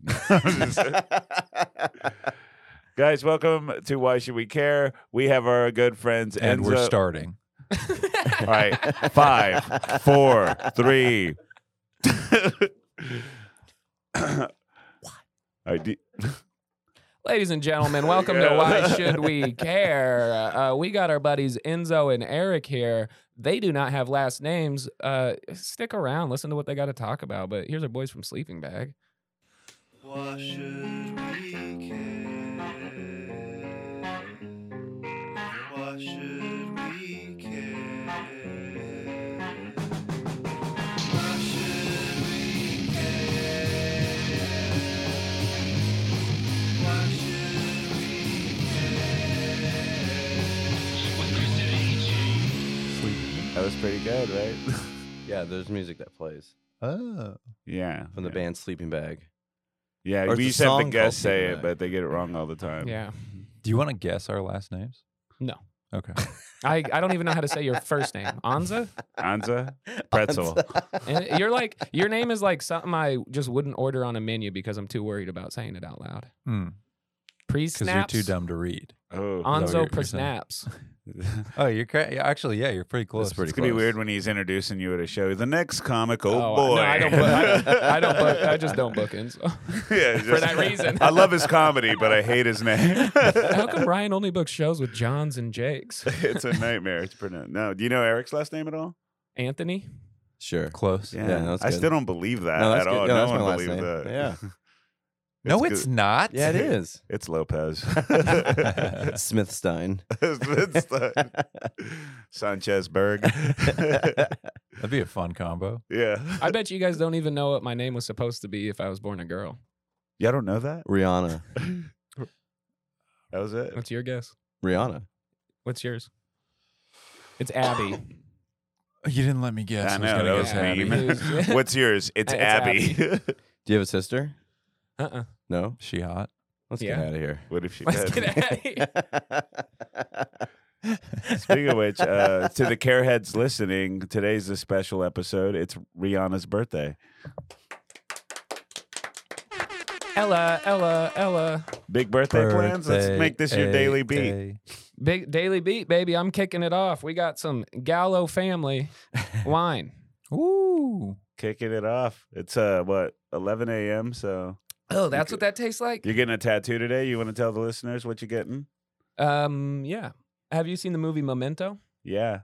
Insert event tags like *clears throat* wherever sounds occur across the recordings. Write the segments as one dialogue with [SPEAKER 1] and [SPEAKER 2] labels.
[SPEAKER 1] *laughs* Guys, welcome to Why Should We Care? We have our good friends
[SPEAKER 2] and we're
[SPEAKER 1] Enzo-
[SPEAKER 2] starting.
[SPEAKER 1] All right. Five, four, three. All right. do-
[SPEAKER 3] Ladies
[SPEAKER 2] *laughs*
[SPEAKER 3] and gentlemen, welcome to
[SPEAKER 1] Yeah.
[SPEAKER 3] Why Should We Care? Uh, we got our buddies Enzo and Eric here. They do not have last names. Uh, stick around, listen to what they got to talk about. But here's our boys from Sleeping Bag.
[SPEAKER 4] Why should we care? Why should we care? Why should we care? Why should we care? With Kristen H.
[SPEAKER 1] that was pretty good, right?
[SPEAKER 5] *laughs* Yeah, there's music that plays
[SPEAKER 2] Oh.
[SPEAKER 1] Yeah.
[SPEAKER 5] from the band Sleeping Bag.
[SPEAKER 1] Yeah.
[SPEAKER 5] Or it's
[SPEAKER 1] we
[SPEAKER 5] a
[SPEAKER 1] used to have
[SPEAKER 5] song
[SPEAKER 1] the
[SPEAKER 5] called
[SPEAKER 1] guests say
[SPEAKER 5] Sleeping
[SPEAKER 1] it,
[SPEAKER 5] Bag.
[SPEAKER 1] but they get it wrong all the
[SPEAKER 2] Um.
[SPEAKER 1] time.
[SPEAKER 3] Yeah.
[SPEAKER 2] Do you want to guess our last names?
[SPEAKER 3] No.
[SPEAKER 2] Okay.
[SPEAKER 3] I, I don't even know how to say your
[SPEAKER 2] *laughs*
[SPEAKER 3] first name. Anza?
[SPEAKER 5] *laughs*
[SPEAKER 1] Anza? Pretzel.
[SPEAKER 3] And you're like, your name is like something I just wouldn't order on a menu because I'm too worried about saying it out loud. Pre
[SPEAKER 2] Because Hmm. you're
[SPEAKER 3] snaps.
[SPEAKER 2] too dumb to read.
[SPEAKER 1] Oh.
[SPEAKER 2] Is that what
[SPEAKER 3] Anzo
[SPEAKER 2] you're
[SPEAKER 3] pre
[SPEAKER 2] saying?
[SPEAKER 3] snaps.
[SPEAKER 1] *laughs*
[SPEAKER 2] Oh, you're cra- yeah, actually yeah, you're pretty close.
[SPEAKER 5] pretty
[SPEAKER 1] it's going to be
[SPEAKER 5] close.
[SPEAKER 1] weird when he's introducing you at a show. The next comic, oh,
[SPEAKER 3] Oh,
[SPEAKER 1] boy.
[SPEAKER 3] no, I don't book- I don't-
[SPEAKER 1] *laughs*
[SPEAKER 3] I don't book. I just don't
[SPEAKER 2] *laughs*
[SPEAKER 3] book Enzo.
[SPEAKER 1] Yeah,
[SPEAKER 3] for that reason.
[SPEAKER 1] I love his comedy, but I hate his name.
[SPEAKER 3] How
[SPEAKER 1] *laughs*
[SPEAKER 3] come Ryan only books shows with Johns and Jakes?
[SPEAKER 1] it's a nightmare. It's pretty. No, do you know Eric's last name at all?
[SPEAKER 3] Anthony?
[SPEAKER 5] Sure.
[SPEAKER 2] Close.
[SPEAKER 5] Yeah, no, that's
[SPEAKER 1] I
[SPEAKER 5] good.
[SPEAKER 1] still don't believe that
[SPEAKER 5] No, that's
[SPEAKER 1] at
[SPEAKER 5] good.
[SPEAKER 1] all.
[SPEAKER 5] No,
[SPEAKER 1] No,
[SPEAKER 5] that's my
[SPEAKER 1] one
[SPEAKER 5] last
[SPEAKER 1] believes
[SPEAKER 5] name.
[SPEAKER 1] that. *laughs*
[SPEAKER 5] Yeah.
[SPEAKER 2] no,
[SPEAKER 1] good.
[SPEAKER 2] it's not.
[SPEAKER 5] Yeah, it is.
[SPEAKER 1] It's
[SPEAKER 5] *laughs*
[SPEAKER 1] Lopez. *laughs*
[SPEAKER 5] Smithstein.
[SPEAKER 1] It's
[SPEAKER 5] *laughs*
[SPEAKER 1] the- Sanchez Berg.
[SPEAKER 2] That'd be a fun combo.
[SPEAKER 1] yeah.
[SPEAKER 3] I bet you guys don't even know what my name was supposed to be if I was born a girl.
[SPEAKER 1] Y'all don't know that?
[SPEAKER 5] Rihanna.
[SPEAKER 1] That was it.
[SPEAKER 3] What's your guess?
[SPEAKER 5] Rihanna.
[SPEAKER 3] What's yours? It's *coughs* Abby.
[SPEAKER 2] You didn't let me guess.
[SPEAKER 1] I
[SPEAKER 2] was
[SPEAKER 1] know
[SPEAKER 2] gonna
[SPEAKER 1] that
[SPEAKER 2] guess
[SPEAKER 1] was *laughs*
[SPEAKER 2] Abby.
[SPEAKER 3] mean.
[SPEAKER 1] mean. What's
[SPEAKER 5] *laughs*
[SPEAKER 1] yours? It's,
[SPEAKER 3] It's
[SPEAKER 1] Abby.
[SPEAKER 5] Do you have a sister?
[SPEAKER 3] Uh-uh.
[SPEAKER 5] No.
[SPEAKER 2] She hot.
[SPEAKER 5] Let's
[SPEAKER 3] Yeah.
[SPEAKER 5] get out of here.
[SPEAKER 1] *laughs* what if she
[SPEAKER 3] Let's
[SPEAKER 1] did?
[SPEAKER 3] get out of here.
[SPEAKER 1] Speaking of which, uh, to
[SPEAKER 5] *laughs*
[SPEAKER 1] the careheads listening, today's a special episode. It's Rihanna's birthday.
[SPEAKER 3] *laughs* Ella, Ella, Ella.
[SPEAKER 1] Big birthday, plans. Let's make this your daily beat.
[SPEAKER 3] Big Daily Beat, baby. I'm kicking it off. We got some Gallo *laughs* family wine.
[SPEAKER 2] Ooh.
[SPEAKER 1] Kicking it off. It's uh what 11 a.m. So
[SPEAKER 3] Oh, that's what that tastes like?
[SPEAKER 1] you're getting a tattoo today. You want to tell the listeners what you're getting?
[SPEAKER 3] Um, yeah. Have you seen the movie Memento?
[SPEAKER 1] Yeah.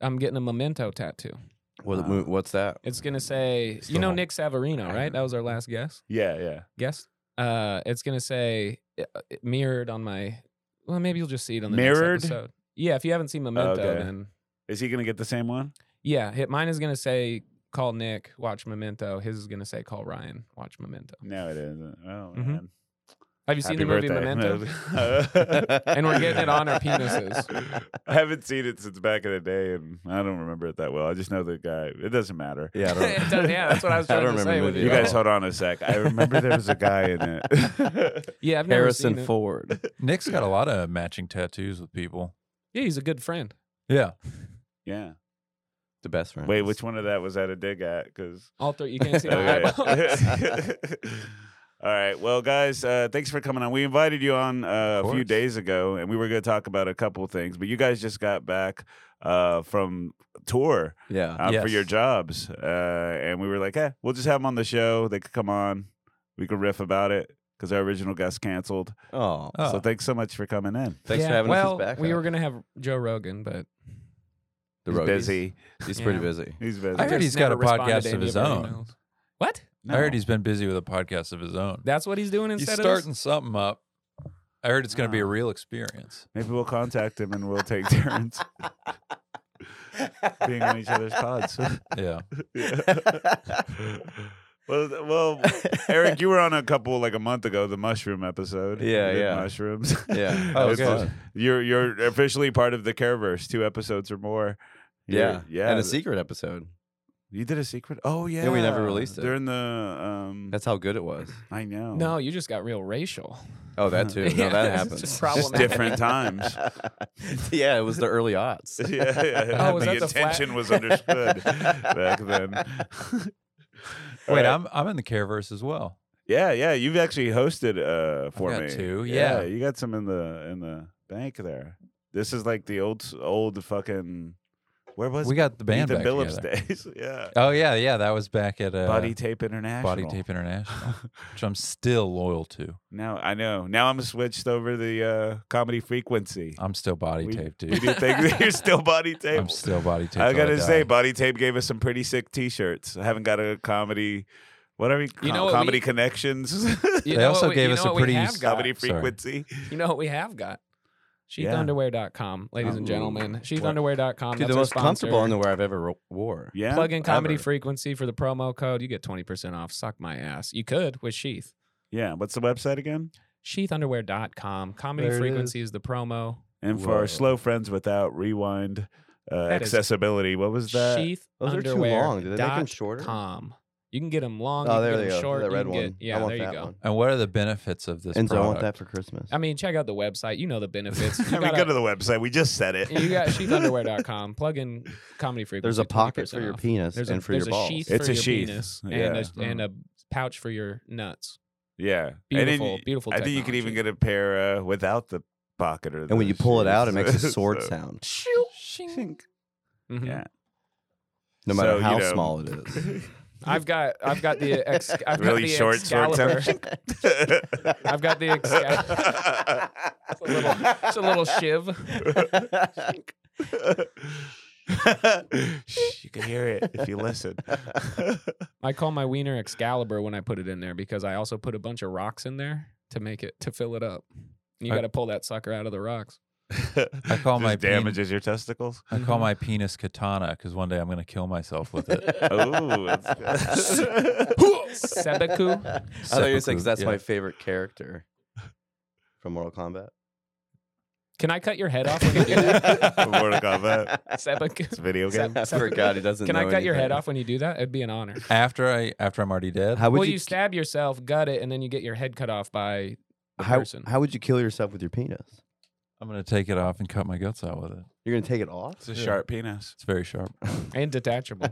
[SPEAKER 3] I'm getting a Memento tattoo.
[SPEAKER 5] What,
[SPEAKER 1] Wow.
[SPEAKER 5] mo- what's that?
[SPEAKER 3] It's gonna say,
[SPEAKER 2] Still
[SPEAKER 3] you know,
[SPEAKER 2] don't-
[SPEAKER 3] Nick Savarino, right? That was our last guess.
[SPEAKER 1] Yeah. Yeah.
[SPEAKER 3] Guess. Uh, it's gonna say uh, uh, mirrored on my. Well, maybe you'll just see it on the
[SPEAKER 1] Mirrored?
[SPEAKER 3] Next episode. Yeah, if you haven't seen Memento,
[SPEAKER 1] Okay.
[SPEAKER 3] then
[SPEAKER 1] Is he gonna get the same one?
[SPEAKER 3] yeah, hit mine is gonna say call Nick, watch Memento. His is gonna say call Ryan, watch Memento.
[SPEAKER 1] No, it isn't. Oh
[SPEAKER 3] Mhm.
[SPEAKER 1] man.
[SPEAKER 3] Have
[SPEAKER 1] Happy
[SPEAKER 3] you seen the movie
[SPEAKER 1] birthday.
[SPEAKER 2] *laughs*
[SPEAKER 3] Memento? *laughs*
[SPEAKER 1] and
[SPEAKER 3] we're getting it on our penises.
[SPEAKER 1] *laughs* I haven't seen it since back in the day, and I don't remember it that well. I just know the guy. It doesn't matter.
[SPEAKER 5] Yeah, I
[SPEAKER 3] *laughs* It
[SPEAKER 1] *laughs*
[SPEAKER 5] don't
[SPEAKER 3] does- yeah, that's what I was trying
[SPEAKER 5] *laughs* I don't
[SPEAKER 3] to
[SPEAKER 5] remember
[SPEAKER 3] say.
[SPEAKER 5] the
[SPEAKER 3] with *laughs*
[SPEAKER 5] movie
[SPEAKER 1] You
[SPEAKER 5] at
[SPEAKER 1] guys hold on a sec. I remember there was a guy in it. *laughs*
[SPEAKER 3] Yeah, I've never seen
[SPEAKER 5] Harrison
[SPEAKER 3] it.
[SPEAKER 5] Ford.
[SPEAKER 2] Nick's got a lot of matching tattoos with people.
[SPEAKER 3] yeah, he's a good friend.
[SPEAKER 2] Yeah.
[SPEAKER 3] *laughs*
[SPEAKER 1] yeah.
[SPEAKER 5] The best friend.
[SPEAKER 1] Wait, which one of that was that a dig at? Because
[SPEAKER 3] All three, you
[SPEAKER 2] *laughs*
[SPEAKER 3] can't see my
[SPEAKER 1] Okay.
[SPEAKER 3] *laughs* eyeballs.
[SPEAKER 1] *laughs* All right. Well, guys, uh, thanks for coming on. We invited you on uh, a few
[SPEAKER 2] course.
[SPEAKER 1] days ago, and we were going to talk about a couple of things, but you guys just got back uh, from tour
[SPEAKER 5] Yeah.
[SPEAKER 1] uh, for
[SPEAKER 2] Yes.
[SPEAKER 1] your jobs. Uh, and we were like, eh, we'll just have them on the show. They could come on. We could riff about it because our original guest canceled.
[SPEAKER 5] Oh.
[SPEAKER 2] Oh.
[SPEAKER 1] So thanks so much for coming in.
[SPEAKER 5] Thanks
[SPEAKER 3] Yeah,
[SPEAKER 5] for having
[SPEAKER 3] well,
[SPEAKER 5] us as backup.
[SPEAKER 3] we were gonna have Joe Rogan, but
[SPEAKER 5] the
[SPEAKER 1] He's
[SPEAKER 5] roadies.
[SPEAKER 1] busy.
[SPEAKER 5] He's pretty
[SPEAKER 1] *laughs*
[SPEAKER 3] Yeah.
[SPEAKER 5] busy.
[SPEAKER 1] He's busy.
[SPEAKER 2] I heard
[SPEAKER 3] just
[SPEAKER 2] he's got a
[SPEAKER 3] never responded
[SPEAKER 2] podcast
[SPEAKER 3] to
[SPEAKER 2] of
[SPEAKER 3] any
[SPEAKER 2] his
[SPEAKER 3] our
[SPEAKER 2] own.
[SPEAKER 3] emails. What?
[SPEAKER 2] I heard he's been busy with a podcast of his own.
[SPEAKER 3] That's what he's doing
[SPEAKER 2] He's
[SPEAKER 3] instead of us?
[SPEAKER 2] starting something up. I heard it's going to
[SPEAKER 1] Ah.
[SPEAKER 2] be a real experience.
[SPEAKER 1] Maybe we'll contact him and we'll take
[SPEAKER 2] *laughs*
[SPEAKER 1] turns being on each other's
[SPEAKER 2] *laughs*
[SPEAKER 1] pods.
[SPEAKER 2] Yeah.
[SPEAKER 1] well, th- well, Eric, you were on a couple like a month ago, the mushroom episode.
[SPEAKER 5] Yeah,
[SPEAKER 1] You did
[SPEAKER 5] yeah.
[SPEAKER 1] mushrooms.
[SPEAKER 5] *laughs*
[SPEAKER 1] *laughs*
[SPEAKER 5] Yeah.
[SPEAKER 1] That
[SPEAKER 2] Oh,
[SPEAKER 1] was
[SPEAKER 2] good.
[SPEAKER 1] fun. You're you're officially part of the Careverse, two episodes or more. You're-
[SPEAKER 5] Yeah.
[SPEAKER 1] yeah.
[SPEAKER 5] And a
[SPEAKER 1] th-
[SPEAKER 5] secret episode.
[SPEAKER 1] you did a secret. Oh yeah,
[SPEAKER 5] we never released it.
[SPEAKER 1] during the. Um,
[SPEAKER 5] That's how good it was.
[SPEAKER 1] I know.
[SPEAKER 3] No, you just got
[SPEAKER 2] *laughs*
[SPEAKER 3] real racial.
[SPEAKER 5] Oh, that
[SPEAKER 3] *laughs*
[SPEAKER 5] too.
[SPEAKER 3] Yeah,
[SPEAKER 5] No, that
[SPEAKER 3] it's
[SPEAKER 5] happens.
[SPEAKER 1] Just
[SPEAKER 3] just problematic.
[SPEAKER 1] different
[SPEAKER 3] *laughs*
[SPEAKER 1] times.
[SPEAKER 5] *laughs* yeah, it was the early aughts.
[SPEAKER 1] *laughs* *laughs* yeah, yeah.
[SPEAKER 5] *laughs*
[SPEAKER 3] Oh, was
[SPEAKER 1] the
[SPEAKER 3] that the flat-
[SPEAKER 1] intention was understood back then. All
[SPEAKER 2] Wait,
[SPEAKER 1] right.
[SPEAKER 2] I'm I'm in the Careverse as well.
[SPEAKER 1] Yeah, yeah. You've actually hosted uh for
[SPEAKER 2] got
[SPEAKER 1] me.
[SPEAKER 2] two, yeah.
[SPEAKER 1] you got some in the in the bank there. This is like the old old fucking. Where was
[SPEAKER 2] We got the band
[SPEAKER 1] Ethan
[SPEAKER 2] back
[SPEAKER 1] Billups
[SPEAKER 2] together.
[SPEAKER 1] days? *laughs* yeah.
[SPEAKER 2] Oh yeah, yeah. That was back at uh,
[SPEAKER 1] Body Tape International.
[SPEAKER 2] Body
[SPEAKER 1] *laughs*
[SPEAKER 2] Tape International, which I'm still loyal to.
[SPEAKER 1] Now I know. Now I'm switched over the uh, comedy frequency.
[SPEAKER 2] I'm still Body
[SPEAKER 1] We-
[SPEAKER 2] Tape,
[SPEAKER 1] You
[SPEAKER 2] dude.
[SPEAKER 1] do think that
[SPEAKER 2] *laughs*
[SPEAKER 1] you're still body tape?
[SPEAKER 2] I'm still Body Tape.
[SPEAKER 1] I
[SPEAKER 2] till
[SPEAKER 1] gotta say,
[SPEAKER 2] die.
[SPEAKER 1] Body Tape gave us some pretty sick T-shirts. I haven't got a comedy, whatever you,
[SPEAKER 3] You know what
[SPEAKER 1] comedy
[SPEAKER 3] we-
[SPEAKER 1] connections, *laughs*
[SPEAKER 3] You
[SPEAKER 2] They
[SPEAKER 3] know
[SPEAKER 2] also
[SPEAKER 3] what we-
[SPEAKER 2] gave
[SPEAKER 3] you
[SPEAKER 2] us
[SPEAKER 3] know
[SPEAKER 2] a
[SPEAKER 3] what we
[SPEAKER 2] pretty
[SPEAKER 3] have
[SPEAKER 2] s-
[SPEAKER 3] got?
[SPEAKER 1] comedy
[SPEAKER 2] Sorry.
[SPEAKER 1] frequency.
[SPEAKER 3] *laughs* You know what we have got?
[SPEAKER 1] Yeah.
[SPEAKER 3] Sheathunderwear.com, ladies
[SPEAKER 1] Ooh.
[SPEAKER 3] and gentlemen.
[SPEAKER 5] Dude,
[SPEAKER 3] Sheathunderwear.com.
[SPEAKER 5] the
[SPEAKER 3] That's our
[SPEAKER 5] most comfortable
[SPEAKER 3] sponsor.
[SPEAKER 5] underwear I've ever ro- wore.
[SPEAKER 1] Yeah,
[SPEAKER 3] Plug in comedy
[SPEAKER 1] ever.
[SPEAKER 3] frequency for the promo code. You get 20% off. Suck my ass. You could with Sheath.
[SPEAKER 1] Yeah, what's the website again?
[SPEAKER 3] Sheathunderwear.com. Comedy
[SPEAKER 2] There it
[SPEAKER 3] frequency is. the promo.
[SPEAKER 1] And for our
[SPEAKER 5] Whoa.
[SPEAKER 1] slow friends without rewind uh,
[SPEAKER 3] That is-
[SPEAKER 1] accessibility, what was that? *laughs*
[SPEAKER 3] Sheath
[SPEAKER 5] Those are too long. Did they make them shorter?
[SPEAKER 3] Com. You can get them long.
[SPEAKER 5] Oh,
[SPEAKER 3] you
[SPEAKER 5] there
[SPEAKER 3] can
[SPEAKER 5] they
[SPEAKER 3] get
[SPEAKER 5] go.
[SPEAKER 3] them short.
[SPEAKER 5] the red
[SPEAKER 3] you
[SPEAKER 5] one.
[SPEAKER 3] can Get, yeah,
[SPEAKER 5] I want
[SPEAKER 3] there
[SPEAKER 5] that
[SPEAKER 3] you go.
[SPEAKER 5] One.
[SPEAKER 2] And what are the benefits of this?
[SPEAKER 5] And so I want that
[SPEAKER 2] product?
[SPEAKER 5] for Christmas.
[SPEAKER 3] I mean, check out the website. You know
[SPEAKER 5] *laughs*
[SPEAKER 3] the benefits. You
[SPEAKER 1] I mean,
[SPEAKER 3] gotta-
[SPEAKER 1] go to the website. We just said it.
[SPEAKER 3] *laughs* you got sheathunderwear.com. Plug in comedy frequency.
[SPEAKER 5] there's a pocket
[SPEAKER 3] 20%
[SPEAKER 5] for your
[SPEAKER 3] off.
[SPEAKER 5] penis
[SPEAKER 3] There's
[SPEAKER 5] and
[SPEAKER 3] a,
[SPEAKER 5] for
[SPEAKER 3] there's
[SPEAKER 5] your balls.
[SPEAKER 3] a sheath
[SPEAKER 1] It's
[SPEAKER 3] for
[SPEAKER 1] a
[SPEAKER 3] your
[SPEAKER 1] sheath.
[SPEAKER 3] penis and,
[SPEAKER 1] Yeah.
[SPEAKER 3] a, and a pouch for your nuts.
[SPEAKER 1] *laughs* yeah, And then
[SPEAKER 3] Beautiful,
[SPEAKER 1] you-
[SPEAKER 3] beautiful.
[SPEAKER 1] I think you could even
[SPEAKER 3] technology.
[SPEAKER 1] get a pair uh, without the pocket or.
[SPEAKER 5] and when
[SPEAKER 1] the
[SPEAKER 5] you pull it out, it makes a
[SPEAKER 1] shoes, *laughs*
[SPEAKER 5] sword
[SPEAKER 1] so-
[SPEAKER 5] sound,
[SPEAKER 1] Shink.
[SPEAKER 3] Mhm. *laughs*
[SPEAKER 1] Yeah. *laughs*
[SPEAKER 5] no matter
[SPEAKER 1] So, you
[SPEAKER 5] how
[SPEAKER 1] know.
[SPEAKER 5] small it
[SPEAKER 1] *laughs*
[SPEAKER 5] is.
[SPEAKER 3] I've got I've got the ex, I've
[SPEAKER 1] really
[SPEAKER 3] got the
[SPEAKER 1] short sword
[SPEAKER 3] Excalibur.
[SPEAKER 1] sound. Shink.
[SPEAKER 3] *laughs* I've got the Excalibur. It's a little,
[SPEAKER 1] *laughs*
[SPEAKER 3] it's a little *laughs* shiv.
[SPEAKER 1] Shh, you can hear it if you listen.
[SPEAKER 3] I call my wiener Excalibur when I put it in there because I also put a bunch of rocks in there to make it to fill it up. You
[SPEAKER 2] I-
[SPEAKER 3] got to pull that sucker out of the rocks.
[SPEAKER 1] I
[SPEAKER 2] call my peen-
[SPEAKER 1] damages your testicles.
[SPEAKER 2] I call my penis katana because one day I'm gonna kill myself with it.
[SPEAKER 1] Oh, that's good.
[SPEAKER 3] *laughs*
[SPEAKER 1] *laughs*
[SPEAKER 3] Sebaku.
[SPEAKER 5] *laughs* I thought you were saying
[SPEAKER 2] Seppuku,
[SPEAKER 5] that's
[SPEAKER 2] yeah.
[SPEAKER 5] my favorite character from Mortal
[SPEAKER 1] *laughs*
[SPEAKER 5] Kombat.
[SPEAKER 3] Can I cut your head off when you do that?
[SPEAKER 5] *laughs*
[SPEAKER 1] Mortal Kombat. It's
[SPEAKER 3] Sebaku.
[SPEAKER 1] a video game.
[SPEAKER 3] *laughs*
[SPEAKER 5] I forgot he doesn't.
[SPEAKER 3] Can I
[SPEAKER 5] know
[SPEAKER 3] cut your head
[SPEAKER 5] anything.
[SPEAKER 3] off when you do that? It'd be an honor.
[SPEAKER 2] After I after I'm already dead.
[SPEAKER 5] How would
[SPEAKER 3] well, you,
[SPEAKER 5] you?
[SPEAKER 3] stab yourself, gut it, and then you get your head cut off by the
[SPEAKER 5] how,
[SPEAKER 3] person.
[SPEAKER 5] how would you kill yourself with your penis?
[SPEAKER 2] I'm gonna take it off and cut my guts out with it.
[SPEAKER 5] You're gonna take it off.
[SPEAKER 1] It's a
[SPEAKER 5] *laughs*
[SPEAKER 1] sharp penis.
[SPEAKER 2] It's very sharp.
[SPEAKER 3] and detachable.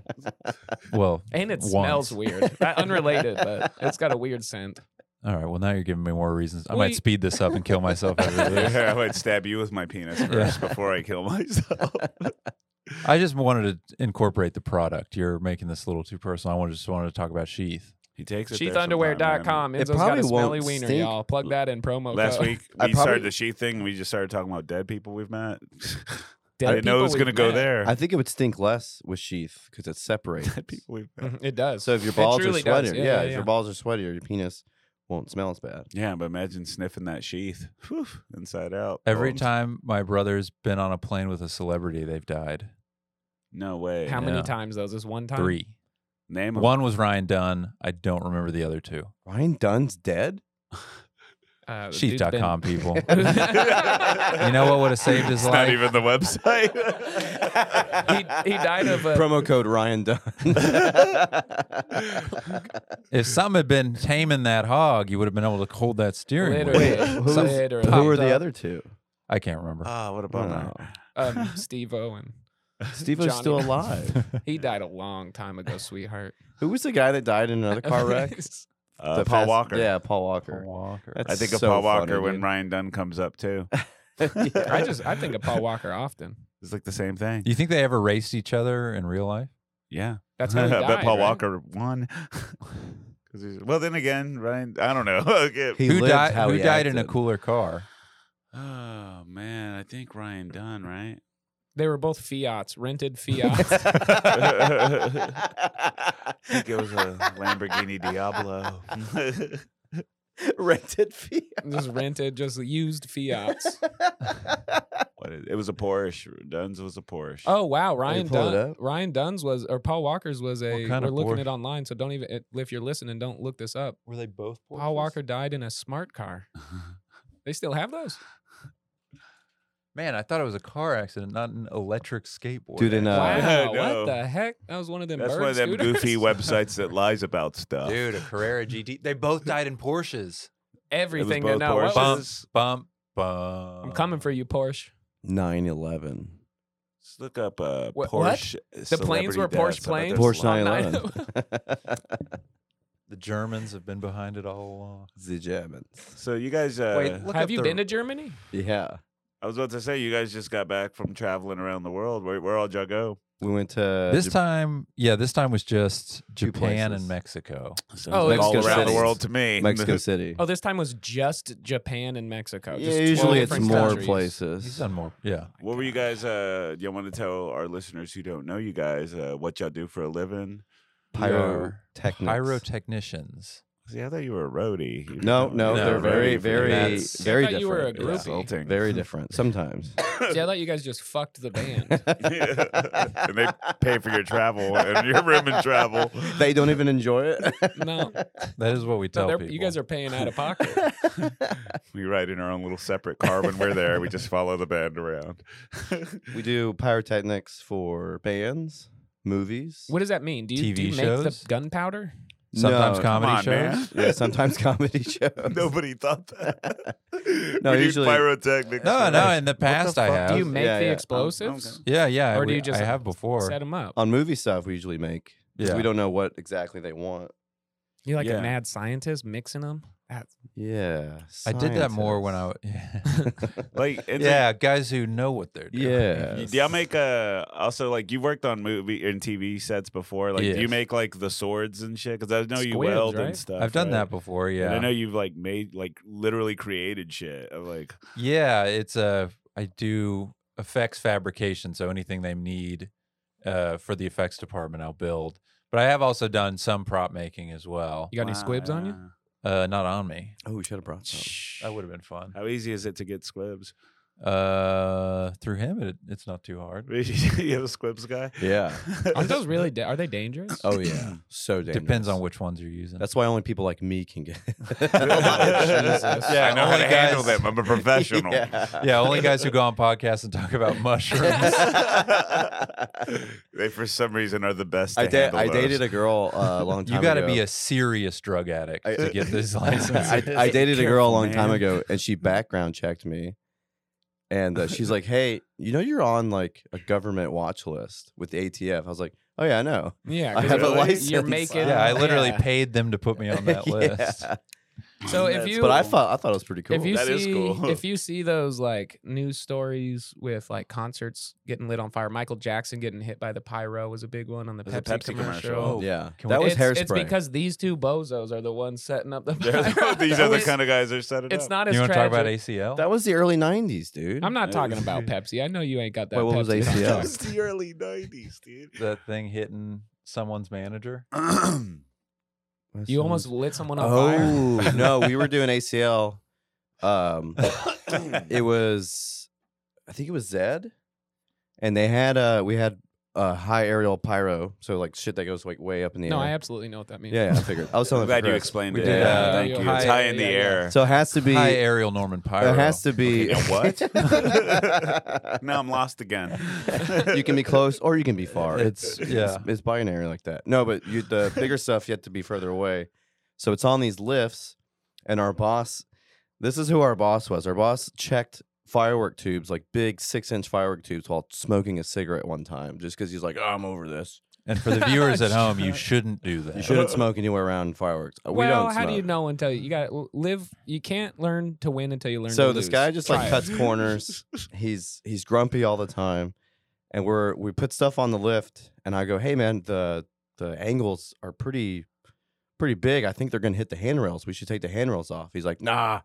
[SPEAKER 2] Well,
[SPEAKER 3] And it
[SPEAKER 2] Once.
[SPEAKER 3] smells weird. That- unrelated, but it's got a weird
[SPEAKER 5] *laughs*
[SPEAKER 3] scent.
[SPEAKER 2] all right. Well, now you're giving me more reasons. I
[SPEAKER 3] We-
[SPEAKER 2] might speed this up and kill
[SPEAKER 1] *laughs*
[SPEAKER 2] myself after this.
[SPEAKER 1] I would stab you with my penis first before I kill *laughs* myself.
[SPEAKER 2] I just wanted to incorporate the product. You're making this a little too personal. I wanted, just wanted to talk about sheath.
[SPEAKER 1] He takes it. there sometime,
[SPEAKER 3] Sheathunderwear.com.
[SPEAKER 5] It
[SPEAKER 3] Enzo's got
[SPEAKER 5] probably
[SPEAKER 3] a smelly
[SPEAKER 5] won't
[SPEAKER 3] wiener,
[SPEAKER 5] stink.
[SPEAKER 3] y'all. Plug that in promo
[SPEAKER 1] man. Last
[SPEAKER 3] code.
[SPEAKER 1] week
[SPEAKER 5] I
[SPEAKER 1] we started
[SPEAKER 5] probably-
[SPEAKER 1] the sheath thing. We just started talking about dead people we've
[SPEAKER 3] *laughs*
[SPEAKER 1] met.
[SPEAKER 3] Dead
[SPEAKER 1] I didn't know
[SPEAKER 3] people
[SPEAKER 1] it was
[SPEAKER 3] we've
[SPEAKER 1] going to go
[SPEAKER 3] met.
[SPEAKER 1] there.
[SPEAKER 5] I think it would stink less with sheath because
[SPEAKER 3] *laughs*
[SPEAKER 5] it separates.
[SPEAKER 1] dead people we've met.
[SPEAKER 3] Mhm, *laughs* It does.
[SPEAKER 5] So if your
[SPEAKER 3] It
[SPEAKER 5] balls are
[SPEAKER 3] truly
[SPEAKER 5] sweatier,
[SPEAKER 3] does.
[SPEAKER 5] yeah,
[SPEAKER 3] yeah,
[SPEAKER 5] if
[SPEAKER 3] yeah.
[SPEAKER 5] your balls are sweatier, your penis won't smell as bad.
[SPEAKER 3] Mm-hmm.
[SPEAKER 1] Yeah, but imagine sniffing that sheath Whew, inside out.
[SPEAKER 2] Every
[SPEAKER 1] Oh,
[SPEAKER 2] time my brother's been on a plane with a celebrity, they've died.
[SPEAKER 1] No way.
[SPEAKER 3] How many
[SPEAKER 2] Yeah.
[SPEAKER 3] times those? Is one time?
[SPEAKER 2] Three.
[SPEAKER 1] Name 'em. *laughs*
[SPEAKER 2] One was Ryan Dunn. I don't remember the other two.
[SPEAKER 5] Ryan Dunn's dead.
[SPEAKER 3] Uh, the dude's been-
[SPEAKER 2] Sheath.com
[SPEAKER 3] *laughs*
[SPEAKER 2] people.
[SPEAKER 1] You
[SPEAKER 2] you know what would have saved his
[SPEAKER 1] It's not
[SPEAKER 2] life?
[SPEAKER 1] even the *laughs* website.
[SPEAKER 3] he, he died of uh, a.
[SPEAKER 5] *laughs* Promo code Ryan *laughs* Dunn.
[SPEAKER 2] if some had been taming that hog, you would have been able to hold that steering
[SPEAKER 3] Literally. *laughs*
[SPEAKER 2] wheel.
[SPEAKER 5] Wait, who,
[SPEAKER 3] Some
[SPEAKER 5] who
[SPEAKER 3] popped
[SPEAKER 5] were the
[SPEAKER 3] up.
[SPEAKER 5] other two?
[SPEAKER 2] I can't remember.
[SPEAKER 1] Ah, what a bummer.
[SPEAKER 5] Oh.
[SPEAKER 3] um, Steve Owen.
[SPEAKER 5] Steve
[SPEAKER 3] Johnny.
[SPEAKER 5] was still alive.
[SPEAKER 3] He died a long time
[SPEAKER 5] *laughs*
[SPEAKER 3] ago, sweetheart.
[SPEAKER 5] who was the guy that died in
[SPEAKER 3] *laughs*
[SPEAKER 5] another car wreck?
[SPEAKER 1] Uh,
[SPEAKER 5] The
[SPEAKER 1] Paul
[SPEAKER 5] fast-
[SPEAKER 1] Walker.
[SPEAKER 5] Yeah, Paul Walker.
[SPEAKER 2] Walker.
[SPEAKER 5] That's
[SPEAKER 1] I think of
[SPEAKER 5] so
[SPEAKER 1] Paul Walker
[SPEAKER 5] funny,
[SPEAKER 1] when
[SPEAKER 5] *laughs* dude.
[SPEAKER 1] Ryan Dunn comes up too.
[SPEAKER 5] Yeah.
[SPEAKER 3] I just I
[SPEAKER 5] *laughs*
[SPEAKER 3] think of Paul Walker often.
[SPEAKER 1] It's like the same
[SPEAKER 2] *laughs*
[SPEAKER 1] thing.
[SPEAKER 2] Do you think they ever raced each other in real life?
[SPEAKER 1] Yeah.
[SPEAKER 3] That's how he
[SPEAKER 1] I *laughs*
[SPEAKER 3] died.
[SPEAKER 1] bet Paul
[SPEAKER 3] right?
[SPEAKER 1] Walker won. *laughs* 'Cause he's- well, then again, Ryan, I don't know. *laughs* Okay.
[SPEAKER 5] He
[SPEAKER 2] who
[SPEAKER 5] lived
[SPEAKER 2] died?
[SPEAKER 5] how
[SPEAKER 2] who
[SPEAKER 5] he
[SPEAKER 2] died in a
[SPEAKER 5] acted. *laughs*
[SPEAKER 2] cooler car?
[SPEAKER 1] oh, man. I think Ryan Dunn, right?
[SPEAKER 3] They were both Fiats, rented Fiats.
[SPEAKER 1] *laughs* I think it was a Lamborghini Diablo.
[SPEAKER 5] *laughs*
[SPEAKER 1] *laughs*
[SPEAKER 5] Rented fee.
[SPEAKER 3] just rented, just used Fiats.
[SPEAKER 1] what is, it was a Porsche. Dunn's was a Porsche. *laughs*
[SPEAKER 3] Oh wow, Ryan
[SPEAKER 5] pull it
[SPEAKER 3] Dunn.
[SPEAKER 5] up?
[SPEAKER 3] Ryan Dunn's was or Paul Walker's was a.
[SPEAKER 2] kind
[SPEAKER 3] we're
[SPEAKER 2] of
[SPEAKER 3] looking it
[SPEAKER 2] Porsche?
[SPEAKER 3] online, so don't even it- if you're listening, don't look this up.
[SPEAKER 2] Were they both
[SPEAKER 3] Paul Walker died in a smart car. They still have those.
[SPEAKER 2] Man, I thought it was a car accident, not an electric skateboard.
[SPEAKER 5] Dude, in, uh,
[SPEAKER 1] *laughs*
[SPEAKER 2] accident.
[SPEAKER 3] wow,
[SPEAKER 1] no.
[SPEAKER 3] what the heck? That was one of them.
[SPEAKER 1] That's
[SPEAKER 3] bird
[SPEAKER 1] one of them
[SPEAKER 3] scooters? *laughs*
[SPEAKER 1] goofy websites that lies about stuff.
[SPEAKER 2] dude, a Carrera GT. They both died in Porsches.
[SPEAKER 3] Everything.
[SPEAKER 1] both
[SPEAKER 3] now, what
[SPEAKER 1] Porsches.
[SPEAKER 3] was-
[SPEAKER 2] Bump, bump, bump.
[SPEAKER 3] I'm coming for you, Porsche.
[SPEAKER 5] 9-11.
[SPEAKER 1] Let's look up uh,
[SPEAKER 3] What- what?
[SPEAKER 1] Porsche.
[SPEAKER 3] The planes
[SPEAKER 1] celebrity
[SPEAKER 3] were Porsche
[SPEAKER 1] deaths. How about
[SPEAKER 3] planes?
[SPEAKER 1] this
[SPEAKER 5] *laughs* Porsche
[SPEAKER 1] line?
[SPEAKER 3] On
[SPEAKER 5] 911.
[SPEAKER 2] The Germans have been behind it all along.
[SPEAKER 5] The Germans.
[SPEAKER 1] So you guys, uh,
[SPEAKER 5] Wait, look
[SPEAKER 3] Have
[SPEAKER 5] up
[SPEAKER 3] you
[SPEAKER 5] the-
[SPEAKER 3] been to Germany?
[SPEAKER 5] Yeah.
[SPEAKER 1] I was about to say you guys just got back from traveling around the world. Where where all y'all go?
[SPEAKER 5] We went
[SPEAKER 1] Uh,
[SPEAKER 5] to
[SPEAKER 2] this time, yeah, this time was just
[SPEAKER 5] Two
[SPEAKER 2] Japan and
[SPEAKER 5] places.
[SPEAKER 2] Mexico.
[SPEAKER 3] Oh,
[SPEAKER 1] Like all
[SPEAKER 5] Mexico
[SPEAKER 1] around the
[SPEAKER 5] City.
[SPEAKER 1] world to me.
[SPEAKER 5] Mexico City.
[SPEAKER 3] Oh, this time was just Japan and Mexico.
[SPEAKER 5] Yeah,
[SPEAKER 3] just 12
[SPEAKER 5] usually it's
[SPEAKER 3] different
[SPEAKER 5] more
[SPEAKER 3] countries.
[SPEAKER 2] He's
[SPEAKER 5] places.
[SPEAKER 2] done more. Yeah.
[SPEAKER 1] what were you guys? Uh, you want to tell our listeners who don't know you guys uh, what y'all do for a living?
[SPEAKER 5] Pyrotechnics.
[SPEAKER 2] Pyrotechnicians.
[SPEAKER 1] See, I thought you were a roadie. You
[SPEAKER 5] No,
[SPEAKER 1] know,
[SPEAKER 5] no,
[SPEAKER 2] No,
[SPEAKER 5] they're
[SPEAKER 2] right.
[SPEAKER 5] very,
[SPEAKER 1] roadie for
[SPEAKER 5] very,
[SPEAKER 1] that.
[SPEAKER 3] I
[SPEAKER 5] very
[SPEAKER 3] thought
[SPEAKER 5] different.
[SPEAKER 3] you were a
[SPEAKER 5] Yeah.
[SPEAKER 3] groupie.
[SPEAKER 1] Consulting.
[SPEAKER 5] Very different. Sometimes.
[SPEAKER 2] *laughs*
[SPEAKER 5] *laughs*
[SPEAKER 3] See, I thought you guys just fucked the band.
[SPEAKER 1] and
[SPEAKER 2] *laughs*
[SPEAKER 1] they *laughs* pay for your travel and your room and travel.
[SPEAKER 5] *laughs* They don't even enjoy it.
[SPEAKER 3] no,
[SPEAKER 2] That is what we
[SPEAKER 3] no
[SPEAKER 2] tell
[SPEAKER 3] they're-
[SPEAKER 2] people.
[SPEAKER 3] you guys are paying out
[SPEAKER 2] *laughs*
[SPEAKER 3] of pocket.
[SPEAKER 1] We ride in our own little separate car when we're there. We just follow the band around.
[SPEAKER 2] *laughs*
[SPEAKER 5] we do pyrotechnics for bands, movies.
[SPEAKER 3] What does that mean? Do you, do
[SPEAKER 2] TV
[SPEAKER 3] you make the
[SPEAKER 2] shows?
[SPEAKER 3] gunpowder?
[SPEAKER 2] sometimes
[SPEAKER 5] No, come
[SPEAKER 2] comedy
[SPEAKER 1] on,
[SPEAKER 2] shows.
[SPEAKER 1] man. *laughs*
[SPEAKER 5] yeah, sometimes *laughs* comedy shows.
[SPEAKER 1] Nobody thought that.
[SPEAKER 5] No,
[SPEAKER 1] we need
[SPEAKER 5] usually-
[SPEAKER 1] pyrotechnics.
[SPEAKER 2] No,
[SPEAKER 1] for
[SPEAKER 2] no.
[SPEAKER 1] that.
[SPEAKER 2] In the
[SPEAKER 1] the
[SPEAKER 2] past, I
[SPEAKER 1] fuck?
[SPEAKER 2] have.
[SPEAKER 3] Do you make
[SPEAKER 5] Yeah,
[SPEAKER 3] the
[SPEAKER 5] yeah.
[SPEAKER 1] Oh,
[SPEAKER 3] explosives?
[SPEAKER 2] yeah, Uh, yeah.
[SPEAKER 3] Or do
[SPEAKER 2] we-
[SPEAKER 3] you just
[SPEAKER 2] I have before.
[SPEAKER 3] Set them up.
[SPEAKER 1] Uh,
[SPEAKER 5] On movie stuff, we usually make. 'cause
[SPEAKER 2] Yeah.
[SPEAKER 5] We don't know what exactly they want.
[SPEAKER 3] You're like
[SPEAKER 1] Yeah.
[SPEAKER 3] a mad scientist mixing them. That's
[SPEAKER 5] Yeah.
[SPEAKER 2] I did that more when I.
[SPEAKER 5] scientists.
[SPEAKER 2] w- *laughs* Yeah.
[SPEAKER 1] Like, it's
[SPEAKER 2] yeah, guys who know what they're doing.
[SPEAKER 5] Yeah.
[SPEAKER 1] Like, do y'all make uh also like you worked on movie and TV sets before? Like, do you
[SPEAKER 2] Yes.
[SPEAKER 1] make like the swords and shit? Because I know you
[SPEAKER 3] Squids,
[SPEAKER 1] weld
[SPEAKER 3] right?
[SPEAKER 1] and stuff.
[SPEAKER 2] I've done
[SPEAKER 1] right?
[SPEAKER 2] that before.
[SPEAKER 1] And
[SPEAKER 2] Yeah.
[SPEAKER 1] I know you've like made like literally created shit. of like,
[SPEAKER 2] Yeah, it's a I do effects fabrication, so anything they need uh, for the effects department, I'll build. But I have also done some prop making as well.
[SPEAKER 3] you got any squibs on you?
[SPEAKER 1] wow.
[SPEAKER 2] Uh, not on me.
[SPEAKER 5] *laughs* Oh, we should have brought some.
[SPEAKER 2] That would have been fun.
[SPEAKER 1] How easy is it to get squibs? *laughs*
[SPEAKER 2] Uh, through him, it, it's not too hard.
[SPEAKER 1] you have a squibs guy?
[SPEAKER 5] Yeah.
[SPEAKER 1] *laughs*
[SPEAKER 2] *laughs*
[SPEAKER 3] Aren't those really? Da- are they dangerous?
[SPEAKER 2] *clears throat*
[SPEAKER 5] Oh yeah. So dangerous.
[SPEAKER 2] Depends on which ones you're using.
[SPEAKER 5] That's why only people like me
[SPEAKER 2] *laughs*
[SPEAKER 5] can get. *laughs*
[SPEAKER 1] yeah, Oh, I know how
[SPEAKER 2] only
[SPEAKER 1] to handle
[SPEAKER 2] guys-
[SPEAKER 1] them. I'm a
[SPEAKER 3] *laughs*
[SPEAKER 1] professional.
[SPEAKER 2] *laughs* yeah,
[SPEAKER 5] *laughs*
[SPEAKER 2] only guys who go on podcasts and talk about mushrooms. *laughs*
[SPEAKER 1] They, for some reason, are the best. To
[SPEAKER 5] I, da-
[SPEAKER 1] handle
[SPEAKER 5] I
[SPEAKER 1] those.
[SPEAKER 5] dated a girl uh,
[SPEAKER 2] *laughs*
[SPEAKER 5] a long time
[SPEAKER 2] you got to
[SPEAKER 5] ago.
[SPEAKER 2] be
[SPEAKER 5] *laughs*
[SPEAKER 2] a serious drug addict
[SPEAKER 5] I-
[SPEAKER 2] to get this license.
[SPEAKER 5] I, I dated a girl
[SPEAKER 1] Careful,
[SPEAKER 5] a long time
[SPEAKER 1] man.
[SPEAKER 5] ago, and she background checked me, and uh, she's like, "Hey, you know you're on like a government watch list with the ATF." I was like, "Oh yeah, I know."
[SPEAKER 3] Yeah,
[SPEAKER 5] I
[SPEAKER 3] 'cause
[SPEAKER 5] have a
[SPEAKER 3] you're-
[SPEAKER 5] license.
[SPEAKER 3] You're
[SPEAKER 2] *laughs*
[SPEAKER 3] making.
[SPEAKER 2] yeah, I literally
[SPEAKER 3] yeah.
[SPEAKER 2] paid them to put me on that
[SPEAKER 5] *laughs* Yeah.
[SPEAKER 2] list.
[SPEAKER 1] *laughs*
[SPEAKER 3] So if
[SPEAKER 1] That's
[SPEAKER 3] you,
[SPEAKER 5] But
[SPEAKER 3] *laughs*
[SPEAKER 5] I thought I thought it was pretty cool.
[SPEAKER 3] if you
[SPEAKER 1] That
[SPEAKER 3] see,
[SPEAKER 1] is cool.
[SPEAKER 3] *laughs* if you see those like news stories with like concerts getting lit on fire, Michael Jackson getting hit by the pyro was a big one on the
[SPEAKER 1] There's a
[SPEAKER 3] Pepsi,
[SPEAKER 1] Pepsi commercial.
[SPEAKER 3] commercial.
[SPEAKER 5] yeah,
[SPEAKER 2] oh, Can
[SPEAKER 5] that
[SPEAKER 2] we-
[SPEAKER 5] was
[SPEAKER 3] it's,
[SPEAKER 5] hairspray.
[SPEAKER 3] It's because these two bozos are the ones setting up
[SPEAKER 1] *laughs*
[SPEAKER 3] the. *laughs*
[SPEAKER 1] They're
[SPEAKER 3] pyro.
[SPEAKER 1] the- these are the
[SPEAKER 3] It's-
[SPEAKER 1] kind of guys that are setting
[SPEAKER 3] It's
[SPEAKER 1] up.
[SPEAKER 3] not as
[SPEAKER 2] you want to
[SPEAKER 3] tragic.
[SPEAKER 2] talk about ACL?
[SPEAKER 5] that was the early '90s, dude.
[SPEAKER 3] I'm not talking about Pepsi. I know you ain't got that.
[SPEAKER 5] Wait, what was
[SPEAKER 3] Pepsi
[SPEAKER 5] ACL?
[SPEAKER 1] That
[SPEAKER 5] Yeah.
[SPEAKER 1] was the early '90s,
[SPEAKER 5] *coughs*
[SPEAKER 1] dude.
[SPEAKER 2] the thing hitting someone's manager.
[SPEAKER 3] You almost lit someone on fire.
[SPEAKER 5] Oh no, we
[SPEAKER 3] *laughs*
[SPEAKER 5] were doing ACL. Um, it was, I think it was Zed, and they had uh we had a high aerial pyro, so like shit that goes like way up in the
[SPEAKER 3] No, I
[SPEAKER 5] air.
[SPEAKER 3] absolutely know what that means.
[SPEAKER 5] yeah, yeah, I figured. uh, I was
[SPEAKER 3] *laughs*
[SPEAKER 5] telling
[SPEAKER 1] I'm
[SPEAKER 5] them.
[SPEAKER 1] glad you explained
[SPEAKER 2] We
[SPEAKER 1] it.
[SPEAKER 2] did,
[SPEAKER 1] yeah,
[SPEAKER 2] uh,
[SPEAKER 1] thank you.
[SPEAKER 2] high-
[SPEAKER 1] it's high in the
[SPEAKER 3] yeah, yeah.
[SPEAKER 1] air.
[SPEAKER 5] So it has to be.
[SPEAKER 2] Hi, Ariel Norman Pyro.
[SPEAKER 5] It has to be.
[SPEAKER 1] Okay, now what? now I'm lost again.
[SPEAKER 5] *laughs* you can be close or you can be far.
[SPEAKER 2] It's- yeah.
[SPEAKER 5] *laughs* It's, it's binary like that. No, but you,
[SPEAKER 3] *laughs*
[SPEAKER 5] the bigger stuff you have to be further away. So it's on these lifts, and our boss. This is who our boss was. Our boss checked firework tubes, like big six-inch firework tubes, while smoking a cigarette one time, just because he's like, "Oh, "I'm over this.
[SPEAKER 2] And for the viewers
[SPEAKER 5] *laughs*
[SPEAKER 2] at home, you shouldn't do that.
[SPEAKER 3] *laughs*
[SPEAKER 5] You shouldn't smoke anywhere around fireworks. Uh, we
[SPEAKER 3] well,
[SPEAKER 5] don't."
[SPEAKER 3] how do you
[SPEAKER 5] smoke."
[SPEAKER 3] know until you, you got to live? You can't learn to win until you learn.
[SPEAKER 5] So
[SPEAKER 3] to
[SPEAKER 5] this
[SPEAKER 3] lose.
[SPEAKER 5] guy just
[SPEAKER 3] Try
[SPEAKER 5] like
[SPEAKER 3] it.
[SPEAKER 5] cuts corners. he's he's grumpy all the time, and we're we put stuff on the lift, and I go, hey man, the the angles are pretty pretty big. I think they're gonna hit the handrails. We should take the handrails off. He's like, nah,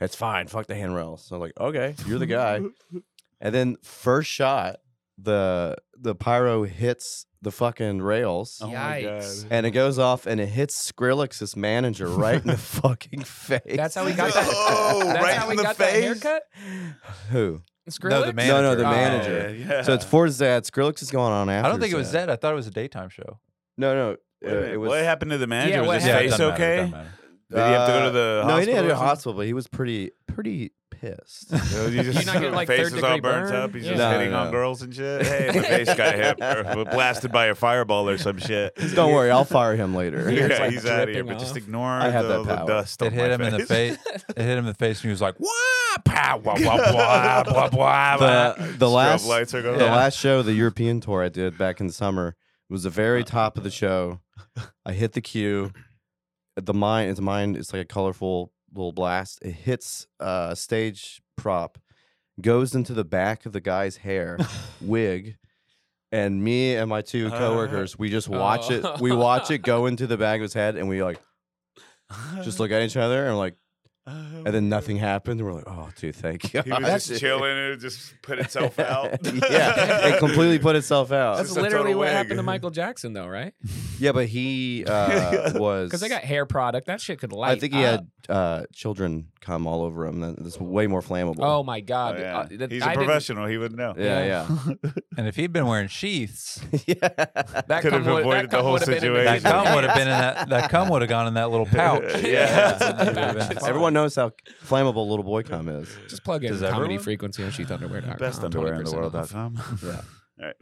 [SPEAKER 5] it's fine. Fuck the handrails. So I'm like, okay, you're the guy.
[SPEAKER 3] *laughs*
[SPEAKER 5] and then first shot, the the pyro hits the fucking rails.
[SPEAKER 1] Oh my
[SPEAKER 3] Yikes.
[SPEAKER 1] God.
[SPEAKER 5] And it goes off and it hits Skrillex's manager
[SPEAKER 3] *laughs*
[SPEAKER 5] right in the fucking face.
[SPEAKER 3] That's how
[SPEAKER 1] *laughs*
[SPEAKER 3] he got that.
[SPEAKER 1] Oh,
[SPEAKER 3] that's
[SPEAKER 1] right
[SPEAKER 3] how
[SPEAKER 1] in
[SPEAKER 3] he
[SPEAKER 1] the
[SPEAKER 3] got that
[SPEAKER 1] face?
[SPEAKER 3] haircut.
[SPEAKER 5] Who?
[SPEAKER 3] Skrillex?
[SPEAKER 2] No, the man-
[SPEAKER 5] No, no, the
[SPEAKER 2] Manager.
[SPEAKER 5] manager. Oh.
[SPEAKER 1] Yeah, yeah.
[SPEAKER 5] So it's for Zed. Skrillex is going on after.
[SPEAKER 2] I don't think it was
[SPEAKER 5] Zed.
[SPEAKER 2] that. I thought it was a daytime show.
[SPEAKER 5] No, no.
[SPEAKER 1] Wait a
[SPEAKER 5] uh,
[SPEAKER 1] minute,
[SPEAKER 5] it was.
[SPEAKER 1] what happened to the manager?
[SPEAKER 3] Yeah,
[SPEAKER 1] was
[SPEAKER 3] what
[SPEAKER 1] his
[SPEAKER 3] Yeah,
[SPEAKER 2] it
[SPEAKER 1] face
[SPEAKER 2] doesn't matter, it
[SPEAKER 1] okay?
[SPEAKER 2] doesn't matter.
[SPEAKER 1] Did he have to go to
[SPEAKER 5] Uh,
[SPEAKER 1] the
[SPEAKER 5] No, he
[SPEAKER 1] hospital?
[SPEAKER 5] didn't have to go
[SPEAKER 1] or
[SPEAKER 5] to the hospital, but he was pretty, pretty
[SPEAKER 1] *laughs*
[SPEAKER 5] pissed.
[SPEAKER 1] something? He
[SPEAKER 3] You're not getting, like,
[SPEAKER 1] face
[SPEAKER 3] third
[SPEAKER 1] is all
[SPEAKER 3] degree
[SPEAKER 1] burnt
[SPEAKER 3] burn?
[SPEAKER 1] up. He's
[SPEAKER 3] Yeah.
[SPEAKER 1] just
[SPEAKER 5] No,
[SPEAKER 1] hitting on
[SPEAKER 5] no.
[SPEAKER 1] girls and shit. Hey, my face got hit
[SPEAKER 5] *laughs*
[SPEAKER 1] or blasted by a fireball or some shit.
[SPEAKER 5] Don't worry, I'll fire him later.
[SPEAKER 3] He
[SPEAKER 1] *laughs*
[SPEAKER 3] was,
[SPEAKER 1] Yeah,
[SPEAKER 3] like,
[SPEAKER 1] he's out of here.
[SPEAKER 3] dripping
[SPEAKER 1] But just
[SPEAKER 3] off.
[SPEAKER 1] ignore
[SPEAKER 5] I have
[SPEAKER 1] the,
[SPEAKER 5] that
[SPEAKER 1] the
[SPEAKER 5] power.
[SPEAKER 1] dust.
[SPEAKER 2] It
[SPEAKER 1] on
[SPEAKER 2] hit
[SPEAKER 1] my
[SPEAKER 2] him in the face.
[SPEAKER 1] *laughs*
[SPEAKER 2] It hit him in the face, and he was like, "What?" Pow, wah, wah, wah, blah, blah, blah.
[SPEAKER 5] the the last,
[SPEAKER 1] Strobe lights are going.
[SPEAKER 5] the
[SPEAKER 1] off.
[SPEAKER 3] *laughs*
[SPEAKER 5] last show, the European tour I
[SPEAKER 1] Uh.
[SPEAKER 5] did back in the summer was the very top of the show. I hit the cue. the mine it's mine it's like a colorful little blast it hits a uh, stage prop goes into the back of the guy's
[SPEAKER 1] *laughs*
[SPEAKER 5] hair wig and me and my two
[SPEAKER 1] Uh.
[SPEAKER 5] coworkers we just watch it we watch
[SPEAKER 1] Oh.
[SPEAKER 5] it go into the back of his head and we like just look at each other and we're like and
[SPEAKER 1] *laughs*
[SPEAKER 5] then nothing happened and we're like oh dude thank you
[SPEAKER 1] He was just chilling and it just put
[SPEAKER 5] *laughs*
[SPEAKER 1] itself out.
[SPEAKER 5] yeah it completely put itself out
[SPEAKER 1] That's
[SPEAKER 3] That's
[SPEAKER 1] just a
[SPEAKER 3] literally
[SPEAKER 1] total
[SPEAKER 3] what
[SPEAKER 1] wig.
[SPEAKER 3] happened to Michael Jackson, though, right?
[SPEAKER 5] yeah but he *laughs* uh, was
[SPEAKER 3] Because they got hair product. That shit could light.
[SPEAKER 5] I think he
[SPEAKER 3] up.
[SPEAKER 5] had uh, children come all over him. That- That's way more flammable.
[SPEAKER 3] Oh my god!
[SPEAKER 1] *laughs* Oh, yeah.
[SPEAKER 3] Uh, that-
[SPEAKER 1] He's a
[SPEAKER 3] I didn't-
[SPEAKER 1] professional. He would know.
[SPEAKER 5] yeah, yeah.
[SPEAKER 2] And if he'd been wearing sheaths,
[SPEAKER 5] *laughs* yeah.
[SPEAKER 3] That
[SPEAKER 1] Could have
[SPEAKER 3] cum would- that
[SPEAKER 1] avoided the
[SPEAKER 3] cum
[SPEAKER 1] whole
[SPEAKER 3] would have been in the
[SPEAKER 2] that
[SPEAKER 1] situation.
[SPEAKER 3] back of
[SPEAKER 2] cum
[SPEAKER 3] the
[SPEAKER 2] would have
[SPEAKER 3] head.
[SPEAKER 2] been in that. That cum would have gone in that little pouch.
[SPEAKER 1] *laughs* Yeah.
[SPEAKER 2] It would've been
[SPEAKER 3] That's
[SPEAKER 2] fine.
[SPEAKER 5] Everyone knows how flammable little boy cum is.
[SPEAKER 3] Just plug in
[SPEAKER 2] Does
[SPEAKER 3] comedy
[SPEAKER 2] everyone?
[SPEAKER 3] frequency on sheathunderwear.com.
[SPEAKER 1] Best underwear in the
[SPEAKER 3] 20%
[SPEAKER 1] world.
[SPEAKER 3] off.
[SPEAKER 1] com.
[SPEAKER 5] Yeah.
[SPEAKER 3] *laughs*
[SPEAKER 1] All right.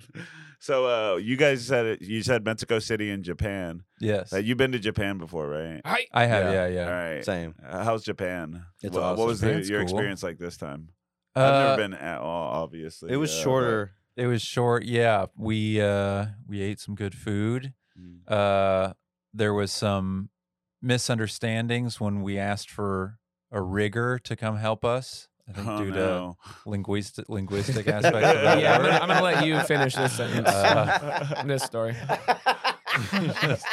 [SPEAKER 1] So uh, you guys said it, you said Mexico City in Japan.
[SPEAKER 2] Yes,
[SPEAKER 1] Uh, you've been to Japan before, right?
[SPEAKER 3] I,
[SPEAKER 2] I have. Yeah,
[SPEAKER 5] Yeah.
[SPEAKER 2] yeah.
[SPEAKER 1] All right.
[SPEAKER 5] Same.
[SPEAKER 1] Uh, how's Japan?
[SPEAKER 5] It's
[SPEAKER 1] Wha- what,
[SPEAKER 5] awesome.
[SPEAKER 1] was the,
[SPEAKER 2] Japan's
[SPEAKER 1] your
[SPEAKER 2] cool.
[SPEAKER 1] experience like this time?
[SPEAKER 2] Uh,
[SPEAKER 1] I've never been at all, obviously.
[SPEAKER 5] It was
[SPEAKER 1] uh,
[SPEAKER 5] shorter.
[SPEAKER 2] It was short. Yeah, we uh, we ate some good food.
[SPEAKER 1] but-
[SPEAKER 2] Uh, there was some misunderstandings when we asked for a rigger to come help us. I think
[SPEAKER 1] Oh,
[SPEAKER 2] due
[SPEAKER 5] uh,
[SPEAKER 1] no.
[SPEAKER 2] to linguistic linguistic aspects. of
[SPEAKER 1] *laughs*
[SPEAKER 2] that
[SPEAKER 3] yeah, I'm
[SPEAKER 2] word.
[SPEAKER 3] gonna, I'm gonna let you finish this sentence.
[SPEAKER 2] Uh,
[SPEAKER 3] *laughs* this
[SPEAKER 1] *laughs*
[SPEAKER 3] story.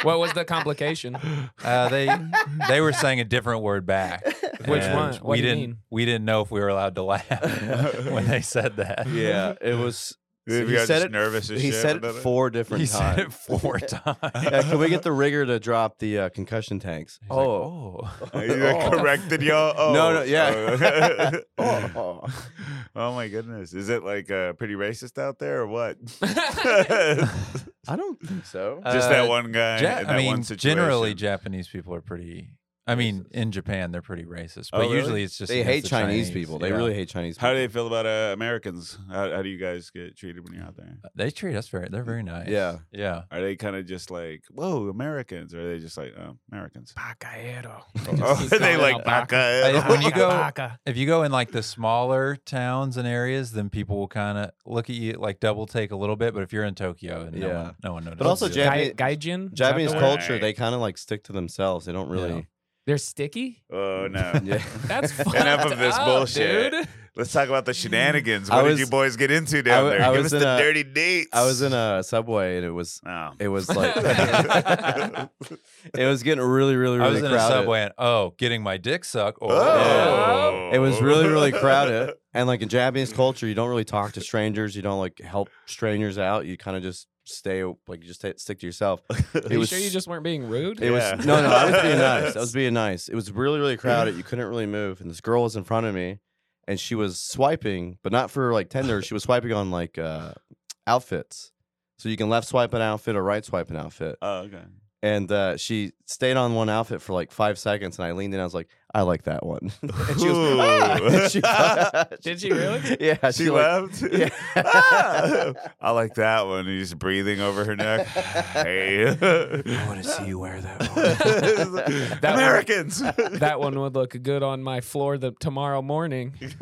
[SPEAKER 3] what was the complication?
[SPEAKER 2] Uh, they
[SPEAKER 3] *laughs*
[SPEAKER 2] they were saying a different word back.
[SPEAKER 3] Which
[SPEAKER 2] and
[SPEAKER 3] one? What
[SPEAKER 2] we
[SPEAKER 3] do you
[SPEAKER 2] didn't
[SPEAKER 3] mean?
[SPEAKER 2] we didn't know if we were allowed to laugh *laughs* when they said that. *laughs*
[SPEAKER 5] yeah, it was.
[SPEAKER 1] You
[SPEAKER 5] he
[SPEAKER 1] guys
[SPEAKER 5] said
[SPEAKER 1] just
[SPEAKER 5] it.
[SPEAKER 1] nervous as
[SPEAKER 5] he
[SPEAKER 1] shit
[SPEAKER 5] said it
[SPEAKER 1] about it?
[SPEAKER 5] four different
[SPEAKER 2] He
[SPEAKER 5] times.
[SPEAKER 2] said it four times.
[SPEAKER 5] yeah, can we get the rigger to drop the uh, concussion tanks?
[SPEAKER 2] He's like,
[SPEAKER 5] Oh,
[SPEAKER 2] oh.
[SPEAKER 1] Uh, you
[SPEAKER 5] Oh.
[SPEAKER 1] corrected y'all? Oh.
[SPEAKER 5] *laughs* No, no, yeah.
[SPEAKER 1] Oh. *laughs*
[SPEAKER 5] Oh. *laughs*
[SPEAKER 1] Oh, my goodness. Is it like uh, pretty racist out there or what? *laughs*
[SPEAKER 5] I don't think so.
[SPEAKER 2] Uh,
[SPEAKER 1] Just that one guy
[SPEAKER 2] Ja-
[SPEAKER 1] in that
[SPEAKER 2] I mean,
[SPEAKER 1] one situation.
[SPEAKER 2] generally Japanese people are pretty. I mean, in Japan they're pretty racist, but
[SPEAKER 1] Oh, really?
[SPEAKER 2] usually it's just
[SPEAKER 5] they
[SPEAKER 2] against
[SPEAKER 5] hate
[SPEAKER 2] the
[SPEAKER 5] Chinese,
[SPEAKER 2] Chinese
[SPEAKER 5] people. They
[SPEAKER 2] Yeah.
[SPEAKER 5] really hate Chinese.
[SPEAKER 1] How do
[SPEAKER 5] people.
[SPEAKER 1] they feel about uh, Americans? How, how do you guys get treated when you're out there?
[SPEAKER 2] they treat us very. They're very nice.
[SPEAKER 5] Yeah.
[SPEAKER 2] yeah.
[SPEAKER 1] Are they kind of just like, whoa, Americans? Or are they just like, oh,
[SPEAKER 3] *laughs*
[SPEAKER 1] Americans? *laughs*
[SPEAKER 3] Pacaero.
[SPEAKER 1] Or
[SPEAKER 3] Just
[SPEAKER 1] are *laughs* they
[SPEAKER 3] calling
[SPEAKER 1] like,
[SPEAKER 3] out Baca.
[SPEAKER 1] Baca?
[SPEAKER 2] When you go-
[SPEAKER 3] Baca.
[SPEAKER 2] If you go in like the smaller towns and areas, then people will kind of look at you like double take a little bit. But if you're in Tokyo, and no,
[SPEAKER 5] Yeah.
[SPEAKER 2] one, no one notices.
[SPEAKER 5] But also
[SPEAKER 2] it.
[SPEAKER 5] Japan-
[SPEAKER 3] Gai- Gaijin? Is that
[SPEAKER 5] Japanese
[SPEAKER 3] the word?
[SPEAKER 5] culture,
[SPEAKER 1] Right.
[SPEAKER 5] they kind of like stick to themselves. They don't really.
[SPEAKER 3] They're sticky?
[SPEAKER 1] *laughs* Oh, no.
[SPEAKER 5] *laughs* Yeah.
[SPEAKER 1] *laughs*
[SPEAKER 3] That's fucked
[SPEAKER 1] Enough of this
[SPEAKER 3] up,
[SPEAKER 1] bullshit.
[SPEAKER 3] dude.
[SPEAKER 1] *laughs* Let's talk about the
[SPEAKER 5] *laughs*
[SPEAKER 1] shenanigans.
[SPEAKER 5] I
[SPEAKER 1] What did
[SPEAKER 5] was-
[SPEAKER 1] you boys get into down
[SPEAKER 5] wa-
[SPEAKER 1] there?
[SPEAKER 5] I
[SPEAKER 1] Give us
[SPEAKER 5] was
[SPEAKER 1] the
[SPEAKER 5] in a-
[SPEAKER 1] dirty dates. *laughs*
[SPEAKER 5] I was in a subway and it was
[SPEAKER 1] Oh.
[SPEAKER 5] it was like *laughs*
[SPEAKER 3] *laughs*
[SPEAKER 5] it was getting really really really
[SPEAKER 2] I was in
[SPEAKER 5] crowded.
[SPEAKER 2] a subway and oh, getting my dick sucked. Oh,
[SPEAKER 1] Oh.
[SPEAKER 5] It was really
[SPEAKER 1] *laughs*
[SPEAKER 5] really crowded. And like in Japanese culture, you don't really talk to strangers. You don't like help strangers out. You kind of just stay like you just stay, stick to yourself.
[SPEAKER 3] Are
[SPEAKER 5] It
[SPEAKER 3] you
[SPEAKER 5] was
[SPEAKER 3] sure you just weren't being rude?
[SPEAKER 5] it
[SPEAKER 1] Yeah.
[SPEAKER 5] was no no. I was being nice. I was being nice. It was really really crowded. You couldn't really move. And this girl was in front of me, and she was swiping, but not for like Tinder. She was swiping on like uh, outfits. So you can left swipe an outfit or right swipe an outfit.
[SPEAKER 1] Oh, okay.
[SPEAKER 5] and uh, she stayed on one outfit for like five seconds, and I leaned in. I was like, "I like that one." *laughs* and she was,
[SPEAKER 1] Ooh.
[SPEAKER 5] "Ah!" And
[SPEAKER 1] *laughs*
[SPEAKER 5] she-
[SPEAKER 3] Did she really?
[SPEAKER 5] *laughs* Yeah,
[SPEAKER 1] She,
[SPEAKER 5] she, like,
[SPEAKER 1] left.
[SPEAKER 5] Yeah.
[SPEAKER 1] Ah! *laughs* I like that one. He's breathing over her neck. Hey.
[SPEAKER 2] I want to see you wear that.
[SPEAKER 5] *laughs*
[SPEAKER 3] one-
[SPEAKER 1] Americans.
[SPEAKER 3] That one would look good on my floor the tomorrow morning.
[SPEAKER 1] *laughs*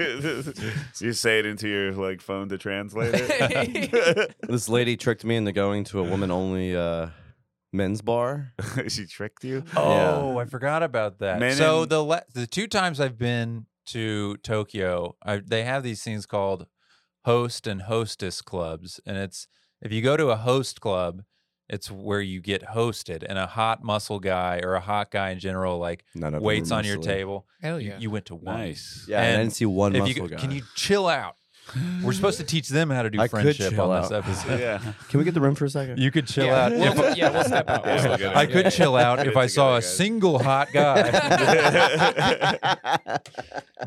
[SPEAKER 1] you say it into your like phone to translate it. *laughs*
[SPEAKER 5] This lady tricked me into going to a woman-only uh, men's bar.
[SPEAKER 1] she tricked you.
[SPEAKER 2] Oh, I forgot about that.
[SPEAKER 1] Men
[SPEAKER 2] so
[SPEAKER 1] in-
[SPEAKER 2] the le- the two times I've been to Tokyo, I, they have these things called host and hostess clubs, and it's if you go to a host club, it's where you get hosted, and a hot muscle guy or a hot guy in general like
[SPEAKER 5] None of them
[SPEAKER 2] waits
[SPEAKER 5] were
[SPEAKER 2] on your
[SPEAKER 5] muscle-y.
[SPEAKER 2] table.
[SPEAKER 3] Hell
[SPEAKER 2] You, you went to one.
[SPEAKER 5] Yeah, and I didn't see one
[SPEAKER 2] If
[SPEAKER 5] muscle
[SPEAKER 2] you
[SPEAKER 5] guy.
[SPEAKER 2] can you chill out. We're
[SPEAKER 5] *laughs*
[SPEAKER 2] supposed to teach them how to do
[SPEAKER 5] I could
[SPEAKER 2] friendship
[SPEAKER 5] chill
[SPEAKER 2] on this
[SPEAKER 5] out.
[SPEAKER 1] *laughs*
[SPEAKER 2] *laughs* episode.
[SPEAKER 1] Yeah.
[SPEAKER 5] Can we get the room for a
[SPEAKER 1] *laughs*
[SPEAKER 5] second? *laughs*
[SPEAKER 2] You could chill
[SPEAKER 3] Yeah.
[SPEAKER 2] out.
[SPEAKER 3] We'll-
[SPEAKER 2] if-
[SPEAKER 3] we'll- yeah, we'll step out.
[SPEAKER 1] We'll
[SPEAKER 2] if-
[SPEAKER 1] step out.
[SPEAKER 2] I could
[SPEAKER 3] Yeah.
[SPEAKER 2] chill out
[SPEAKER 1] Put
[SPEAKER 2] if
[SPEAKER 1] it
[SPEAKER 2] I saw
[SPEAKER 1] together,
[SPEAKER 2] a
[SPEAKER 1] guys.
[SPEAKER 2] single hot
[SPEAKER 5] *laughs*
[SPEAKER 2] guy.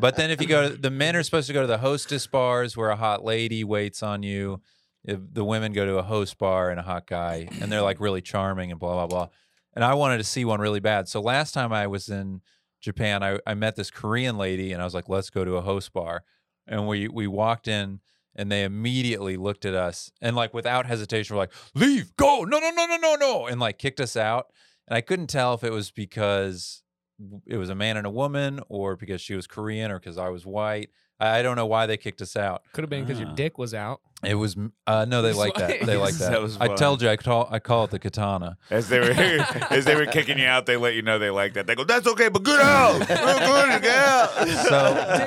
[SPEAKER 2] But then if you go to the men are supposed to go to the hostess bars where a hot lady waits on you. If the women go to a host bar and a hot guy and they're like really charming and blah blah blah. And I wanted to see one really bad. So last time I was in Japan, I, I met this Korean lady and I was like, let's go to a host bar. And we we walked in and they immediately looked at us and like without hesitation were like, leave, go, no, no, no, no, no, no. And like kicked us out. And I couldn't tell if it was because w- it was a man and a woman, or because she was Korean, or because I was white. I I don't know why they kicked us out.
[SPEAKER 3] Could have been because your
[SPEAKER 1] Ah.
[SPEAKER 3] dick was out.
[SPEAKER 2] It was m- uh, no, they
[SPEAKER 3] It's
[SPEAKER 2] like that.
[SPEAKER 3] like-
[SPEAKER 1] *laughs*
[SPEAKER 2] They like that.
[SPEAKER 1] That was
[SPEAKER 2] I
[SPEAKER 1] fun.
[SPEAKER 2] told you, I call I call it the katana.
[SPEAKER 1] As they were as they were kicking you out, they let you know they like that. They go, "That's okay, but good out, real good, get out."
[SPEAKER 2] So-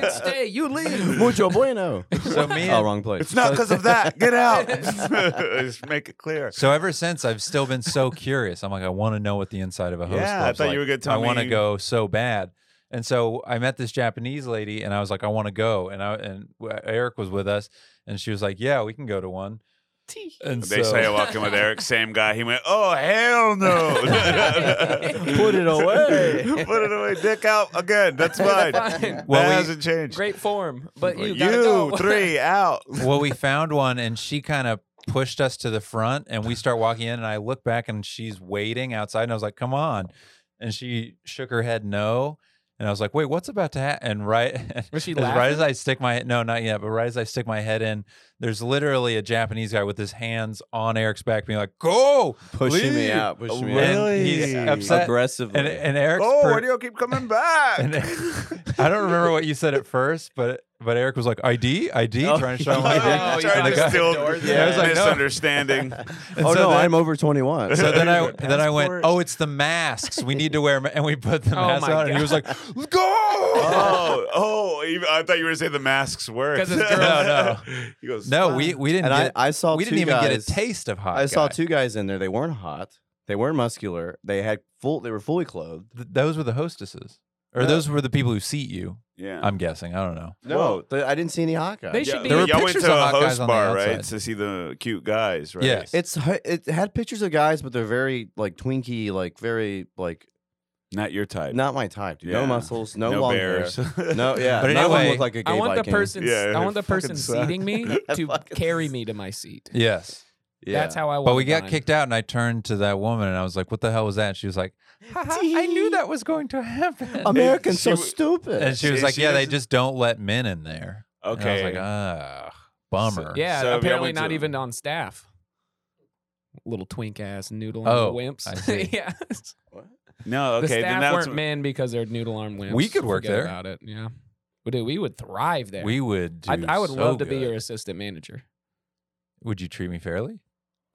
[SPEAKER 1] *laughs*
[SPEAKER 3] Dick stay, you leave. *laughs*
[SPEAKER 5] Mucho bueno.
[SPEAKER 2] So me
[SPEAKER 5] oh,
[SPEAKER 2] and-
[SPEAKER 5] wrong place.
[SPEAKER 1] it's not because of that. Get out. Just make it clear.
[SPEAKER 2] So ever since, I've still been so curious. I'm like, I want to know what the inside of a host.
[SPEAKER 1] Yeah, I
[SPEAKER 2] club's
[SPEAKER 1] thought you
[SPEAKER 2] like.
[SPEAKER 1] were gonna
[SPEAKER 2] I
[SPEAKER 1] tell
[SPEAKER 2] want to
[SPEAKER 1] me-
[SPEAKER 2] go so bad. And so I met this Japanese lady, and I was like, I want to go. And I and w- Eric was with us, and she was like, Yeah, we can go to one. And
[SPEAKER 1] They
[SPEAKER 2] so,
[SPEAKER 1] say I walk in with Eric, same guy. He went, "Oh hell no!" *laughs*
[SPEAKER 5] Put it away.
[SPEAKER 1] Put it away. Dick out again. That's fine.
[SPEAKER 3] Fine.
[SPEAKER 1] That
[SPEAKER 2] Well, we-
[SPEAKER 1] hasn't changed.
[SPEAKER 3] Great form, but you,
[SPEAKER 1] you
[SPEAKER 3] gotta
[SPEAKER 1] *laughs*
[SPEAKER 3] go. *laughs*
[SPEAKER 1] three out.
[SPEAKER 2] well, we found one, and she kind of pushed us to the front, and we start walking in, and I look back, and she's waiting outside, and I was like, "Come on," and she shook her head no, and I was like, "Wait, what's about to happen?" And right, *laughs*
[SPEAKER 3] Was she
[SPEAKER 2] as right as
[SPEAKER 3] laughing?
[SPEAKER 2] I stick my no, not yet, but right as I stick my head in, there's literally a Japanese guy with his hands on Eric's back, being like, "Go!"
[SPEAKER 5] Pushing me
[SPEAKER 2] Leave.
[SPEAKER 5] out. Pushing me out.
[SPEAKER 2] And he's
[SPEAKER 1] Really?
[SPEAKER 2] upset,
[SPEAKER 5] Aggressively.
[SPEAKER 2] and and Eric's
[SPEAKER 1] Oh,
[SPEAKER 2] per-
[SPEAKER 1] why do you keep coming back? *laughs*
[SPEAKER 2] and *laughs* I don't remember what you said at first, but but Eric was like, "ID, ID,"
[SPEAKER 5] Oh,
[SPEAKER 2] trying to show him
[SPEAKER 5] yeah.
[SPEAKER 2] my
[SPEAKER 5] Oh,
[SPEAKER 2] dick.
[SPEAKER 5] he's
[SPEAKER 1] Trying
[SPEAKER 2] And the
[SPEAKER 1] to
[SPEAKER 2] guy-
[SPEAKER 1] still
[SPEAKER 5] Yeah, I was like,
[SPEAKER 2] no.
[SPEAKER 1] misunderstanding.
[SPEAKER 2] *laughs*
[SPEAKER 1] *laughs*
[SPEAKER 2] and
[SPEAKER 5] oh,
[SPEAKER 2] so
[SPEAKER 5] no,
[SPEAKER 2] then-
[SPEAKER 5] I'm over 21.
[SPEAKER 2] So then I
[SPEAKER 5] *laughs*
[SPEAKER 1] Your
[SPEAKER 2] then I went,
[SPEAKER 1] passport.
[SPEAKER 2] oh, it's the masks. We need to wear, ma-. *laughs* and we put the
[SPEAKER 3] *laughs* Oh
[SPEAKER 2] masks
[SPEAKER 3] my
[SPEAKER 2] on, and he was like, go.
[SPEAKER 1] oh, oh! even- I thought you were saying the masks work.
[SPEAKER 3] 'Cause it's
[SPEAKER 1] *laughs*
[SPEAKER 3] girls.
[SPEAKER 2] No,
[SPEAKER 1] He goes,
[SPEAKER 2] No, we we didn't.
[SPEAKER 5] and I,
[SPEAKER 2] get,
[SPEAKER 5] I saw
[SPEAKER 2] we
[SPEAKER 5] two
[SPEAKER 2] didn't even get a
[SPEAKER 5] guys-
[SPEAKER 2] taste of hot.
[SPEAKER 5] I saw
[SPEAKER 2] guy.
[SPEAKER 5] two guys in there. They weren't hot. They weren't muscular. They had full. They were fully clothed.
[SPEAKER 2] Th- those were the hostesses, or
[SPEAKER 5] No.
[SPEAKER 2] those were the people who seat you.
[SPEAKER 1] yeah.
[SPEAKER 2] I'm guessing. I don't know.
[SPEAKER 5] No,
[SPEAKER 1] Whoa.
[SPEAKER 5] they- I didn't see any hot guys.
[SPEAKER 3] They should be-
[SPEAKER 2] There were
[SPEAKER 1] y'all went
[SPEAKER 2] pictures
[SPEAKER 1] to
[SPEAKER 2] of
[SPEAKER 1] a
[SPEAKER 2] hot guys
[SPEAKER 1] host
[SPEAKER 2] on the
[SPEAKER 1] bar, right,
[SPEAKER 2] outside.
[SPEAKER 1] to see the cute guys, right?
[SPEAKER 2] Yes.
[SPEAKER 5] It's hi- it had pictures of guys, but they're very like twinky, like very like
[SPEAKER 1] not your type.
[SPEAKER 5] not my type. Dude. No
[SPEAKER 1] Yeah.
[SPEAKER 5] muscles, no,
[SPEAKER 1] no
[SPEAKER 5] long
[SPEAKER 1] bears. *laughs*
[SPEAKER 5] hair. No, yeah.
[SPEAKER 2] But
[SPEAKER 5] none of them
[SPEAKER 2] anyway,
[SPEAKER 5] look like a gay
[SPEAKER 3] I want the
[SPEAKER 5] Viking.
[SPEAKER 3] person.
[SPEAKER 1] Yeah,
[SPEAKER 3] I want the
[SPEAKER 1] it fucking
[SPEAKER 3] person
[SPEAKER 1] sucks.
[SPEAKER 3] seating me
[SPEAKER 5] That
[SPEAKER 3] to
[SPEAKER 5] fucking
[SPEAKER 3] carry
[SPEAKER 5] sucks.
[SPEAKER 3] me to my seat.
[SPEAKER 2] Yes,
[SPEAKER 5] Yeah.
[SPEAKER 3] That's how I.
[SPEAKER 2] but we
[SPEAKER 3] wanted
[SPEAKER 2] got
[SPEAKER 3] mine.
[SPEAKER 2] kicked out, and I turned to that woman, and I was like, "What the hell was that?" And she was like,
[SPEAKER 5] *laughs*
[SPEAKER 2] "Haha, "I knew that was going to happen."
[SPEAKER 5] Americans
[SPEAKER 1] She
[SPEAKER 5] so
[SPEAKER 1] w-
[SPEAKER 2] *laughs*
[SPEAKER 5] stupid.
[SPEAKER 2] and *laughs* she
[SPEAKER 1] She-
[SPEAKER 2] was like,
[SPEAKER 1] she
[SPEAKER 2] "Yeah, they
[SPEAKER 1] doesn't-
[SPEAKER 2] just don't let men in there." And I was
[SPEAKER 1] Okay.
[SPEAKER 2] like,
[SPEAKER 5] uh,
[SPEAKER 2] "Ah, bummer."
[SPEAKER 3] Yeah,
[SPEAKER 1] So, yeah, I
[SPEAKER 3] apparently
[SPEAKER 1] went
[SPEAKER 3] not
[SPEAKER 1] to-
[SPEAKER 3] even on staff. Little twink ass noodle
[SPEAKER 2] Oh,
[SPEAKER 3] arm wimps. *laughs*
[SPEAKER 2] I see.
[SPEAKER 3] yeah,
[SPEAKER 1] no,
[SPEAKER 3] the
[SPEAKER 1] okay. then
[SPEAKER 3] staff
[SPEAKER 1] that's
[SPEAKER 3] weren't men because they're noodle arm wimps.
[SPEAKER 2] We could work
[SPEAKER 3] Forget
[SPEAKER 2] there.
[SPEAKER 3] about it. Yeah, but dude, we would thrive there.
[SPEAKER 2] we would. Do
[SPEAKER 3] I, I would
[SPEAKER 2] so
[SPEAKER 3] love to be
[SPEAKER 2] good.
[SPEAKER 3] your assistant manager.
[SPEAKER 2] Would you treat me fairly?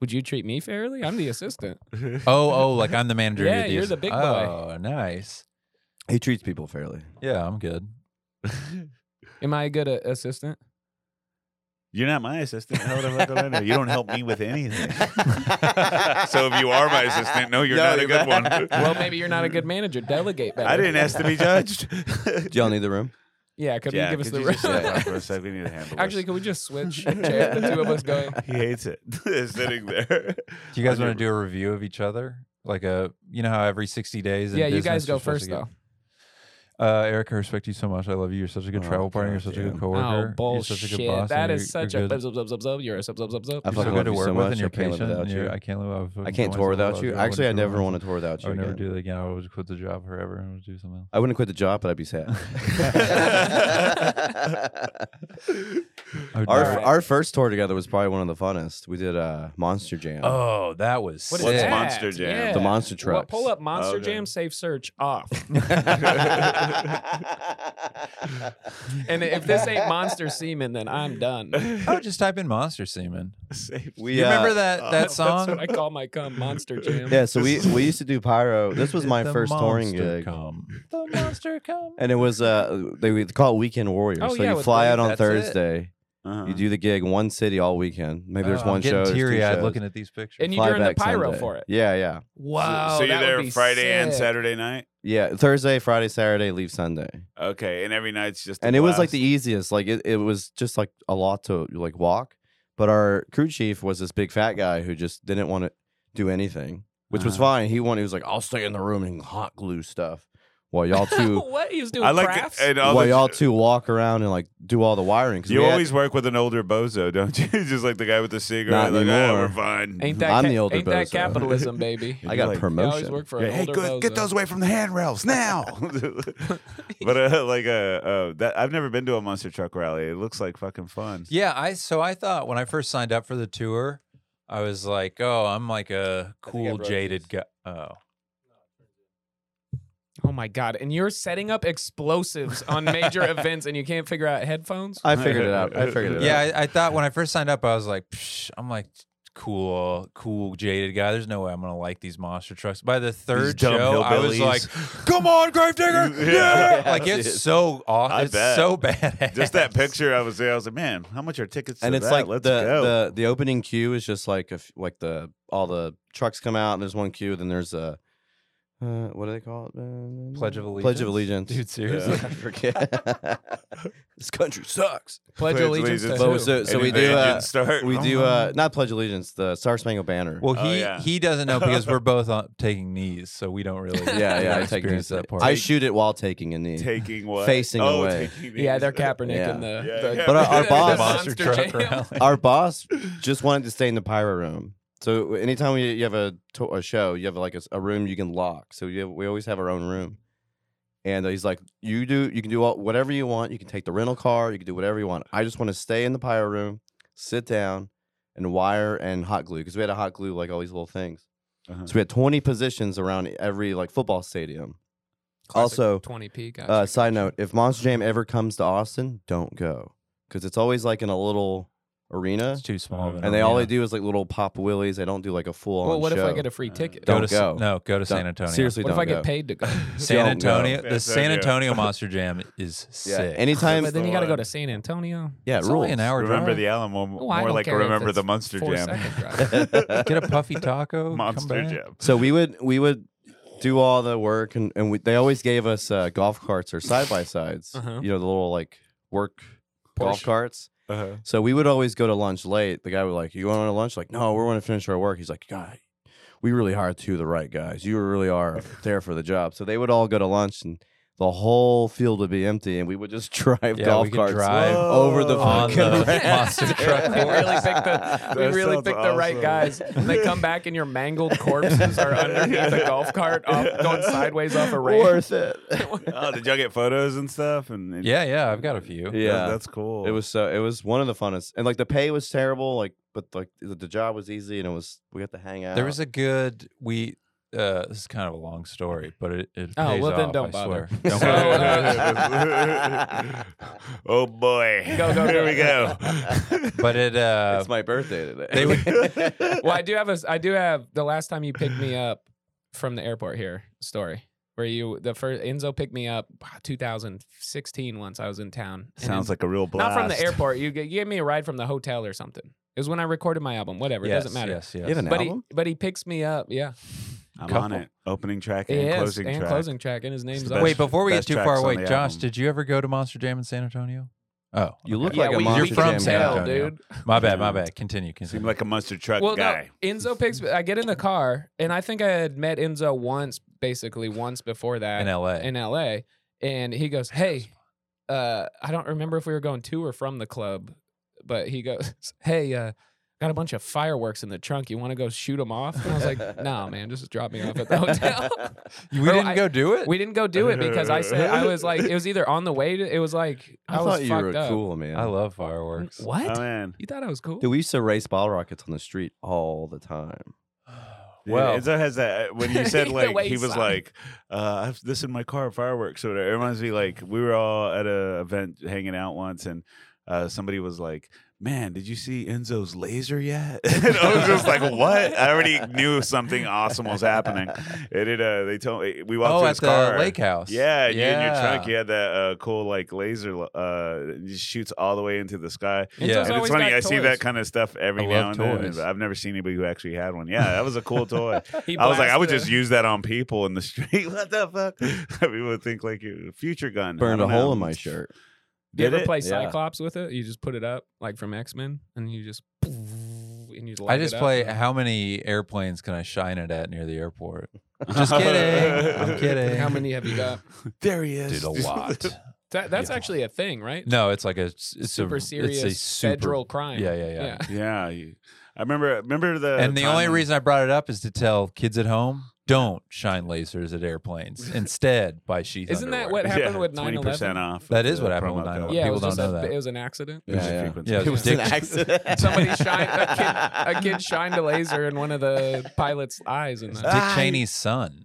[SPEAKER 3] Would you treat me fairly? I'm the assistant.
[SPEAKER 2] Oh, oh, like I'm the manager.
[SPEAKER 3] Yeah, you're the
[SPEAKER 2] assi-
[SPEAKER 3] big boy.
[SPEAKER 2] Oh, nice.
[SPEAKER 5] he treats people fairly.
[SPEAKER 2] Yeah, I'm good.
[SPEAKER 3] Am I a good a- assistant?
[SPEAKER 1] *laughs* You're not my assistant. How the fuck would I know? You don't help me with
[SPEAKER 5] *laughs*
[SPEAKER 1] anything. So if you are my assistant, no, you're
[SPEAKER 5] No,
[SPEAKER 1] not a
[SPEAKER 5] you're
[SPEAKER 1] good one.
[SPEAKER 5] *laughs* not.
[SPEAKER 3] Well, maybe you're not a good manager. Delegate better.
[SPEAKER 1] I didn't ask to be
[SPEAKER 3] *laughs*
[SPEAKER 1] judged.
[SPEAKER 5] Do y'all need the room?
[SPEAKER 3] Yeah, could
[SPEAKER 1] yeah,
[SPEAKER 3] you give us
[SPEAKER 1] could
[SPEAKER 3] the
[SPEAKER 1] you just sit
[SPEAKER 3] *laughs*
[SPEAKER 1] down for a
[SPEAKER 3] room?
[SPEAKER 1] sec? We need to handle this.
[SPEAKER 3] Actually, can we just
[SPEAKER 1] *laughs*
[SPEAKER 3] switch chair? The two of us going.
[SPEAKER 1] He hates it. *laughs* Sitting there.
[SPEAKER 2] Do you guys want to do a review of each other? Like a, you know how every 60 days. in
[SPEAKER 3] Yeah, you guys
[SPEAKER 2] business you're
[SPEAKER 3] go
[SPEAKER 2] supposed
[SPEAKER 3] first
[SPEAKER 2] to
[SPEAKER 3] though.
[SPEAKER 2] get- Uh, Eric, I respect you so much. I love you. You're such a good
[SPEAKER 5] Oh,
[SPEAKER 2] travel partner. You're such a good
[SPEAKER 5] goddamn.
[SPEAKER 2] coworker.
[SPEAKER 3] Oh
[SPEAKER 2] You're such
[SPEAKER 3] bullshit!
[SPEAKER 2] a good boss.
[SPEAKER 3] that
[SPEAKER 2] and
[SPEAKER 3] is
[SPEAKER 2] you're,
[SPEAKER 3] such
[SPEAKER 2] you're
[SPEAKER 3] a
[SPEAKER 2] good.
[SPEAKER 3] bub, bub, bub, bub. You're a sub sub sub sub.
[SPEAKER 5] I
[SPEAKER 2] You're
[SPEAKER 5] fucking
[SPEAKER 2] so
[SPEAKER 5] love
[SPEAKER 2] good to
[SPEAKER 5] you
[SPEAKER 2] work
[SPEAKER 5] so
[SPEAKER 2] with,
[SPEAKER 5] much.
[SPEAKER 2] and you're
[SPEAKER 5] I can't live
[SPEAKER 2] patient.
[SPEAKER 5] without
[SPEAKER 2] and you're-
[SPEAKER 5] you.
[SPEAKER 2] I can't live. I, fucking
[SPEAKER 5] I can't
[SPEAKER 2] told
[SPEAKER 5] tour
[SPEAKER 2] myself I
[SPEAKER 5] without
[SPEAKER 2] love
[SPEAKER 5] you.
[SPEAKER 2] I
[SPEAKER 5] Actually, I
[SPEAKER 2] wouldn't tour
[SPEAKER 5] never
[SPEAKER 2] without
[SPEAKER 5] want to tour without
[SPEAKER 2] you. I
[SPEAKER 5] you
[SPEAKER 2] would never
[SPEAKER 5] again.
[SPEAKER 2] do that again. I would quit the job forever. I would do something else.
[SPEAKER 5] I wouldn't quit the job, but I'd be sad. *laughs*
[SPEAKER 2] I would
[SPEAKER 5] our
[SPEAKER 2] never-
[SPEAKER 3] Alright.
[SPEAKER 5] our first tour together was probably one of the funnest. We did uh, Monster Jam.
[SPEAKER 2] Oh, *laughs* that was
[SPEAKER 3] What
[SPEAKER 2] sick.
[SPEAKER 3] is
[SPEAKER 1] What's
[SPEAKER 3] that?
[SPEAKER 1] Monster Jam?
[SPEAKER 3] Yeah.
[SPEAKER 5] The monster
[SPEAKER 3] Well,
[SPEAKER 5] trucks.
[SPEAKER 3] pull up Monster
[SPEAKER 1] Okay.
[SPEAKER 3] Jam, safe search
[SPEAKER 1] *laughs*
[SPEAKER 3] off. and if this ain't Monster Semen, then I'm done.
[SPEAKER 2] Oh, just type in monster semen.
[SPEAKER 1] *laughs* Safe.
[SPEAKER 5] we
[SPEAKER 2] You remember
[SPEAKER 5] uh,
[SPEAKER 2] that
[SPEAKER 1] that's
[SPEAKER 2] that
[SPEAKER 1] what
[SPEAKER 2] song?
[SPEAKER 3] That's what I call my cum, Monster Jam.
[SPEAKER 5] *laughs* Yeah, so we we used to do pyro. This was my
[SPEAKER 2] The
[SPEAKER 5] first touring
[SPEAKER 2] monster
[SPEAKER 5] gig.
[SPEAKER 2] Come. The monster come.
[SPEAKER 5] And it was uh they would call it Weekend Warriors.
[SPEAKER 3] Oh,
[SPEAKER 5] so
[SPEAKER 3] yeah,
[SPEAKER 5] you
[SPEAKER 3] with
[SPEAKER 5] fly
[SPEAKER 3] Blake,
[SPEAKER 5] out on
[SPEAKER 2] that's it.
[SPEAKER 5] Thursday,
[SPEAKER 1] Uh-huh.
[SPEAKER 5] you do the gig in one city all weekend. Maybe there's
[SPEAKER 2] Oh,
[SPEAKER 5] one
[SPEAKER 2] I'm getting
[SPEAKER 5] show. there's two
[SPEAKER 2] teary-eyed
[SPEAKER 5] shows.
[SPEAKER 2] looking at these pictures.
[SPEAKER 3] And you
[SPEAKER 5] Fly
[SPEAKER 3] during the
[SPEAKER 5] back
[SPEAKER 3] pyro
[SPEAKER 5] Sunday.
[SPEAKER 3] for it.
[SPEAKER 5] Yeah, yeah.
[SPEAKER 3] Wow.
[SPEAKER 1] so, so you're
[SPEAKER 3] that would
[SPEAKER 1] there
[SPEAKER 3] be
[SPEAKER 1] Friday and
[SPEAKER 3] sick.
[SPEAKER 1] Saturday night?
[SPEAKER 5] Yeah, Thursday, Friday, Saturday, leave Sunday.
[SPEAKER 1] Okay. And every night's just a
[SPEAKER 5] and it was like
[SPEAKER 1] blast.
[SPEAKER 5] the easiest. Like it, it was just like a lot to like walk. But our crew chief was this big fat guy who just didn't want to do anything, which was
[SPEAKER 1] Uh-huh.
[SPEAKER 5] fine. He wanted. He was like, "I'll stay in the room and hot glue stuff
[SPEAKER 3] *laughs*
[SPEAKER 5] while y'all two,
[SPEAKER 3] what he was doing?
[SPEAKER 1] I like
[SPEAKER 3] crafts?
[SPEAKER 1] and all
[SPEAKER 5] while
[SPEAKER 1] the-
[SPEAKER 5] y'all two walk around and like do all the wiring." 'cause
[SPEAKER 1] You
[SPEAKER 5] we had-
[SPEAKER 1] always work with an older bozo, don't you? *laughs* Just like the guy with the cigarette.
[SPEAKER 5] Not
[SPEAKER 1] like, ah,
[SPEAKER 5] anymore.
[SPEAKER 1] we're fine.
[SPEAKER 3] ain't that
[SPEAKER 5] I'm
[SPEAKER 3] ca-
[SPEAKER 5] the older
[SPEAKER 3] ain't that
[SPEAKER 5] bozo.
[SPEAKER 3] capitalism, baby?
[SPEAKER 5] I got
[SPEAKER 1] Like,
[SPEAKER 5] a
[SPEAKER 3] They always
[SPEAKER 5] promotion.
[SPEAKER 3] work for an
[SPEAKER 1] *laughs* Yeah, hey,
[SPEAKER 3] older
[SPEAKER 1] good, get
[SPEAKER 3] bozo.
[SPEAKER 1] those away from the handrails
[SPEAKER 3] *laughs*
[SPEAKER 1] now. *laughs* but uh, like uh, uh, that, I've never been to a monster truck rally. It looks like fucking fun.
[SPEAKER 2] Yeah, I so I thought when I first signed up for the tour, I was like, oh, I'm like a
[SPEAKER 5] I think I
[SPEAKER 2] cool
[SPEAKER 5] broke
[SPEAKER 2] jaded guy. Oh.
[SPEAKER 3] Oh my god! And you're setting up explosives on major events, and you can't figure out headphones.
[SPEAKER 5] I figured it out. I figured it
[SPEAKER 2] Yeah,
[SPEAKER 5] out.
[SPEAKER 2] I, I thought when I first signed up, I was like, Psh, I'm like, cool, cool, jaded guy. There's no way I'm gonna like these monster trucks. By the third
[SPEAKER 1] dumb
[SPEAKER 2] show, I was
[SPEAKER 1] hillbillies.
[SPEAKER 2] like, come on, Gravedigger, yeah!
[SPEAKER 1] Yeah.
[SPEAKER 2] Like
[SPEAKER 5] *laughs* Yeah,
[SPEAKER 2] it's
[SPEAKER 5] dude.
[SPEAKER 2] so
[SPEAKER 1] I
[SPEAKER 2] awesome, it's
[SPEAKER 1] bet.
[SPEAKER 2] so *laughs*
[SPEAKER 1] *laughs*
[SPEAKER 2] badass.
[SPEAKER 1] Just that picture, I was there. I was like, man, how much are tickets? to
[SPEAKER 5] and it's
[SPEAKER 1] that?
[SPEAKER 5] like
[SPEAKER 1] let's
[SPEAKER 5] the,
[SPEAKER 1] go.
[SPEAKER 5] the the opening queue is just like if like the all the trucks come out and there's one queue. Then there's a uh, what do they call it?
[SPEAKER 2] Pledge of
[SPEAKER 5] Pledge of
[SPEAKER 2] Allegiance?
[SPEAKER 5] allegiance.
[SPEAKER 2] Dude, seriously.
[SPEAKER 5] I forget. *laughs* this country sucks.
[SPEAKER 3] Pledge
[SPEAKER 1] Pledge
[SPEAKER 3] allegiance to
[SPEAKER 1] allegiance.
[SPEAKER 5] But
[SPEAKER 3] who?
[SPEAKER 5] so, so
[SPEAKER 1] And
[SPEAKER 5] we do.
[SPEAKER 1] Invasion
[SPEAKER 5] Uh,
[SPEAKER 1] start. *laughs*
[SPEAKER 5] we do uh, not pledge allegiance. The Star Spangled Banner.
[SPEAKER 2] Oh Well,
[SPEAKER 1] Oh,
[SPEAKER 2] he
[SPEAKER 1] yeah.
[SPEAKER 2] he doesn't know because
[SPEAKER 5] *laughs*
[SPEAKER 2] we're both on, taking knees, so we don't really
[SPEAKER 5] yeah, yeah. I take
[SPEAKER 2] experience
[SPEAKER 5] knees.
[SPEAKER 2] that part.
[SPEAKER 5] I shoot *laughs* it while taking a knee.
[SPEAKER 1] taking what?
[SPEAKER 5] Facing
[SPEAKER 1] oh,
[SPEAKER 5] away.
[SPEAKER 1] Taking
[SPEAKER 3] yeah, they're
[SPEAKER 1] *laughs* these.
[SPEAKER 3] Kaepernick
[SPEAKER 5] Yeah.
[SPEAKER 3] and the,
[SPEAKER 1] Yeah,
[SPEAKER 3] the-
[SPEAKER 1] yeah.
[SPEAKER 5] But our-
[SPEAKER 3] *laughs*
[SPEAKER 5] our
[SPEAKER 3] the
[SPEAKER 5] boss-
[SPEAKER 2] monster
[SPEAKER 3] monster
[SPEAKER 2] truck
[SPEAKER 3] jam.
[SPEAKER 2] rally.
[SPEAKER 5] Our boss just wanted to stay in the pyro room. So anytime we, you have a, to- a show, you have like a, s- a room you can lock. So you have, we always have our own room. And uh, he's like, "You do, you can do all, whatever you want. You can take the rental car. You can do whatever you want. I just want to stay in the pyro room, sit down, and wire and hot glue because we had a hot glue like all these little things.
[SPEAKER 1] Uh-huh.
[SPEAKER 5] So we had twenty positions around every like football stadium.
[SPEAKER 3] *laughs*
[SPEAKER 5] also,
[SPEAKER 3] twenty p guys.
[SPEAKER 5] uh, side note: If Monster Jam ever comes to Austin, don't go because it's always like in a little arena,
[SPEAKER 2] *laughs* it's too small, of an
[SPEAKER 5] and they all
[SPEAKER 2] arena.
[SPEAKER 5] they do is like little pop willies. They don't do like a full.
[SPEAKER 3] well, what if I get a
[SPEAKER 1] Uh,
[SPEAKER 3] free ticket?
[SPEAKER 5] Don't
[SPEAKER 2] go to
[SPEAKER 5] go.
[SPEAKER 2] S- no go to San
[SPEAKER 5] Don't-
[SPEAKER 2] Antonio.
[SPEAKER 5] Seriously,
[SPEAKER 3] what if
[SPEAKER 5] don't
[SPEAKER 3] I get
[SPEAKER 5] go.
[SPEAKER 3] paid to go?
[SPEAKER 2] San
[SPEAKER 5] Don't go.
[SPEAKER 2] Antonio, the
[SPEAKER 1] San
[SPEAKER 2] San
[SPEAKER 1] Antonio. *laughs*
[SPEAKER 2] Antonio Monster Jam is
[SPEAKER 5] Yeah,
[SPEAKER 2] sick.
[SPEAKER 5] anytime.
[SPEAKER 1] That's
[SPEAKER 3] But then
[SPEAKER 1] the
[SPEAKER 3] you got to go
[SPEAKER 1] one.
[SPEAKER 3] to San Antonio.
[SPEAKER 5] *laughs* yeah,
[SPEAKER 2] it's
[SPEAKER 5] rules.
[SPEAKER 2] only an hour
[SPEAKER 1] Remember
[SPEAKER 2] drive.
[SPEAKER 1] the Alamo, more
[SPEAKER 3] Oh, I don't
[SPEAKER 1] like
[SPEAKER 3] care if
[SPEAKER 1] remember
[SPEAKER 3] it's
[SPEAKER 1] the Monster
[SPEAKER 3] Four
[SPEAKER 1] Jam.
[SPEAKER 3] second drive.
[SPEAKER 5] *laughs*
[SPEAKER 1] *laughs*
[SPEAKER 2] Get a puffy taco. come
[SPEAKER 1] Monster
[SPEAKER 2] back.
[SPEAKER 1] Jam.
[SPEAKER 5] so we would we would do all the work, and and we, they always gave us uh, golf carts or side by sides.
[SPEAKER 3] Uh-huh.
[SPEAKER 5] You know the little like work golf
[SPEAKER 3] Porsche.
[SPEAKER 5] carts.
[SPEAKER 1] Uh-huh.
[SPEAKER 5] So we would always go to lunch late. The guy would like, "You want to lunch?" Like, "No, we want to finish our work." He's like, "God, we really hired two of the right guys. You
[SPEAKER 3] *laughs*
[SPEAKER 5] really are there for the job." So they would all go to lunch, and the whole field would be empty, and we would just *laughs* drive
[SPEAKER 2] Yeah,
[SPEAKER 5] golf
[SPEAKER 2] we could
[SPEAKER 5] carts
[SPEAKER 2] drive
[SPEAKER 5] over the
[SPEAKER 2] on
[SPEAKER 5] fucking
[SPEAKER 2] the
[SPEAKER 5] ramp. *laughs*
[SPEAKER 2] monster truck.
[SPEAKER 3] *laughs* we really picked the, *laughs* we
[SPEAKER 1] That
[SPEAKER 3] really
[SPEAKER 1] sounds
[SPEAKER 3] picked the right
[SPEAKER 1] awesome.
[SPEAKER 3] guys. And they
[SPEAKER 1] *laughs*
[SPEAKER 3] come back and your mangled corpses are underneath a golf cart, off, going sideways off
[SPEAKER 5] *laughs*
[SPEAKER 3] a ramp. *laughs*
[SPEAKER 5] Worth it.
[SPEAKER 1] Oh, did y'all get photos and stuff? And, and
[SPEAKER 2] Yeah, yeah, I've got a few.
[SPEAKER 1] that-
[SPEAKER 5] Yeah,
[SPEAKER 1] that's cool. *laughs*
[SPEAKER 5] *laughs* it was so. It was one of the funnest, and like the pay was terrible. Like, but like the, the job was easy, and it was we got to hang out.
[SPEAKER 2] There was a good we. Uh, this is kind of a long story, but it, it
[SPEAKER 3] Oh,
[SPEAKER 2] pays
[SPEAKER 3] well, then
[SPEAKER 2] off,
[SPEAKER 3] don't
[SPEAKER 2] I
[SPEAKER 3] bother.
[SPEAKER 2] swear.
[SPEAKER 3] *laughs*
[SPEAKER 2] Don't
[SPEAKER 3] So,
[SPEAKER 5] *laughs*
[SPEAKER 2] bother.
[SPEAKER 5] uh,
[SPEAKER 1] oh boy.
[SPEAKER 3] Go,
[SPEAKER 5] *laughs*
[SPEAKER 3] go,
[SPEAKER 1] Here
[SPEAKER 3] go.
[SPEAKER 1] we go.
[SPEAKER 3] *laughs*
[SPEAKER 2] but it uh,
[SPEAKER 5] it's my birthday today.
[SPEAKER 2] they
[SPEAKER 5] *laughs* would,
[SPEAKER 3] *laughs* Well, I do have a, s- I do have the last time you picked me up from the airport here story where you the first Enzo picked me up ah, 2016 once I was in town. And
[SPEAKER 1] Sounds
[SPEAKER 3] in-
[SPEAKER 1] like a real blast.
[SPEAKER 3] not from the airport. You, g- you gave me a ride from the hotel or something. It was when I recorded my album. Whatever,
[SPEAKER 2] yes,
[SPEAKER 3] it doesn't matter.
[SPEAKER 2] Yes, yes.
[SPEAKER 5] You have an
[SPEAKER 3] But
[SPEAKER 5] Album?
[SPEAKER 3] he but he picks me up. Yeah,
[SPEAKER 1] I'm on
[SPEAKER 2] Couple.
[SPEAKER 1] it. Opening track
[SPEAKER 3] He
[SPEAKER 1] and
[SPEAKER 3] is,
[SPEAKER 1] closing
[SPEAKER 3] and
[SPEAKER 1] track.
[SPEAKER 3] closing track, and his name's
[SPEAKER 1] the
[SPEAKER 3] on it.
[SPEAKER 1] best
[SPEAKER 2] Wait, before we get
[SPEAKER 1] best
[SPEAKER 2] too far
[SPEAKER 1] tracks on
[SPEAKER 2] away,
[SPEAKER 1] the
[SPEAKER 2] Josh,
[SPEAKER 1] album.
[SPEAKER 2] did you ever go to Monster Jam in San Antonio? Oh, okay.
[SPEAKER 5] You look
[SPEAKER 3] yeah,
[SPEAKER 5] like a
[SPEAKER 3] we,
[SPEAKER 5] monster
[SPEAKER 3] we
[SPEAKER 2] from
[SPEAKER 3] can
[SPEAKER 2] San
[SPEAKER 3] tell,
[SPEAKER 2] Antonio.
[SPEAKER 3] dude.
[SPEAKER 2] My bad, my bad. Continue, continue.
[SPEAKER 1] Seemed like a monster truck
[SPEAKER 3] well,
[SPEAKER 1] guy.
[SPEAKER 3] no, Enzo picks. I get in the car, and I think I had met Enzo once, basically once before that
[SPEAKER 2] in L.A.
[SPEAKER 3] in LA. And he goes, Hey, uh, I don't remember if we were going to or from the club, but he goes, *laughs* Hey, uh, got a bunch of fireworks in the trunk. You want to go shoot them off? And I
[SPEAKER 1] *laughs*
[SPEAKER 3] was like, Nah, man, just drop me off
[SPEAKER 5] *laughs*
[SPEAKER 3] at the hotel. *laughs*
[SPEAKER 2] we
[SPEAKER 3] Bro,
[SPEAKER 2] didn't
[SPEAKER 3] I-
[SPEAKER 2] go do it.
[SPEAKER 3] we didn't go do it because I said, I was like, it was either on the way to, it was like, I,
[SPEAKER 5] I,
[SPEAKER 3] was
[SPEAKER 5] thought you
[SPEAKER 3] fucked
[SPEAKER 5] were
[SPEAKER 3] up.
[SPEAKER 5] cool, man.
[SPEAKER 2] I love fireworks. *sighs*
[SPEAKER 1] Oh
[SPEAKER 3] What?
[SPEAKER 1] man.
[SPEAKER 3] you thought I was cool?
[SPEAKER 5] Dude, we used to race bottle rockets on the street all the time.
[SPEAKER 1] Yeah,
[SPEAKER 2] Well,
[SPEAKER 1] Enzo has that. uh, When
[SPEAKER 2] *laughs*
[SPEAKER 1] you said
[SPEAKER 3] The
[SPEAKER 1] like
[SPEAKER 3] way
[SPEAKER 1] he was
[SPEAKER 3] side.
[SPEAKER 1] like, uh, "I have this in my car, fireworks." So it reminds me like we were all at a event hanging out once, and uh, somebody was like, "Man, did you see Enzo's laser yet?" *laughs* and I was just like, "What?" I already knew something awesome was
[SPEAKER 2] *laughs*
[SPEAKER 1] happening. And it, uh, they told we walked
[SPEAKER 2] oh,
[SPEAKER 1] to
[SPEAKER 2] at
[SPEAKER 1] his
[SPEAKER 2] the
[SPEAKER 1] car.
[SPEAKER 2] lake house.
[SPEAKER 1] Yeah, you in your trunk, you had that uh, cool like laser. Uh, it just shoots all the way into the sky.
[SPEAKER 3] Enzo's
[SPEAKER 2] Yeah.
[SPEAKER 1] And it's
[SPEAKER 3] always
[SPEAKER 1] funny.
[SPEAKER 3] got
[SPEAKER 1] I see
[SPEAKER 3] toys.
[SPEAKER 1] that kind of stuff every
[SPEAKER 2] I
[SPEAKER 1] now and
[SPEAKER 2] love
[SPEAKER 1] then.
[SPEAKER 2] toys.
[SPEAKER 1] and I've never seen anybody who actually had one. Yeah, that was a
[SPEAKER 2] *laughs*
[SPEAKER 1] cool toy.
[SPEAKER 3] He
[SPEAKER 1] I was like, I would
[SPEAKER 3] blasted
[SPEAKER 1] just
[SPEAKER 3] a-
[SPEAKER 1] use that on people in the street. *laughs* what the fuck? People would think like you future gun. I
[SPEAKER 5] Burned a
[SPEAKER 1] don't know.
[SPEAKER 5] hole in my shirt.
[SPEAKER 3] Do you
[SPEAKER 1] Did
[SPEAKER 3] ever
[SPEAKER 1] it? *laughs*
[SPEAKER 3] play
[SPEAKER 5] Yeah.
[SPEAKER 3] Cyclops with it? You just put it up like from X Men, and you just *laughs* and you.
[SPEAKER 2] I
[SPEAKER 3] light
[SPEAKER 2] just
[SPEAKER 3] it uh,
[SPEAKER 1] *laughs*
[SPEAKER 3] up.
[SPEAKER 2] play. *laughs* How many airplanes can I shine it at near the airport?
[SPEAKER 1] *laughs*
[SPEAKER 2] Just kidding. I'm kidding.
[SPEAKER 3] *laughs* How many have you got?
[SPEAKER 1] There he is.
[SPEAKER 2] Dude,
[SPEAKER 1] *laughs*
[SPEAKER 2] a lot.
[SPEAKER 3] That, that's
[SPEAKER 2] Yeah.
[SPEAKER 3] actually a thing, right?
[SPEAKER 2] No, it's like a it's a-
[SPEAKER 3] super serious
[SPEAKER 2] it's a super,
[SPEAKER 3] federal crime.
[SPEAKER 2] Yeah, yeah, yeah.
[SPEAKER 1] *laughs* yeah, you- I remember. Remember the
[SPEAKER 2] And the
[SPEAKER 1] time
[SPEAKER 2] only
[SPEAKER 1] when- *laughs*
[SPEAKER 2] reason I brought it up is to tell kids at home, don't shine lasers at
[SPEAKER 1] *laughs*
[SPEAKER 2] airplanes. Instead, buy sheath.
[SPEAKER 3] Isn't that
[SPEAKER 2] underwear.
[SPEAKER 3] what happened with
[SPEAKER 1] 20%
[SPEAKER 3] 9/11?
[SPEAKER 1] off.
[SPEAKER 2] That
[SPEAKER 1] of
[SPEAKER 2] is
[SPEAKER 1] the
[SPEAKER 2] what happened with
[SPEAKER 1] promo code.
[SPEAKER 2] 9/11.
[SPEAKER 3] Yeah,
[SPEAKER 2] *laughs*
[SPEAKER 3] it
[SPEAKER 2] People
[SPEAKER 3] was
[SPEAKER 2] don't
[SPEAKER 3] just
[SPEAKER 2] know
[SPEAKER 3] a-
[SPEAKER 2] that.
[SPEAKER 3] It was an accident.
[SPEAKER 1] It was a
[SPEAKER 5] Yeah, yeah.
[SPEAKER 1] frequency.
[SPEAKER 2] Yeah, it
[SPEAKER 5] It was an
[SPEAKER 2] Dick-
[SPEAKER 5] *laughs* accident.
[SPEAKER 3] Somebody shined a kid, a kid shined a laser in one of the pilot's eyes, and
[SPEAKER 2] Dick
[SPEAKER 3] uh,
[SPEAKER 5] Ah,
[SPEAKER 2] Cheney's son.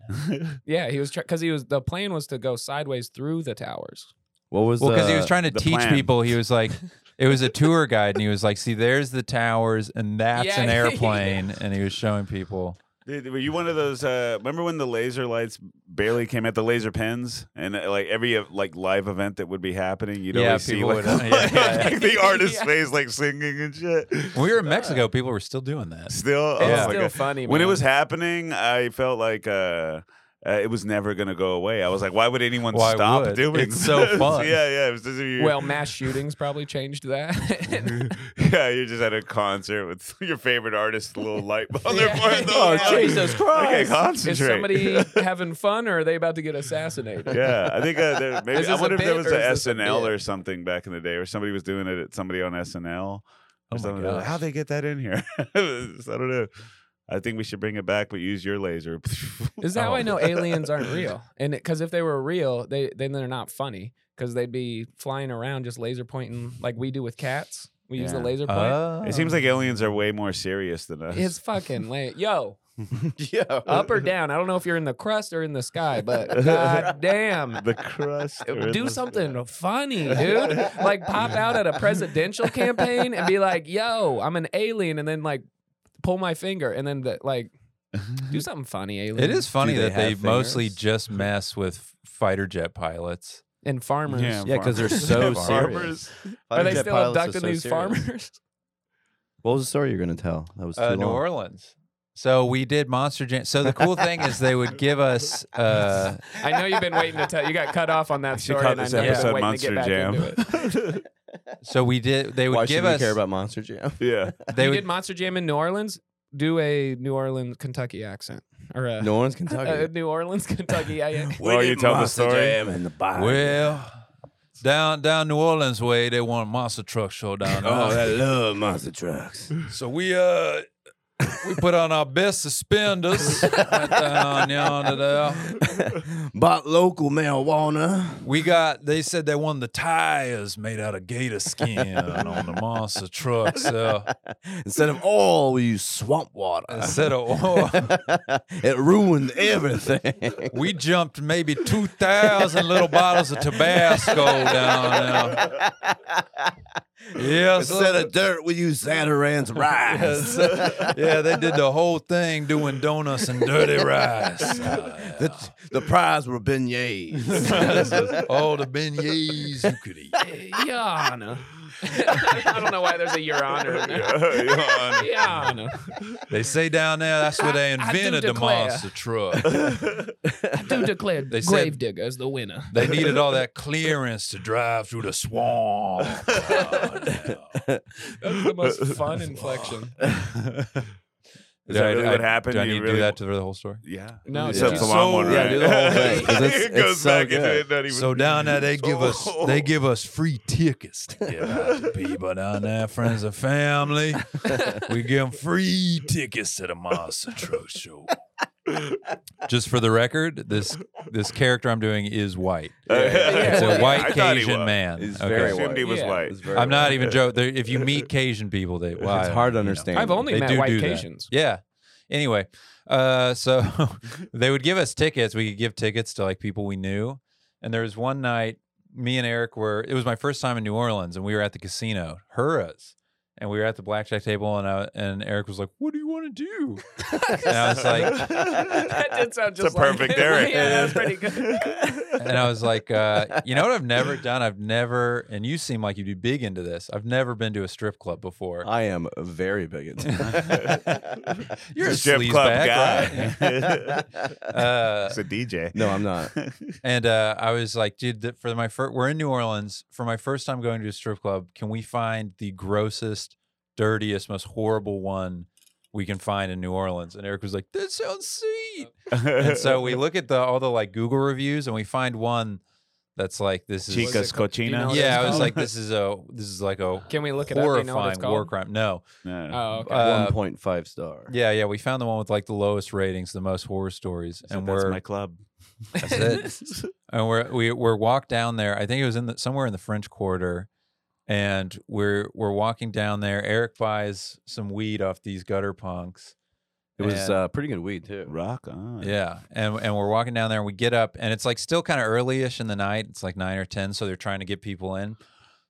[SPEAKER 3] yeah, he was because he was the plane was to go sideways through the towers.
[SPEAKER 5] *laughs* What was uh,
[SPEAKER 2] Well, because
[SPEAKER 5] the,
[SPEAKER 2] he was trying to
[SPEAKER 1] the
[SPEAKER 2] teach
[SPEAKER 1] plan.
[SPEAKER 2] people, he was like, it
[SPEAKER 5] *laughs*
[SPEAKER 2] was a tour guide, and he was like, "See, there's the towers, and that's
[SPEAKER 3] Yeah,
[SPEAKER 5] *laughs*
[SPEAKER 2] an
[SPEAKER 3] yeah.
[SPEAKER 2] airplane," and he was showing people.
[SPEAKER 1] Dude, were you one of those? Uh, remember when the laser lights barely came out, the laser pens, and uh, like every uh, like live event that would be happening, you'd
[SPEAKER 2] Yeah,
[SPEAKER 1] always see
[SPEAKER 2] people
[SPEAKER 1] like, *laughs*
[SPEAKER 2] would, uh, yeah, yeah.
[SPEAKER 1] like, the artist's
[SPEAKER 3] Yeah.
[SPEAKER 1] face like singing and shit.
[SPEAKER 2] When we were in Mexico, people were still doing that.
[SPEAKER 1] Still,
[SPEAKER 3] It's
[SPEAKER 1] oh my
[SPEAKER 3] still
[SPEAKER 1] God.
[SPEAKER 3] funny
[SPEAKER 1] when it
[SPEAKER 3] man.
[SPEAKER 1] was happening, I felt like uh, uh, it was never gonna go away. I was like, why would anyone
[SPEAKER 2] Why
[SPEAKER 1] stop
[SPEAKER 2] would?
[SPEAKER 1] doing?
[SPEAKER 2] It's so
[SPEAKER 1] this? *laughs*
[SPEAKER 2] fun.
[SPEAKER 1] yeah, yeah. It was just, you *laughs*
[SPEAKER 3] Well, mass shootings probably changed that. *laughs*
[SPEAKER 1] yeah, you're just at a concert with *laughs* your favorite artist, a little light
[SPEAKER 2] *laughs*
[SPEAKER 1] on their
[SPEAKER 3] Yeah.
[SPEAKER 1] forehead.
[SPEAKER 3] Oh, Jesus
[SPEAKER 1] I can't
[SPEAKER 5] Christ.
[SPEAKER 3] Is
[SPEAKER 1] concentrate.
[SPEAKER 3] somebody *laughs* having fun, or are they about to get assassinated?
[SPEAKER 1] yeah, I think uh, there, maybe
[SPEAKER 3] Is
[SPEAKER 1] I
[SPEAKER 3] this a
[SPEAKER 1] wonder if there
[SPEAKER 3] bit
[SPEAKER 1] was
[SPEAKER 3] or
[SPEAKER 1] a
[SPEAKER 3] is this a
[SPEAKER 1] SNL
[SPEAKER 3] bit?
[SPEAKER 1] or something back in the day, or somebody was doing it at somebody on SNL.
[SPEAKER 2] Oh
[SPEAKER 1] Or
[SPEAKER 2] my
[SPEAKER 1] something. They're like,
[SPEAKER 2] gosh.
[SPEAKER 1] How'd they get that in here? *laughs* I don't know. I think we should bring it back, but use your laser. *laughs*
[SPEAKER 3] Is that how
[SPEAKER 2] Oh.
[SPEAKER 3] I know aliens
[SPEAKER 2] *laughs*
[SPEAKER 3] aren't real? And because if they were real, they then they're not funny because they'd be flying around just laser pointing like we do with cats. We use the
[SPEAKER 1] Yeah.
[SPEAKER 3] laser point.
[SPEAKER 2] Oh.
[SPEAKER 1] it seems like aliens are way more serious than us. *laughs*
[SPEAKER 3] it's fucking
[SPEAKER 2] *laughs*
[SPEAKER 3] late. Yo,
[SPEAKER 5] *laughs* yeah.
[SPEAKER 3] up or down. I don't know if you're in the crust or in the sky,
[SPEAKER 2] *laughs*
[SPEAKER 3] but god damn.
[SPEAKER 1] the crust. or
[SPEAKER 3] *laughs* Do
[SPEAKER 1] the-
[SPEAKER 2] *laughs*
[SPEAKER 3] something funny, dude. Like pop out at a presidential campaign and be like, yo, I'm an alien, and then like pull my finger and then the, like do something funny, alien.
[SPEAKER 2] It is funny
[SPEAKER 5] they
[SPEAKER 2] that they
[SPEAKER 5] have
[SPEAKER 2] mostly
[SPEAKER 5] fingers?
[SPEAKER 2] just mess with fighter jet pilots.
[SPEAKER 3] and farmers.
[SPEAKER 1] Yeah,
[SPEAKER 5] Yeah, 'cause *laughs* they're
[SPEAKER 1] farmers.
[SPEAKER 5] so
[SPEAKER 1] Farmers.
[SPEAKER 3] Are
[SPEAKER 5] Fighter
[SPEAKER 3] they
[SPEAKER 5] jet
[SPEAKER 3] still
[SPEAKER 5] pilots are
[SPEAKER 3] abducting
[SPEAKER 5] so
[SPEAKER 3] these
[SPEAKER 5] serious.
[SPEAKER 3] farmers? *laughs*
[SPEAKER 5] What was the story you're gonna tell? That was too
[SPEAKER 2] Uh, New
[SPEAKER 5] long.
[SPEAKER 2] Orleans. So we did Monster Jam. So the cool thing is they would give
[SPEAKER 5] *laughs*
[SPEAKER 2] us. Uh,
[SPEAKER 3] I know you've been waiting to tell. You got cut off
[SPEAKER 1] *laughs*
[SPEAKER 3] on that
[SPEAKER 1] We should
[SPEAKER 3] story.
[SPEAKER 1] call
[SPEAKER 3] and
[SPEAKER 1] this
[SPEAKER 3] I know you've
[SPEAKER 1] episode
[SPEAKER 3] been
[SPEAKER 1] Monster
[SPEAKER 3] waiting to get
[SPEAKER 1] Jam.
[SPEAKER 3] Back *laughs* into it.
[SPEAKER 5] *laughs*
[SPEAKER 2] so we did. They would
[SPEAKER 5] Why should
[SPEAKER 2] give
[SPEAKER 5] we
[SPEAKER 2] us.
[SPEAKER 5] care about Monster Jam?
[SPEAKER 1] *laughs* yeah.
[SPEAKER 2] they
[SPEAKER 3] you
[SPEAKER 2] would
[SPEAKER 3] did Monster Jam in New Orleans. Do a New Orleans, Kentucky accent, or a,
[SPEAKER 5] New Orleans,
[SPEAKER 3] a
[SPEAKER 5] Kentucky.
[SPEAKER 3] New Orleans, *laughs* Kentucky accent.
[SPEAKER 1] Well, you tell the story. *laughs*
[SPEAKER 2] *laughs* Well, down down New Orleans way, they want a monster truck show down there.
[SPEAKER 5] Oh, love monster trucks.
[SPEAKER 2] so we uh we put on our best
[SPEAKER 5] *laughs*
[SPEAKER 2] suspenders. went down yonder there.
[SPEAKER 5] Bought local marijuana.
[SPEAKER 2] We got they said they wanted the tires made out of gator skin on the monster truck. So
[SPEAKER 5] Instead of oil, we use swamp water.
[SPEAKER 2] instead of oil,
[SPEAKER 5] *laughs* it ruined everything. *laughs*
[SPEAKER 2] we jumped maybe two thousand little bottles of Tabasco down there.
[SPEAKER 5] *laughs*
[SPEAKER 2] Yes,
[SPEAKER 5] Instead of dirt, we use Santaran's rice.
[SPEAKER 2] yeah, they did the whole thing doing donuts and
[SPEAKER 1] *laughs*
[SPEAKER 2] dirty rice.
[SPEAKER 5] the, the prize were beignets. *laughs*
[SPEAKER 2] All the beignets you could eat.
[SPEAKER 3] *laughs* Yana. I don't know why there's a Your Honor in there. *laughs* Yana.
[SPEAKER 2] They say down there that's where they
[SPEAKER 3] I- I do
[SPEAKER 2] invented the
[SPEAKER 3] declare.
[SPEAKER 2] monster truck.
[SPEAKER 3] I do declare
[SPEAKER 2] They said-
[SPEAKER 3] Gravedigger as the winner.
[SPEAKER 2] They needed all that clearance to drive through the
[SPEAKER 1] *laughs*
[SPEAKER 2] swamp.
[SPEAKER 3] That's the most fun inflection.
[SPEAKER 1] Is that
[SPEAKER 2] I-
[SPEAKER 1] really
[SPEAKER 2] I-
[SPEAKER 1] what happened?
[SPEAKER 2] Do I
[SPEAKER 1] You
[SPEAKER 2] need to
[SPEAKER 1] really-
[SPEAKER 2] do that to the whole story?
[SPEAKER 1] Yeah.
[SPEAKER 3] No,
[SPEAKER 1] It's
[SPEAKER 3] did
[SPEAKER 1] up
[SPEAKER 3] you
[SPEAKER 1] to my one,
[SPEAKER 3] sold-
[SPEAKER 5] Yeah,
[SPEAKER 1] right?
[SPEAKER 5] do the whole
[SPEAKER 1] *laughs*
[SPEAKER 5] thing, 'cause it's-
[SPEAKER 1] it goes
[SPEAKER 5] it's so
[SPEAKER 1] back into
[SPEAKER 5] good.
[SPEAKER 1] it. Not even
[SPEAKER 2] So
[SPEAKER 1] *laughs*
[SPEAKER 2] down there they give us
[SPEAKER 1] Oh.
[SPEAKER 2] they give us free tickets to give
[SPEAKER 1] *laughs*
[SPEAKER 2] out to people down there, friends and family. We give them free tickets to the monster truck show. Just for the record, this this character I'm doing is white. Uh, It's
[SPEAKER 3] Yeah,
[SPEAKER 2] a
[SPEAKER 3] yeah.
[SPEAKER 2] white
[SPEAKER 1] I thought he
[SPEAKER 2] Cajun
[SPEAKER 1] was.
[SPEAKER 2] man.
[SPEAKER 5] He's
[SPEAKER 1] I
[SPEAKER 5] very
[SPEAKER 1] assumed he was
[SPEAKER 3] Yeah.
[SPEAKER 1] white.
[SPEAKER 2] I'm not even joking. There- If you meet Cajun people, they well,
[SPEAKER 5] it's
[SPEAKER 2] I-
[SPEAKER 5] hard to
[SPEAKER 2] you know.
[SPEAKER 5] understand.
[SPEAKER 3] I've only
[SPEAKER 2] They
[SPEAKER 3] met
[SPEAKER 2] do
[SPEAKER 3] white
[SPEAKER 2] do that.
[SPEAKER 3] Cajuns. *laughs*
[SPEAKER 2] Yeah. Anyway, uh, so *laughs*
[SPEAKER 1] *laughs*
[SPEAKER 2] they would give us tickets. We could give tickets to like people we knew. And there was one night, me and Eric were. It was my first time in New Orleans, and we were at the casino, Hurrahs, and we were at the blackjack table, and I, and Eric was like, "What do you want to do?" and
[SPEAKER 1] *laughs*
[SPEAKER 2] I was
[SPEAKER 5] *laughs*
[SPEAKER 2] like,
[SPEAKER 3] that did sound
[SPEAKER 1] It's
[SPEAKER 3] just
[SPEAKER 1] a
[SPEAKER 3] like *laughs*
[SPEAKER 1] perfect
[SPEAKER 3] him.
[SPEAKER 1] Eric.
[SPEAKER 3] yeah, that's pretty good.
[SPEAKER 2] and I was like, uh, "You know what? I've never done. I've never. And you seem like you'd be big into this. I've never been to a strip club before.
[SPEAKER 1] Uh,
[SPEAKER 5] I am
[SPEAKER 2] *laughs*
[SPEAKER 5] very *laughs* bigoted.
[SPEAKER 2] You're a
[SPEAKER 1] strip club
[SPEAKER 2] sleazebag,
[SPEAKER 1] guy.
[SPEAKER 2] right? *laughs* Uh,
[SPEAKER 1] It's a DJ. *laughs*
[SPEAKER 5] no, I'm not.
[SPEAKER 2] And uh, I was like, dude, th- for my first, we're in New Orleans. For my first time going to a strip club, can we find the grossest, dirtiest, most horrible one we can find in New Orleans? And Eric was like,
[SPEAKER 1] *laughs*
[SPEAKER 2] that sounds sweet. and so we look at the all the like Google reviews, and we find one that's like this is
[SPEAKER 3] Chica
[SPEAKER 1] Chicas
[SPEAKER 3] called? Do you
[SPEAKER 1] cochinas.
[SPEAKER 3] know what
[SPEAKER 2] yeah.
[SPEAKER 3] it's
[SPEAKER 2] I was
[SPEAKER 3] called?
[SPEAKER 2] like
[SPEAKER 3] *laughs*
[SPEAKER 2] this is a this is like a
[SPEAKER 3] Can we Oh, look it up? Do you know what
[SPEAKER 2] horrifying
[SPEAKER 3] it's called?
[SPEAKER 2] war crime. No,
[SPEAKER 1] No.
[SPEAKER 3] Oh, okay.
[SPEAKER 2] Uh,
[SPEAKER 5] 1.5 star.
[SPEAKER 2] yeah, yeah. We found the one with like the lowest ratings, the most horror stories,
[SPEAKER 1] So
[SPEAKER 2] and
[SPEAKER 1] that's
[SPEAKER 2] we're
[SPEAKER 1] my club.
[SPEAKER 2] *laughs* that's
[SPEAKER 3] *laughs*
[SPEAKER 2] it. and we're we, we're walked down there. I think it was in the, somewhere in the French Quarter, and we're we're walking down there. Eric buys some weed off these gutter punks.
[SPEAKER 5] It was
[SPEAKER 2] and-
[SPEAKER 5] uh, pretty good weed too.
[SPEAKER 1] Rock on.
[SPEAKER 2] yeah, and and we're walking down there, and we get up, and it's like still kind of early-ish in the night. It's like nine or ten, so they're trying to get people in.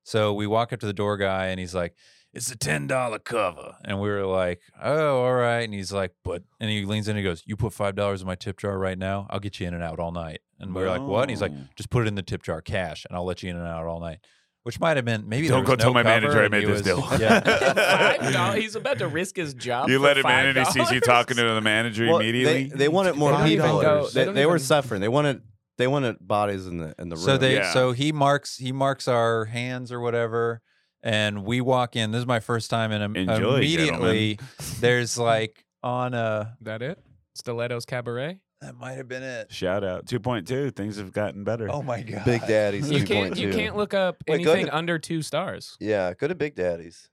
[SPEAKER 2] So we walk up to the door guy, and he's like, "It's a ten dollar cover," and we were like, "Oh, all right." And he's like, "But," and he leans in and he goes, "You put five dollars in my tip jar right now, I'll get you in and out all night." And we were like, "What?" And he's like,
[SPEAKER 1] Oh.
[SPEAKER 2] "Just put it in the tip jar, cash, and I'll let you in and out all night." Which might have meant maybe there
[SPEAKER 1] Don't
[SPEAKER 2] was
[SPEAKER 1] go
[SPEAKER 2] no
[SPEAKER 1] tell my
[SPEAKER 2] cover,
[SPEAKER 1] manager I
[SPEAKER 2] and
[SPEAKER 1] made
[SPEAKER 2] he
[SPEAKER 1] this
[SPEAKER 2] was-
[SPEAKER 1] deal.
[SPEAKER 2] *laughs* Yeah.
[SPEAKER 1] *laughs*
[SPEAKER 3] Five dollars. He's about to risk his job.
[SPEAKER 1] You
[SPEAKER 3] for
[SPEAKER 1] let him in
[SPEAKER 3] $5?
[SPEAKER 1] and he sees you talking to the manager
[SPEAKER 5] Well,
[SPEAKER 1] immediately.
[SPEAKER 5] They, they wanted more
[SPEAKER 3] They don't
[SPEAKER 5] weed
[SPEAKER 3] even go-
[SPEAKER 5] dollars.
[SPEAKER 3] they
[SPEAKER 5] They,
[SPEAKER 3] don't
[SPEAKER 5] they were
[SPEAKER 3] even-
[SPEAKER 5] suffering. They wanted they wanted bodies in the in the room.
[SPEAKER 2] So they
[SPEAKER 1] Yeah.
[SPEAKER 2] so he marks he marks our hands or whatever, and we walk in. This is my first time, and im-
[SPEAKER 1] Enjoy,
[SPEAKER 2] immediately *laughs* there's like on a
[SPEAKER 3] That it? Stilettos Cabaret.
[SPEAKER 2] that might have been it.
[SPEAKER 1] Shout out. 2.2. Things have gotten better.
[SPEAKER 2] Oh my god,
[SPEAKER 5] *laughs* Big Daddy's
[SPEAKER 3] You can't. You
[SPEAKER 5] 3.2.
[SPEAKER 3] can't look up
[SPEAKER 5] Wait, go
[SPEAKER 3] anything
[SPEAKER 5] to-
[SPEAKER 3] under two stars.
[SPEAKER 5] Yeah, go to Big Daddy's.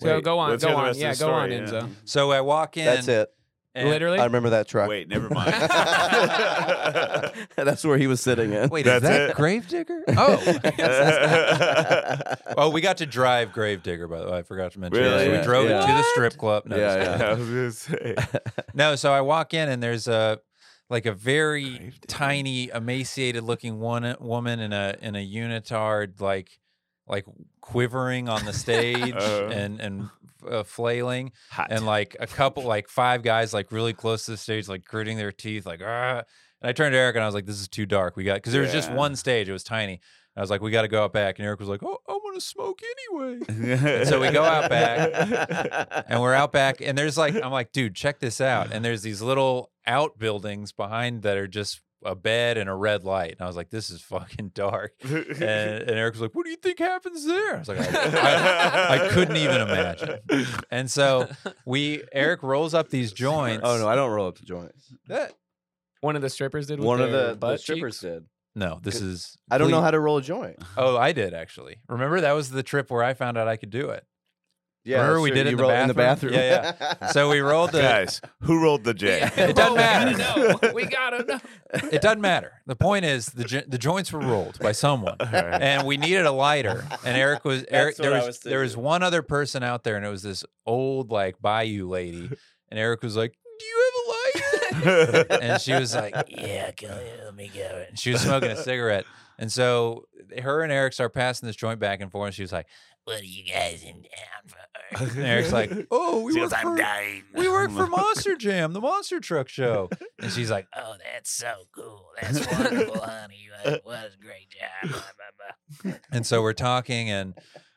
[SPEAKER 3] So
[SPEAKER 1] Wait,
[SPEAKER 3] go on.
[SPEAKER 1] let's hear
[SPEAKER 3] Go
[SPEAKER 1] the
[SPEAKER 3] on.
[SPEAKER 1] rest of
[SPEAKER 3] Yeah,
[SPEAKER 1] the
[SPEAKER 3] go on,
[SPEAKER 1] story, yeah.
[SPEAKER 3] Enzo.
[SPEAKER 2] So I walk in.
[SPEAKER 5] That's it.
[SPEAKER 2] and-
[SPEAKER 3] Literally.
[SPEAKER 5] I remember that track. *laughs*
[SPEAKER 1] Wait, never
[SPEAKER 2] *laughs*
[SPEAKER 1] mind. *laughs*
[SPEAKER 5] That's where he was sitting in.
[SPEAKER 2] Wait,
[SPEAKER 1] That's
[SPEAKER 2] is that
[SPEAKER 1] it. *laughs*
[SPEAKER 2] Gravedigger? Oh,
[SPEAKER 5] yeah,
[SPEAKER 2] oh, we got to drive Gravedigger. By the way, I forgot to mention.
[SPEAKER 1] Really?
[SPEAKER 2] So we
[SPEAKER 1] Yeah.
[SPEAKER 2] drove it to the
[SPEAKER 3] What?
[SPEAKER 2] strip club. No, just kidding.
[SPEAKER 5] yeah.
[SPEAKER 1] I was gonna say.
[SPEAKER 2] No, so I walk in and there's a like a very tiny, emaciated looking one woman in a in a unitard, like like quivering on the stage
[SPEAKER 1] Uh.
[SPEAKER 2] and and uh, flailing,
[SPEAKER 1] Hot.
[SPEAKER 2] and like a couple, like five guys, like really close to the stage, like gritting their teeth, like ah. And I turned to Eric and I was like, "This is too dark. We got because there was just
[SPEAKER 1] Yeah.
[SPEAKER 2] one stage. It was tiny." I was like, "We got to go out back." And Eric was like, "Oh, I want to smoke anyway." so we go
[SPEAKER 1] *laughs*
[SPEAKER 2] out
[SPEAKER 5] back.
[SPEAKER 2] and we're out back and there's like i'm like dude check this out and there's these little outbuildings behind that are just a bed and a red light and i was like this is fucking dark
[SPEAKER 5] *laughs*
[SPEAKER 2] and, and eric was like what do you think happens there i was like I, I, I couldn't even imagine and so we eric rolls up these joints
[SPEAKER 5] *laughs* *laughs* Oh no, I don't roll up the joints.
[SPEAKER 2] That-
[SPEAKER 3] *laughs* One of the strippers did. With
[SPEAKER 5] One of
[SPEAKER 3] their
[SPEAKER 5] the,
[SPEAKER 3] butt
[SPEAKER 5] the
[SPEAKER 3] cheeks?
[SPEAKER 5] strippers did.
[SPEAKER 2] no this is
[SPEAKER 5] I don't know
[SPEAKER 2] ple-
[SPEAKER 5] how to roll a joint.
[SPEAKER 2] oh i did actually remember that was the trip where i found out i could do it
[SPEAKER 5] Yeah,
[SPEAKER 2] Remember
[SPEAKER 5] that's
[SPEAKER 2] we
[SPEAKER 5] true.
[SPEAKER 2] did it
[SPEAKER 5] You
[SPEAKER 2] in the
[SPEAKER 5] roll
[SPEAKER 2] bathroom? Yeah,
[SPEAKER 5] *laughs* yeah.
[SPEAKER 2] so we rolled the
[SPEAKER 1] Guys, who
[SPEAKER 3] *laughs*
[SPEAKER 1] rolled the J? *laughs*
[SPEAKER 3] Yeah.
[SPEAKER 2] It doesn't
[SPEAKER 3] Oh, we gotta
[SPEAKER 1] matter.
[SPEAKER 3] know. *laughs* We gotta know.
[SPEAKER 2] it doesn't matter the point is the, jo- the joints were rolled by someone
[SPEAKER 1] All *laughs* right.
[SPEAKER 2] and we needed a lighter. And Eric
[SPEAKER 5] *laughs*
[SPEAKER 2] was Eric.
[SPEAKER 5] That's
[SPEAKER 2] There
[SPEAKER 5] what I
[SPEAKER 2] was,
[SPEAKER 5] was
[SPEAKER 2] there was
[SPEAKER 5] thinking.
[SPEAKER 2] one other person out there, and it was this old like Bayou lady. And Eric was like, "Do you have a lighter?" and she was
[SPEAKER 5] *laughs*
[SPEAKER 2] like, "Yeah, go ahead, let me get it." And she was smoking a cigarette. And so her and Eric start passing this joint back and forth. And she was like, "What are you guys in town for?" And *laughs* Eric's
[SPEAKER 1] *laughs*
[SPEAKER 5] *laughs*
[SPEAKER 2] like, "Oh, we work for we work for Monster Jam, the Monster Truck Show." And she's like,
[SPEAKER 6] Oh, that's so cool. That's wonderful, honey. What, what a great job. Blah, blah, blah.
[SPEAKER 2] and so we're talking and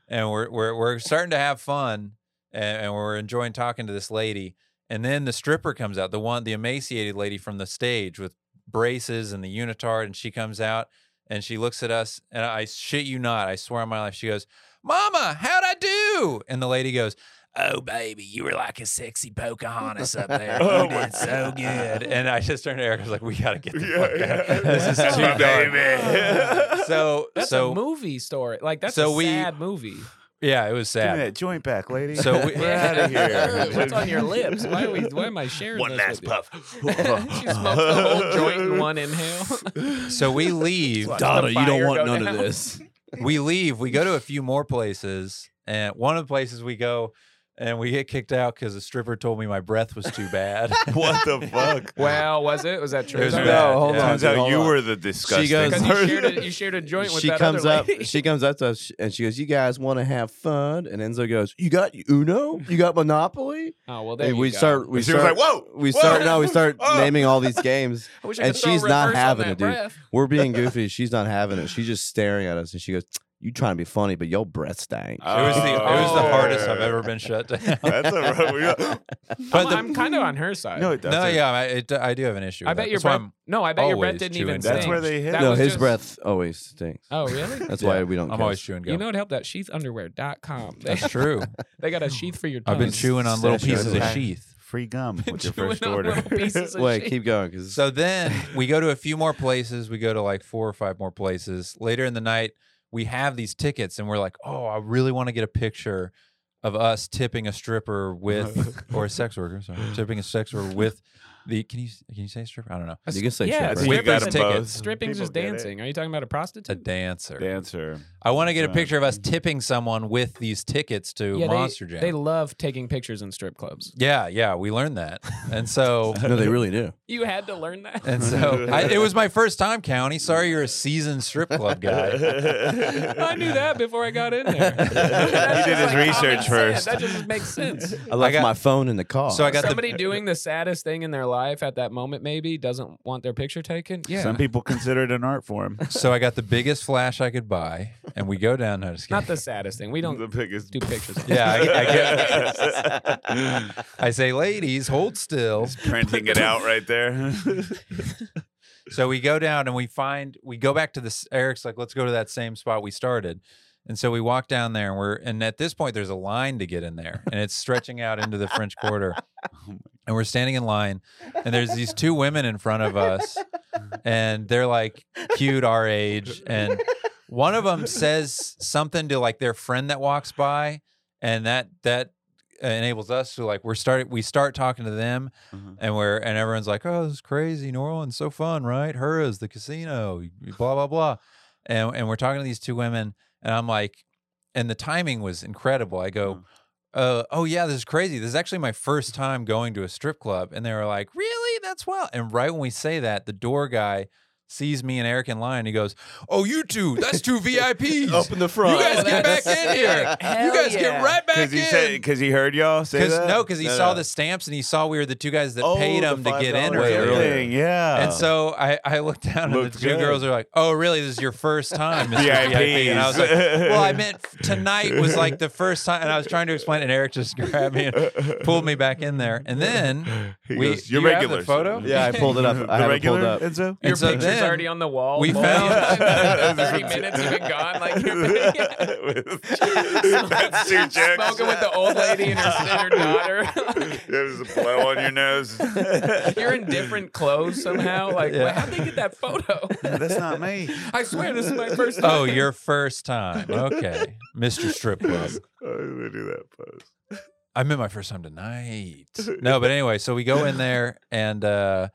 [SPEAKER 2] and we're we're we're starting to have fun and, and we're enjoying talking to this lady and then the stripper comes out the one the emaciated lady from the stage with braces and the unitard and she comes out and she looks at us and I shit you not I swear on my life she goes mama how'd I do and the lady goes
[SPEAKER 6] Oh, baby, you were like a sexy Pocahontas up there.
[SPEAKER 1] *laughs* Oh,
[SPEAKER 6] You
[SPEAKER 1] my
[SPEAKER 6] did so good.
[SPEAKER 2] good and I just turned to Eric I was like we gotta get the
[SPEAKER 1] Yeah,
[SPEAKER 2] fuck
[SPEAKER 1] yeah. *laughs*
[SPEAKER 2] out *laughs* this is too
[SPEAKER 1] My *laughs*
[SPEAKER 2] dark
[SPEAKER 1] baby.
[SPEAKER 2] *laughs* so
[SPEAKER 3] That's
[SPEAKER 2] so
[SPEAKER 3] a movie story. Like that's
[SPEAKER 2] So
[SPEAKER 3] a
[SPEAKER 2] we-
[SPEAKER 3] sad movie.
[SPEAKER 2] yeah it was
[SPEAKER 1] Give me
[SPEAKER 2] sad
[SPEAKER 1] that joint back, lady.
[SPEAKER 2] so we,
[SPEAKER 1] *laughs*
[SPEAKER 2] *laughs*
[SPEAKER 1] We're
[SPEAKER 3] *laughs*
[SPEAKER 1] outta here.
[SPEAKER 3] What's on your lips? Why are we? Why am I sharing
[SPEAKER 1] one last
[SPEAKER 3] this with you?
[SPEAKER 1] puff. she smoked
[SPEAKER 3] *laughs* She smoked
[SPEAKER 1] *laughs*
[SPEAKER 3] the whole joint
[SPEAKER 2] *laughs*
[SPEAKER 3] in one inhale.
[SPEAKER 2] so we leave
[SPEAKER 3] Watch the fire go down. *laughs*
[SPEAKER 5] this.
[SPEAKER 2] we leave. We go to a few more places, and one of the places we go, and we get kicked out because a stripper told me my breath was too bad.
[SPEAKER 1] *laughs* *laughs* What the fuck?
[SPEAKER 3] *laughs* Well, was it? Was that true?
[SPEAKER 2] It was
[SPEAKER 3] though?
[SPEAKER 2] bad.
[SPEAKER 5] No, hold
[SPEAKER 2] yeah.
[SPEAKER 5] on.
[SPEAKER 1] Turns out
[SPEAKER 5] hold
[SPEAKER 1] you
[SPEAKER 5] on.
[SPEAKER 1] were the disgusting.
[SPEAKER 5] goes-
[SPEAKER 3] Because you
[SPEAKER 1] person.
[SPEAKER 3] shared
[SPEAKER 1] *laughs*
[SPEAKER 3] a, you shared a joint with
[SPEAKER 5] she
[SPEAKER 3] that
[SPEAKER 5] comes
[SPEAKER 3] other
[SPEAKER 5] up.
[SPEAKER 3] lady.
[SPEAKER 5] She comes up to us and she goes, "You guys want to have fun?" And Enzo goes, "You got Uno? You got Monopoly?"
[SPEAKER 3] *laughs* Oh well, there
[SPEAKER 5] And
[SPEAKER 3] you
[SPEAKER 5] we
[SPEAKER 3] go.
[SPEAKER 5] start. We
[SPEAKER 1] she
[SPEAKER 5] start.
[SPEAKER 1] was like, "Whoa!"
[SPEAKER 5] we
[SPEAKER 1] whoa,
[SPEAKER 5] start. Now we start
[SPEAKER 1] *laughs* oh."
[SPEAKER 5] naming all these games.
[SPEAKER 3] I wish I
[SPEAKER 5] and
[SPEAKER 3] could throw a
[SPEAKER 5] she's not
[SPEAKER 3] reverse on
[SPEAKER 5] having
[SPEAKER 3] that
[SPEAKER 5] it, dude.
[SPEAKER 3] breath.
[SPEAKER 1] *laughs*
[SPEAKER 5] We're being goofy. She's not having it. She's just staring at us, and she goes, "You trying to be funny, but your breath stank."
[SPEAKER 2] *laughs* It was the, it was the
[SPEAKER 3] Oh.
[SPEAKER 2] hardest I've ever been
[SPEAKER 1] Oh.
[SPEAKER 2] shut *laughs* down.
[SPEAKER 1] Uh, That's a rough. we
[SPEAKER 5] *laughs*
[SPEAKER 1] got-
[SPEAKER 2] But
[SPEAKER 3] I'm,
[SPEAKER 2] the-
[SPEAKER 3] I'm kind of on her side.
[SPEAKER 1] No, it doesn't.
[SPEAKER 2] no, yeah, I, it, I do have an issue.
[SPEAKER 3] I
[SPEAKER 2] with that.
[SPEAKER 3] bet your
[SPEAKER 2] That's why
[SPEAKER 3] breath.
[SPEAKER 2] I'm-
[SPEAKER 3] No, I bet your breath
[SPEAKER 2] always
[SPEAKER 3] didn't
[SPEAKER 2] chewing gum.
[SPEAKER 3] even.
[SPEAKER 1] That's
[SPEAKER 3] stink.
[SPEAKER 1] where they hit.
[SPEAKER 3] That
[SPEAKER 5] no,
[SPEAKER 3] was
[SPEAKER 5] his
[SPEAKER 3] just-
[SPEAKER 5] breath always stinks.
[SPEAKER 3] Oh really?
[SPEAKER 5] That's
[SPEAKER 2] Yeah.
[SPEAKER 5] why we don't.
[SPEAKER 2] I'm
[SPEAKER 5] kiss.
[SPEAKER 2] always chewing gum.
[SPEAKER 3] You know what helped out? Sheathunderwear.com. They, *laughs*
[SPEAKER 2] That's true.
[SPEAKER 3] they got a sheath for your tongue. *laughs*
[SPEAKER 2] I've been chewing on little
[SPEAKER 5] Session.
[SPEAKER 2] pieces of
[SPEAKER 1] Okay.
[SPEAKER 2] sheath
[SPEAKER 1] free gum
[SPEAKER 3] Been
[SPEAKER 1] with
[SPEAKER 2] *laughs*
[SPEAKER 1] your
[SPEAKER 3] chewing
[SPEAKER 1] first
[SPEAKER 3] on
[SPEAKER 1] order.
[SPEAKER 3] little pieces
[SPEAKER 5] *laughs*
[SPEAKER 3] of
[SPEAKER 5] Wait,
[SPEAKER 3] shit.
[SPEAKER 5] keep going because
[SPEAKER 2] So then we go to a few more places. We go to like four or five more places. Later in the night, we have these tickets and we're like, oh, I really want to get a picture of us tipping a stripper with, or a sex worker, sorry, tipping a sex worker with the, can you, can you say stripper? I don't know.
[SPEAKER 5] you can say
[SPEAKER 3] yeah,
[SPEAKER 5] shit,
[SPEAKER 1] That's
[SPEAKER 5] right?
[SPEAKER 1] we
[SPEAKER 3] strippers
[SPEAKER 1] got 'em
[SPEAKER 3] and
[SPEAKER 1] both.
[SPEAKER 3] tickets. Stripping's
[SPEAKER 1] People
[SPEAKER 3] just
[SPEAKER 1] get it.
[SPEAKER 3] dancing. Are you talking about a
[SPEAKER 2] A
[SPEAKER 3] prostitute?
[SPEAKER 2] dancer. *laughs*
[SPEAKER 1] Dancer.
[SPEAKER 2] I want to get a
[SPEAKER 1] Yeah.
[SPEAKER 2] picture of us tipping someone with these tickets to
[SPEAKER 3] yeah,
[SPEAKER 2] Monster
[SPEAKER 3] they,
[SPEAKER 2] Jam.
[SPEAKER 3] they love taking pictures in strip clubs.
[SPEAKER 2] yeah, yeah, we learned that. And so
[SPEAKER 5] No, they really do.
[SPEAKER 3] You had to learn that.
[SPEAKER 2] And so I, it was my first time, County. Sorry, you're a seasoned strip club
[SPEAKER 1] *laughs*
[SPEAKER 2] guy.
[SPEAKER 3] I knew that before I got in there.
[SPEAKER 2] He
[SPEAKER 3] That's
[SPEAKER 1] did
[SPEAKER 3] just
[SPEAKER 1] his
[SPEAKER 3] like common
[SPEAKER 1] research
[SPEAKER 3] sense.
[SPEAKER 1] first.
[SPEAKER 3] That just makes sense.
[SPEAKER 5] I left
[SPEAKER 2] got-
[SPEAKER 5] my phone in the car.
[SPEAKER 2] So I got the-
[SPEAKER 3] Somebody doing the saddest thing in their life at that moment maybe doesn't want their picture taken. Yeah.
[SPEAKER 1] *laughs* Some people consider it an art form.
[SPEAKER 2] So I got the biggest flash I could buy, and we go down. No, just
[SPEAKER 3] Not the
[SPEAKER 2] kidding.
[SPEAKER 3] saddest thing. We
[SPEAKER 1] the
[SPEAKER 3] don't
[SPEAKER 1] biggest. *laughs*
[SPEAKER 3] do pictures.
[SPEAKER 2] Yeah, I, I, get,
[SPEAKER 1] get
[SPEAKER 2] I say, ladies, hold still.
[SPEAKER 1] *laughs* printing it out right there.
[SPEAKER 2] So we go down and we find we go back to this. Eric's like, let's go to that same spot we started. And so we walk down there, and we're and at this point there's a line to get in there, and it's stretching out into the French Quarter. And we're standing in line, and there's these two women in front of us, and they're like cute our age, and one of them says something to like their friend that walks by, and that that uh, enables us to like we're started we start talking to them, and where and everyone's like, "Oh, this is crazy, New Orleans, so fun, right? Her is the casino, blah blah blah," and and we're talking to these two women, and I'm like, and the timing was incredible. I go, uh, "Oh yeah, this is crazy. This is actually my first time going to a strip club," and they were like, "Really? That's wild." And right when we say that, the door guy sees me and Eric in line. He goes, "Oh, you two, that's two
[SPEAKER 1] *laughs*
[SPEAKER 2] VIPs."
[SPEAKER 5] *laughs*
[SPEAKER 1] Oh,
[SPEAKER 5] up in the front.
[SPEAKER 2] You guys get back
[SPEAKER 3] that's
[SPEAKER 2] in here. *laughs*
[SPEAKER 6] sick. Hell
[SPEAKER 2] you guys
[SPEAKER 6] yeah.
[SPEAKER 2] get right back in.
[SPEAKER 1] Because he said, because he heard y'all say
[SPEAKER 2] Cause,
[SPEAKER 1] that. Uh,
[SPEAKER 2] no, because he
[SPEAKER 1] No,
[SPEAKER 2] saw
[SPEAKER 1] no.
[SPEAKER 2] the stamps and he saw we were the two guys that
[SPEAKER 1] Oh,
[SPEAKER 2] paid
[SPEAKER 1] the
[SPEAKER 2] him to get in
[SPEAKER 1] $5
[SPEAKER 5] way
[SPEAKER 2] earlier.
[SPEAKER 5] earlier.
[SPEAKER 1] thing, Yeah.
[SPEAKER 2] And so I, I looked down and the
[SPEAKER 1] Looked
[SPEAKER 2] two
[SPEAKER 1] good.
[SPEAKER 2] girls are like, "Oh, really? This is your first time, Mr. VIP?" And I
[SPEAKER 1] *laughs*
[SPEAKER 2] was like,
[SPEAKER 1] VIPs.
[SPEAKER 2] "Well, I meant f- tonight was like the first time." And I was trying to explain, and Eric just *laughs* grabbed me and pulled me back in there. And then
[SPEAKER 1] *laughs* He
[SPEAKER 2] we-
[SPEAKER 1] goes, "You're
[SPEAKER 2] you have the
[SPEAKER 1] regulars."
[SPEAKER 2] photo?
[SPEAKER 5] Yeah, I pulled
[SPEAKER 1] *laughs*
[SPEAKER 5] it up.
[SPEAKER 1] The
[SPEAKER 5] I have it
[SPEAKER 1] regular
[SPEAKER 5] pulled up.
[SPEAKER 1] Enzo.
[SPEAKER 2] And
[SPEAKER 3] Your
[SPEAKER 2] so
[SPEAKER 3] picture's
[SPEAKER 2] then
[SPEAKER 3] already on the wall.
[SPEAKER 2] we
[SPEAKER 3] boy.
[SPEAKER 2] found-
[SPEAKER 3] *laughs* thirty minutes have been gone.
[SPEAKER 1] *laughs*
[SPEAKER 3] *laughs* Like you're
[SPEAKER 1] That's two chicks.
[SPEAKER 3] smoking with the old lady and her, and her daughter. *laughs*
[SPEAKER 1] There's a blow on your nose.
[SPEAKER 3] you're in different clothes somehow. Like
[SPEAKER 2] Yeah.
[SPEAKER 3] how'd they get that photo? Oh,
[SPEAKER 1] That's not me.
[SPEAKER 3] I swear this
[SPEAKER 1] *laughs*
[SPEAKER 3] is my first time.
[SPEAKER 2] oh, your first time, okay, Mr. Strip Club.
[SPEAKER 1] I would do that pose.
[SPEAKER 2] I meant my first time
[SPEAKER 5] *laughs*
[SPEAKER 2] tonight. No, but anyway, so we go in there and uh,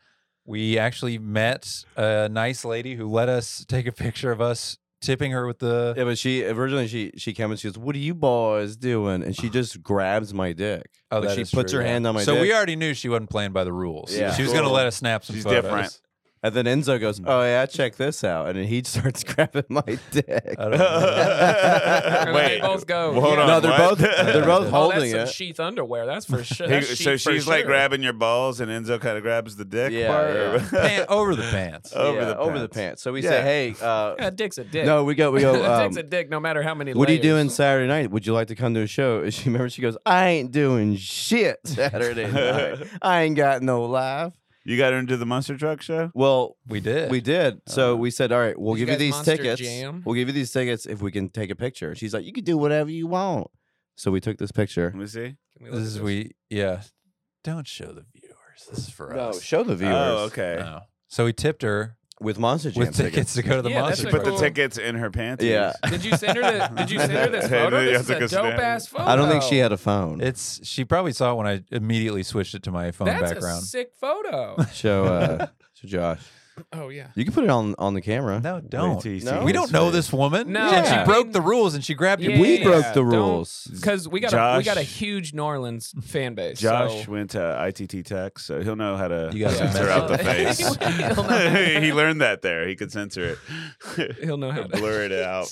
[SPEAKER 2] we actually met a nice lady who let us take a picture of us tipping her with the.
[SPEAKER 5] Yeah, but she originally she she came and she goes, "What are you boys doing?" And she just grabs my dick.
[SPEAKER 2] Oh,
[SPEAKER 5] Like,
[SPEAKER 2] that
[SPEAKER 5] she
[SPEAKER 2] is
[SPEAKER 5] puts
[SPEAKER 2] true,
[SPEAKER 5] her
[SPEAKER 2] yeah.
[SPEAKER 5] hand on my
[SPEAKER 2] so
[SPEAKER 5] dick.
[SPEAKER 2] we already knew she wasn't playing by the rules.
[SPEAKER 5] Yeah.
[SPEAKER 2] she was going to
[SPEAKER 1] Cool.
[SPEAKER 2] let us snap some
[SPEAKER 1] She's
[SPEAKER 2] photos.
[SPEAKER 3] *laughs*
[SPEAKER 1] different.
[SPEAKER 5] and then Enzo goes, "Oh yeah, check this out," and then he *laughs* starts grabbing my dick.
[SPEAKER 2] I don't
[SPEAKER 5] *laughs*
[SPEAKER 2] know.
[SPEAKER 3] Or they both go.
[SPEAKER 1] Well, hold
[SPEAKER 3] yeah.
[SPEAKER 1] on.
[SPEAKER 5] No, they're
[SPEAKER 1] what? *laughs*
[SPEAKER 5] both they're both
[SPEAKER 3] Oh,
[SPEAKER 5] holding
[SPEAKER 3] that's some
[SPEAKER 5] it.
[SPEAKER 3] sheath underwear. That's for sure.
[SPEAKER 1] He-
[SPEAKER 3] That's
[SPEAKER 1] so
[SPEAKER 3] sheath for
[SPEAKER 1] she's like
[SPEAKER 3] sure.
[SPEAKER 1] grabbing your balls, and Enzo kind of grabs the dick
[SPEAKER 5] Yeah,
[SPEAKER 1] part.
[SPEAKER 5] yeah.
[SPEAKER 2] Pant- *laughs* over the pants.
[SPEAKER 1] over,
[SPEAKER 5] Yeah,
[SPEAKER 1] the
[SPEAKER 5] over the
[SPEAKER 1] pants.
[SPEAKER 5] pants. So we
[SPEAKER 1] Yeah.
[SPEAKER 5] say, "Hey, uh,
[SPEAKER 3] Yeah, dick's a dick. *laughs*
[SPEAKER 5] no, we go, we go."
[SPEAKER 3] a
[SPEAKER 5] Um,
[SPEAKER 3] dick's a dick, no matter how many.
[SPEAKER 5] what are you
[SPEAKER 3] layers.
[SPEAKER 5] doing Saturday night? Would you like to come to a show? And she *laughs* remembers she goes, I ain't doing shit Saturday night. I ain't got no life.
[SPEAKER 1] *laughs* You got her into the monster truck show.
[SPEAKER 5] Well,
[SPEAKER 2] We did.
[SPEAKER 5] We did. So we said, all right, we'll
[SPEAKER 3] Uh-huh. Did you
[SPEAKER 5] give you
[SPEAKER 3] guys
[SPEAKER 5] these
[SPEAKER 3] Monster
[SPEAKER 5] tickets.
[SPEAKER 3] Jam?
[SPEAKER 5] We'll give you these tickets if we can take a picture. And she's like, you can do whatever you want. So we took this picture.
[SPEAKER 1] Let me see.
[SPEAKER 3] Can we look
[SPEAKER 2] This
[SPEAKER 3] at
[SPEAKER 2] is we. Yeah. Don't show the viewers. This is for
[SPEAKER 5] No, eh.
[SPEAKER 2] us.
[SPEAKER 5] show the viewers.
[SPEAKER 1] Oh, okay.
[SPEAKER 3] Uh,
[SPEAKER 2] No. So we tipped her
[SPEAKER 5] With Monster Jam
[SPEAKER 2] with tickets to go to the
[SPEAKER 3] Yeah, that's
[SPEAKER 2] monster.
[SPEAKER 3] a
[SPEAKER 1] Put
[SPEAKER 2] Truck.
[SPEAKER 1] the
[SPEAKER 3] cool-
[SPEAKER 1] tickets in her panties.
[SPEAKER 5] Yeah.
[SPEAKER 3] Did you send her? The,
[SPEAKER 5] *laughs*
[SPEAKER 3] did you send her this
[SPEAKER 1] Hey,
[SPEAKER 3] photo?
[SPEAKER 1] you
[SPEAKER 3] this
[SPEAKER 1] took a
[SPEAKER 3] is a
[SPEAKER 1] snap.
[SPEAKER 3] dope ass photo.
[SPEAKER 5] I don't think
[SPEAKER 3] Oh.
[SPEAKER 5] she had a phone.
[SPEAKER 2] It's she probably saw it when I immediately switched it to my phone
[SPEAKER 3] That's
[SPEAKER 2] background.
[SPEAKER 3] a sick
[SPEAKER 1] *laughs*
[SPEAKER 3] photo.
[SPEAKER 5] show,
[SPEAKER 3] *laughs*
[SPEAKER 5] uh, show Josh.
[SPEAKER 3] oh yeah.
[SPEAKER 5] You can put it on, on the camera.
[SPEAKER 2] No,
[SPEAKER 1] Wait
[SPEAKER 2] don't.
[SPEAKER 1] till you see
[SPEAKER 5] No?
[SPEAKER 1] his
[SPEAKER 2] We don't know
[SPEAKER 1] face.
[SPEAKER 2] this woman.
[SPEAKER 3] No.
[SPEAKER 2] And
[SPEAKER 5] Yeah.
[SPEAKER 2] she broke the rules and she grabbed your
[SPEAKER 3] Yeah.
[SPEAKER 5] We broke the
[SPEAKER 3] don't-
[SPEAKER 5] rules.
[SPEAKER 3] Because we got a we got a
[SPEAKER 1] Josh-
[SPEAKER 3] huge New Orleans fan base.
[SPEAKER 1] Josh
[SPEAKER 3] so-
[SPEAKER 1] went to ITT Tech, so he'll know how to
[SPEAKER 2] You gotta
[SPEAKER 1] censor
[SPEAKER 2] mess
[SPEAKER 1] out
[SPEAKER 3] *laughs*
[SPEAKER 1] the
[SPEAKER 2] up.
[SPEAKER 1] face. *laughs*
[SPEAKER 3] He'll know.
[SPEAKER 1] he learned that there. He could censor it. *laughs*
[SPEAKER 3] he'll know how to.
[SPEAKER 1] Blur
[SPEAKER 3] *laughs*
[SPEAKER 1] it out.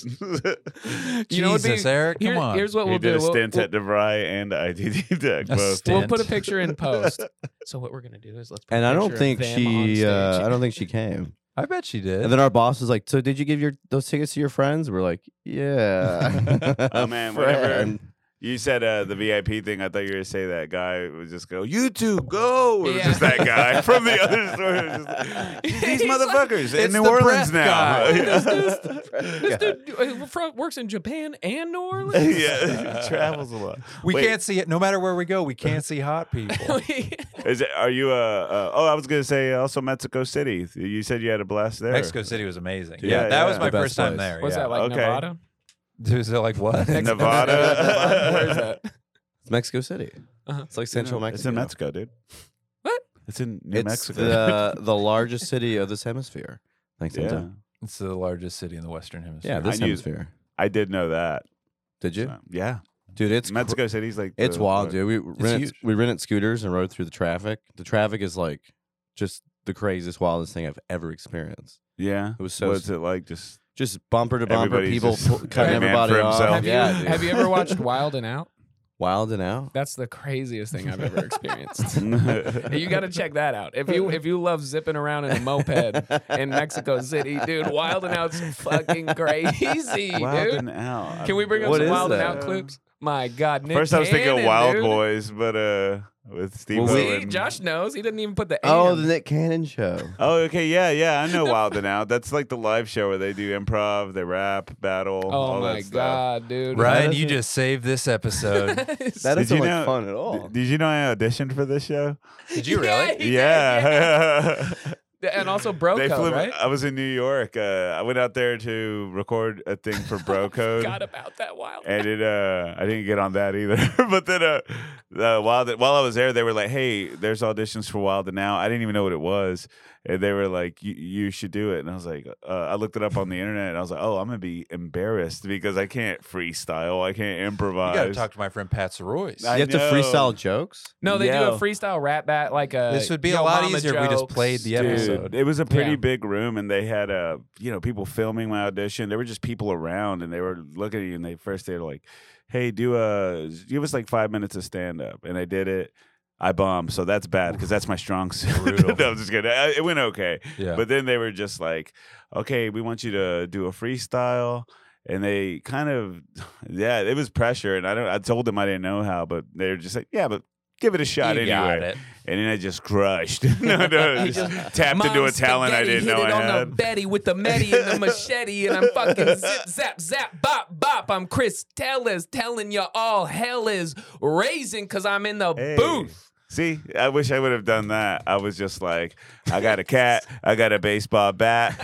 [SPEAKER 3] You know, what'd
[SPEAKER 2] Jesus,
[SPEAKER 3] be-
[SPEAKER 2] Eric,
[SPEAKER 3] here-
[SPEAKER 2] come on.
[SPEAKER 3] Here's what
[SPEAKER 1] he
[SPEAKER 3] we'll
[SPEAKER 1] did
[SPEAKER 3] do.
[SPEAKER 1] a
[SPEAKER 3] We'll-
[SPEAKER 1] stint
[SPEAKER 3] we'll,
[SPEAKER 1] at DeVry and ITT Tech.
[SPEAKER 2] A
[SPEAKER 1] Both.
[SPEAKER 2] stint.
[SPEAKER 3] we'll put a
[SPEAKER 1] *laughs*
[SPEAKER 3] picture in post. so what we're gonna do is let's. Put
[SPEAKER 5] And
[SPEAKER 3] I
[SPEAKER 5] I don't think she uh, I don't think she came.
[SPEAKER 2] I bet she did.
[SPEAKER 5] And then our boss was like, So did you give your those tickets to your friends? We're like, Yeah. *laughs*
[SPEAKER 1] Oh, man, whenever-
[SPEAKER 5] Friend.
[SPEAKER 1] You said uh, the VIP thing. I thought you were gonna say that guy was just go YouTube go. It was
[SPEAKER 3] Yeah.
[SPEAKER 1] just that
[SPEAKER 3] *laughs*
[SPEAKER 1] guy from the other store. It was just, These
[SPEAKER 3] He's like,
[SPEAKER 1] motherfuckers in
[SPEAKER 2] "It's
[SPEAKER 1] New
[SPEAKER 2] the
[SPEAKER 1] Orleans *laughs*
[SPEAKER 2] breath
[SPEAKER 1] now.
[SPEAKER 2] guy."
[SPEAKER 1] yeah,
[SPEAKER 3] This dude uh, fro- works in Japan and New
[SPEAKER 5] *laughs*
[SPEAKER 1] *laughs*
[SPEAKER 3] Orleans. *laughs*
[SPEAKER 1] Yeah, he travels a lot.
[SPEAKER 2] We
[SPEAKER 1] Wait.
[SPEAKER 2] can't see it. No matter where we go,
[SPEAKER 1] *laughs*
[SPEAKER 2] we can't see hot people.
[SPEAKER 1] Is it? Are you? Uh, uh, oh, I was gonna say also Mexico City. You said you had a blast there.
[SPEAKER 2] Mexico City was amazing.
[SPEAKER 1] Yeah,
[SPEAKER 2] Yeah, that
[SPEAKER 1] yeah.
[SPEAKER 2] was my
[SPEAKER 5] The best
[SPEAKER 2] first time
[SPEAKER 5] place.
[SPEAKER 2] there.
[SPEAKER 3] What's
[SPEAKER 2] yeah. *laughs*
[SPEAKER 3] that like
[SPEAKER 1] Okay.
[SPEAKER 3] Nevada?
[SPEAKER 2] Dudes are like, what?
[SPEAKER 3] Mex-
[SPEAKER 5] *laughs*
[SPEAKER 1] Nevada.
[SPEAKER 3] Where's that?
[SPEAKER 5] It's Mexico City.
[SPEAKER 3] Uh-huh.
[SPEAKER 5] It's like Central Mexico.
[SPEAKER 1] It's in Mexico, dude.
[SPEAKER 3] What?
[SPEAKER 1] It's in New
[SPEAKER 5] it's
[SPEAKER 1] Mexico. *laughs*
[SPEAKER 5] the *laughs* the largest city of this hemisphere. Thanks,
[SPEAKER 1] yeah,
[SPEAKER 5] Anton.
[SPEAKER 2] *laughs* It's the largest city in the Western Hemisphere.
[SPEAKER 5] yeah, this
[SPEAKER 1] I knew-
[SPEAKER 5] hemisphere.
[SPEAKER 1] I did know that.
[SPEAKER 5] Did you,
[SPEAKER 1] So, yeah,
[SPEAKER 5] dude? It's cr-
[SPEAKER 1] Mexico City's like
[SPEAKER 5] it's
[SPEAKER 1] the-
[SPEAKER 5] wild,
[SPEAKER 1] the-
[SPEAKER 5] dude. We rented,
[SPEAKER 2] huge.
[SPEAKER 5] we rented scooters and rode through the traffic. The traffic is like just the craziest, wildest thing I've ever experienced.
[SPEAKER 1] Yeah,
[SPEAKER 5] It was so
[SPEAKER 1] What's it like?
[SPEAKER 5] *laughs*
[SPEAKER 1] Just *laughs*
[SPEAKER 5] Just bumper to bumper,
[SPEAKER 1] Everybody's
[SPEAKER 5] people
[SPEAKER 1] just
[SPEAKER 5] pu- cutting
[SPEAKER 3] every man
[SPEAKER 5] everybody
[SPEAKER 1] for
[SPEAKER 5] off.
[SPEAKER 1] himself.
[SPEAKER 3] Have,
[SPEAKER 5] yeah,
[SPEAKER 3] you,
[SPEAKER 5] dude.
[SPEAKER 3] have you ever watched Wild and Out?
[SPEAKER 5] *laughs* wild and out?
[SPEAKER 3] That's the craziest thing I've
[SPEAKER 1] *laughs*
[SPEAKER 3] ever experienced.
[SPEAKER 1] you
[SPEAKER 3] you got to check that out. If you if you love zipping around in a moped in Mexico City, dude, Wild and Out's fucking crazy, dude.
[SPEAKER 1] Wilding out.
[SPEAKER 3] Can we bring up
[SPEAKER 5] What
[SPEAKER 3] some
[SPEAKER 5] is
[SPEAKER 3] Wild and
[SPEAKER 5] that?
[SPEAKER 3] Out clips? My God, Nick
[SPEAKER 1] First, I was thinking
[SPEAKER 3] Cannon,
[SPEAKER 1] Wild
[SPEAKER 3] dude.
[SPEAKER 1] Boys, but uh, with Steve.
[SPEAKER 5] Well, we-
[SPEAKER 3] See, *laughs* Josh knows. He didn't even put the
[SPEAKER 5] Oh,
[SPEAKER 3] and.
[SPEAKER 5] the Nick Cannon show.
[SPEAKER 1] Oh, okay, yeah, yeah, I know Wildin'
[SPEAKER 3] *laughs*
[SPEAKER 1] Out. That's like the live show where they do improv, they rap, battle,
[SPEAKER 3] Oh
[SPEAKER 1] all
[SPEAKER 3] my
[SPEAKER 1] that stuff.
[SPEAKER 3] God, dude!
[SPEAKER 2] Ryan,
[SPEAKER 5] That
[SPEAKER 2] you
[SPEAKER 5] doesn't-
[SPEAKER 2] just saved this
[SPEAKER 3] *laughs*
[SPEAKER 2] episode.
[SPEAKER 5] That
[SPEAKER 1] Did
[SPEAKER 5] doesn't
[SPEAKER 1] you
[SPEAKER 5] look
[SPEAKER 1] know-
[SPEAKER 5] fun at
[SPEAKER 1] D-
[SPEAKER 5] all.
[SPEAKER 1] Did you know I auditioned for this show?
[SPEAKER 2] Did you really?
[SPEAKER 3] *laughs* He did,
[SPEAKER 1] yeah. *laughs*
[SPEAKER 3] and also Bro
[SPEAKER 1] they
[SPEAKER 3] Code,
[SPEAKER 1] flew me-
[SPEAKER 3] right?
[SPEAKER 1] I was in New York. Uh, I went out there to record a thing
[SPEAKER 3] *laughs*
[SPEAKER 1] for Bro Code.
[SPEAKER 3] Forgot about that wild.
[SPEAKER 1] and it uh I didn't get on that either. *laughs* but then uh, uh while the, while I was there, they were like, "Hey, there's auditions for Wild and Now." I didn't even know what it was, and they were like, "You you should do it." And I was like, uh, I looked it up on the internet, and I was like, "Oh, I'm gonna be embarrassed because I can't freestyle, I can't
[SPEAKER 2] You
[SPEAKER 1] improvise."
[SPEAKER 2] got to talk to my friend Pat Soroyce.
[SPEAKER 1] I
[SPEAKER 5] you have to
[SPEAKER 1] know.
[SPEAKER 5] freestyle jokes.
[SPEAKER 3] no, they do
[SPEAKER 1] Yo.
[SPEAKER 3] a freestyle rap bat like a.
[SPEAKER 2] This would be a
[SPEAKER 3] Yo
[SPEAKER 2] lot
[SPEAKER 3] Mama
[SPEAKER 2] easier if we just
[SPEAKER 3] jokes.
[SPEAKER 2] played the
[SPEAKER 1] Dude,
[SPEAKER 2] episode.
[SPEAKER 1] it was a pretty
[SPEAKER 3] Yeah.
[SPEAKER 1] big room, and they had uh, you know, people filming my audition. There were just people around, and they were looking at you. And they first they were like, "Hey, do a give us like five minutes of stand up," and I did it. I bombed, so that's bad because that's my strong *laughs* suit.
[SPEAKER 2] Brutal.
[SPEAKER 1] no, I'm just kidding. I, it went okay,
[SPEAKER 2] yeah.
[SPEAKER 1] but then they were just like, "Okay, we want you to do a freestyle." And they kind of, *sighs* yeah, it was pressure, and I don't. I told them I didn't know how, but they're just like, "Yeah, but give it a shot
[SPEAKER 2] you
[SPEAKER 1] anyway."
[SPEAKER 2] got it.
[SPEAKER 1] and then I just crushed. *laughs* no, no,
[SPEAKER 3] You
[SPEAKER 1] just
[SPEAKER 3] just-
[SPEAKER 1] tapped into a
[SPEAKER 3] Mom's
[SPEAKER 1] talent I
[SPEAKER 3] spaghetti
[SPEAKER 1] didn't
[SPEAKER 3] hit
[SPEAKER 1] know I
[SPEAKER 3] it on
[SPEAKER 1] had.
[SPEAKER 3] the Betty with the Medi and
[SPEAKER 1] *laughs*
[SPEAKER 3] the machete, and I'm fucking zip, zap, zap, bop, bop. I'm Chris Tellers telling you all hell is raising because I'm in the
[SPEAKER 1] Hey.
[SPEAKER 3] booth.
[SPEAKER 1] See, I wish I would have done that. I was just like, I got a cat, I got a baseball
[SPEAKER 3] *laughs*
[SPEAKER 1] bat,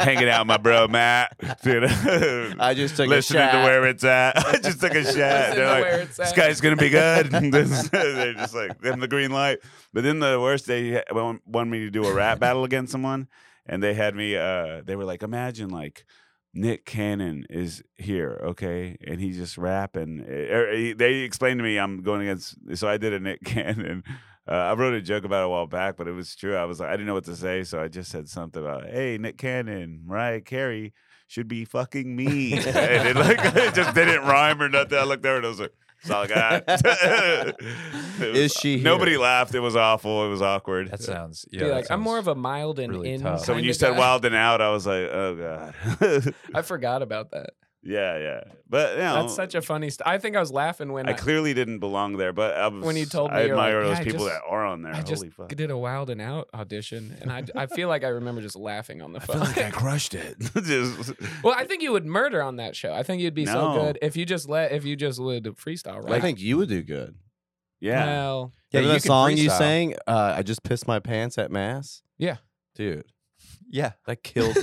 [SPEAKER 1] hanging out with my bro Matt. Dude,
[SPEAKER 5] I just took a
[SPEAKER 1] listening to
[SPEAKER 5] shot.
[SPEAKER 1] where it's at. *laughs* I just
[SPEAKER 3] *laughs*
[SPEAKER 1] took a shot.
[SPEAKER 3] Listening
[SPEAKER 1] They're
[SPEAKER 3] to
[SPEAKER 1] like,
[SPEAKER 3] where it's
[SPEAKER 1] this
[SPEAKER 3] at."
[SPEAKER 1] guy's gonna be good. *laughs* They're just like, give him the green light. But then the worst, they want wanted me to do a rap battle against someone, and they had me. Uh, they were like, imagine like. Nick Cannon is here, okay, and he's just rapping. Er, he- They explained to me I'm going against, so I did a Nick *laughs* Cannon. Uh, I wrote a joke about it a while back, but it was true. I was like, I didn't know what to say, so I just said something about, "Hey, Nick Cannon, Mariah Carey should be fucking me," and it like *laughs* it just didn't rhyme or nothing. I looked over and I was like, "It's all I
[SPEAKER 5] *laughs*
[SPEAKER 1] got." *laughs* It
[SPEAKER 5] Is she here?
[SPEAKER 1] Nobody laughed. It was awful. It was awkward.
[SPEAKER 2] That sounds. Yeah.
[SPEAKER 3] Be
[SPEAKER 2] that
[SPEAKER 3] like, I'm
[SPEAKER 2] sounds-
[SPEAKER 3] more of a mild and
[SPEAKER 2] really
[SPEAKER 3] in.
[SPEAKER 2] tough.
[SPEAKER 1] so when you
[SPEAKER 3] kinda
[SPEAKER 1] said
[SPEAKER 3] guy.
[SPEAKER 1] "wild and out," I was like, "Oh god." *laughs*
[SPEAKER 3] I forgot about that.
[SPEAKER 1] Yeah, yeah, but you know,
[SPEAKER 3] That's such a funny. St- I think I was laughing when
[SPEAKER 1] I
[SPEAKER 3] I,
[SPEAKER 1] clearly didn't belong there, but I was,
[SPEAKER 3] When you told
[SPEAKER 1] I
[SPEAKER 3] me, you're like,
[SPEAKER 1] admire
[SPEAKER 3] "Yeah,
[SPEAKER 1] those
[SPEAKER 3] I
[SPEAKER 1] people
[SPEAKER 3] just-
[SPEAKER 1] that are on there.
[SPEAKER 3] I just
[SPEAKER 1] Holy fuck!
[SPEAKER 3] did a Wild and Out audition, and I, I feel like I remember just laughing on the phone.
[SPEAKER 1] crushed it.
[SPEAKER 3] *laughs*
[SPEAKER 1] *laughs* just,
[SPEAKER 3] well, I think you would murder on that show. I think you'd be
[SPEAKER 1] No.
[SPEAKER 3] so good if you just let if you just would freestyle. Right?
[SPEAKER 5] I think you would do good.
[SPEAKER 1] yeah,
[SPEAKER 3] Well,
[SPEAKER 2] Yeah, you
[SPEAKER 5] Yeah, Remember that
[SPEAKER 2] can
[SPEAKER 5] song you
[SPEAKER 2] freestyle.
[SPEAKER 5] sang? Uh, I just pissed my pants at mass.
[SPEAKER 3] Yeah.
[SPEAKER 5] dude,
[SPEAKER 2] Yeah.
[SPEAKER 3] *laughs*
[SPEAKER 5] that killed.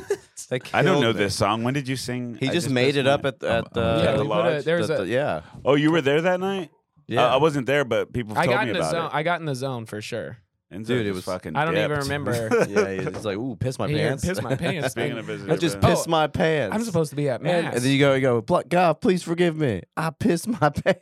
[SPEAKER 5] that killed
[SPEAKER 1] I don't know
[SPEAKER 5] me.
[SPEAKER 1] this song. When did you sing?
[SPEAKER 5] He
[SPEAKER 1] I
[SPEAKER 5] just, made
[SPEAKER 1] missed
[SPEAKER 5] it
[SPEAKER 1] my-
[SPEAKER 5] up at the,
[SPEAKER 2] I'm-
[SPEAKER 5] at the,
[SPEAKER 1] I'm-
[SPEAKER 5] yeah,
[SPEAKER 1] Yeah,
[SPEAKER 5] Uh, the
[SPEAKER 1] we put a-
[SPEAKER 5] lodge.
[SPEAKER 3] there's
[SPEAKER 5] the-
[SPEAKER 3] a-
[SPEAKER 5] the- yeah,
[SPEAKER 1] Oh, you were there that night.
[SPEAKER 5] yeah.
[SPEAKER 1] I, I wasn't there, but people
[SPEAKER 3] I
[SPEAKER 1] told
[SPEAKER 3] got
[SPEAKER 1] me
[SPEAKER 3] in the
[SPEAKER 1] about
[SPEAKER 3] zone.
[SPEAKER 1] it.
[SPEAKER 3] I got in the zone for sure.
[SPEAKER 1] Enzo
[SPEAKER 5] Dude, it
[SPEAKER 1] just
[SPEAKER 5] was-
[SPEAKER 1] fucking.
[SPEAKER 3] I don't even
[SPEAKER 1] dipped.
[SPEAKER 3] remember.
[SPEAKER 5] *laughs* yeah, it's like, ooh, piss my
[SPEAKER 3] Here,
[SPEAKER 5] pants.
[SPEAKER 3] piss
[SPEAKER 5] *laughs*
[SPEAKER 3] my pants.
[SPEAKER 1] Speaking
[SPEAKER 3] I,
[SPEAKER 1] of visitor,
[SPEAKER 5] I just
[SPEAKER 1] room.
[SPEAKER 5] pissed my pants.
[SPEAKER 3] am supposed to be
[SPEAKER 1] *laughs*
[SPEAKER 3] at
[SPEAKER 5] And,
[SPEAKER 3] mass.
[SPEAKER 5] and then you go, you go, "Pl- God, please forgive me. I pissed my *laughs*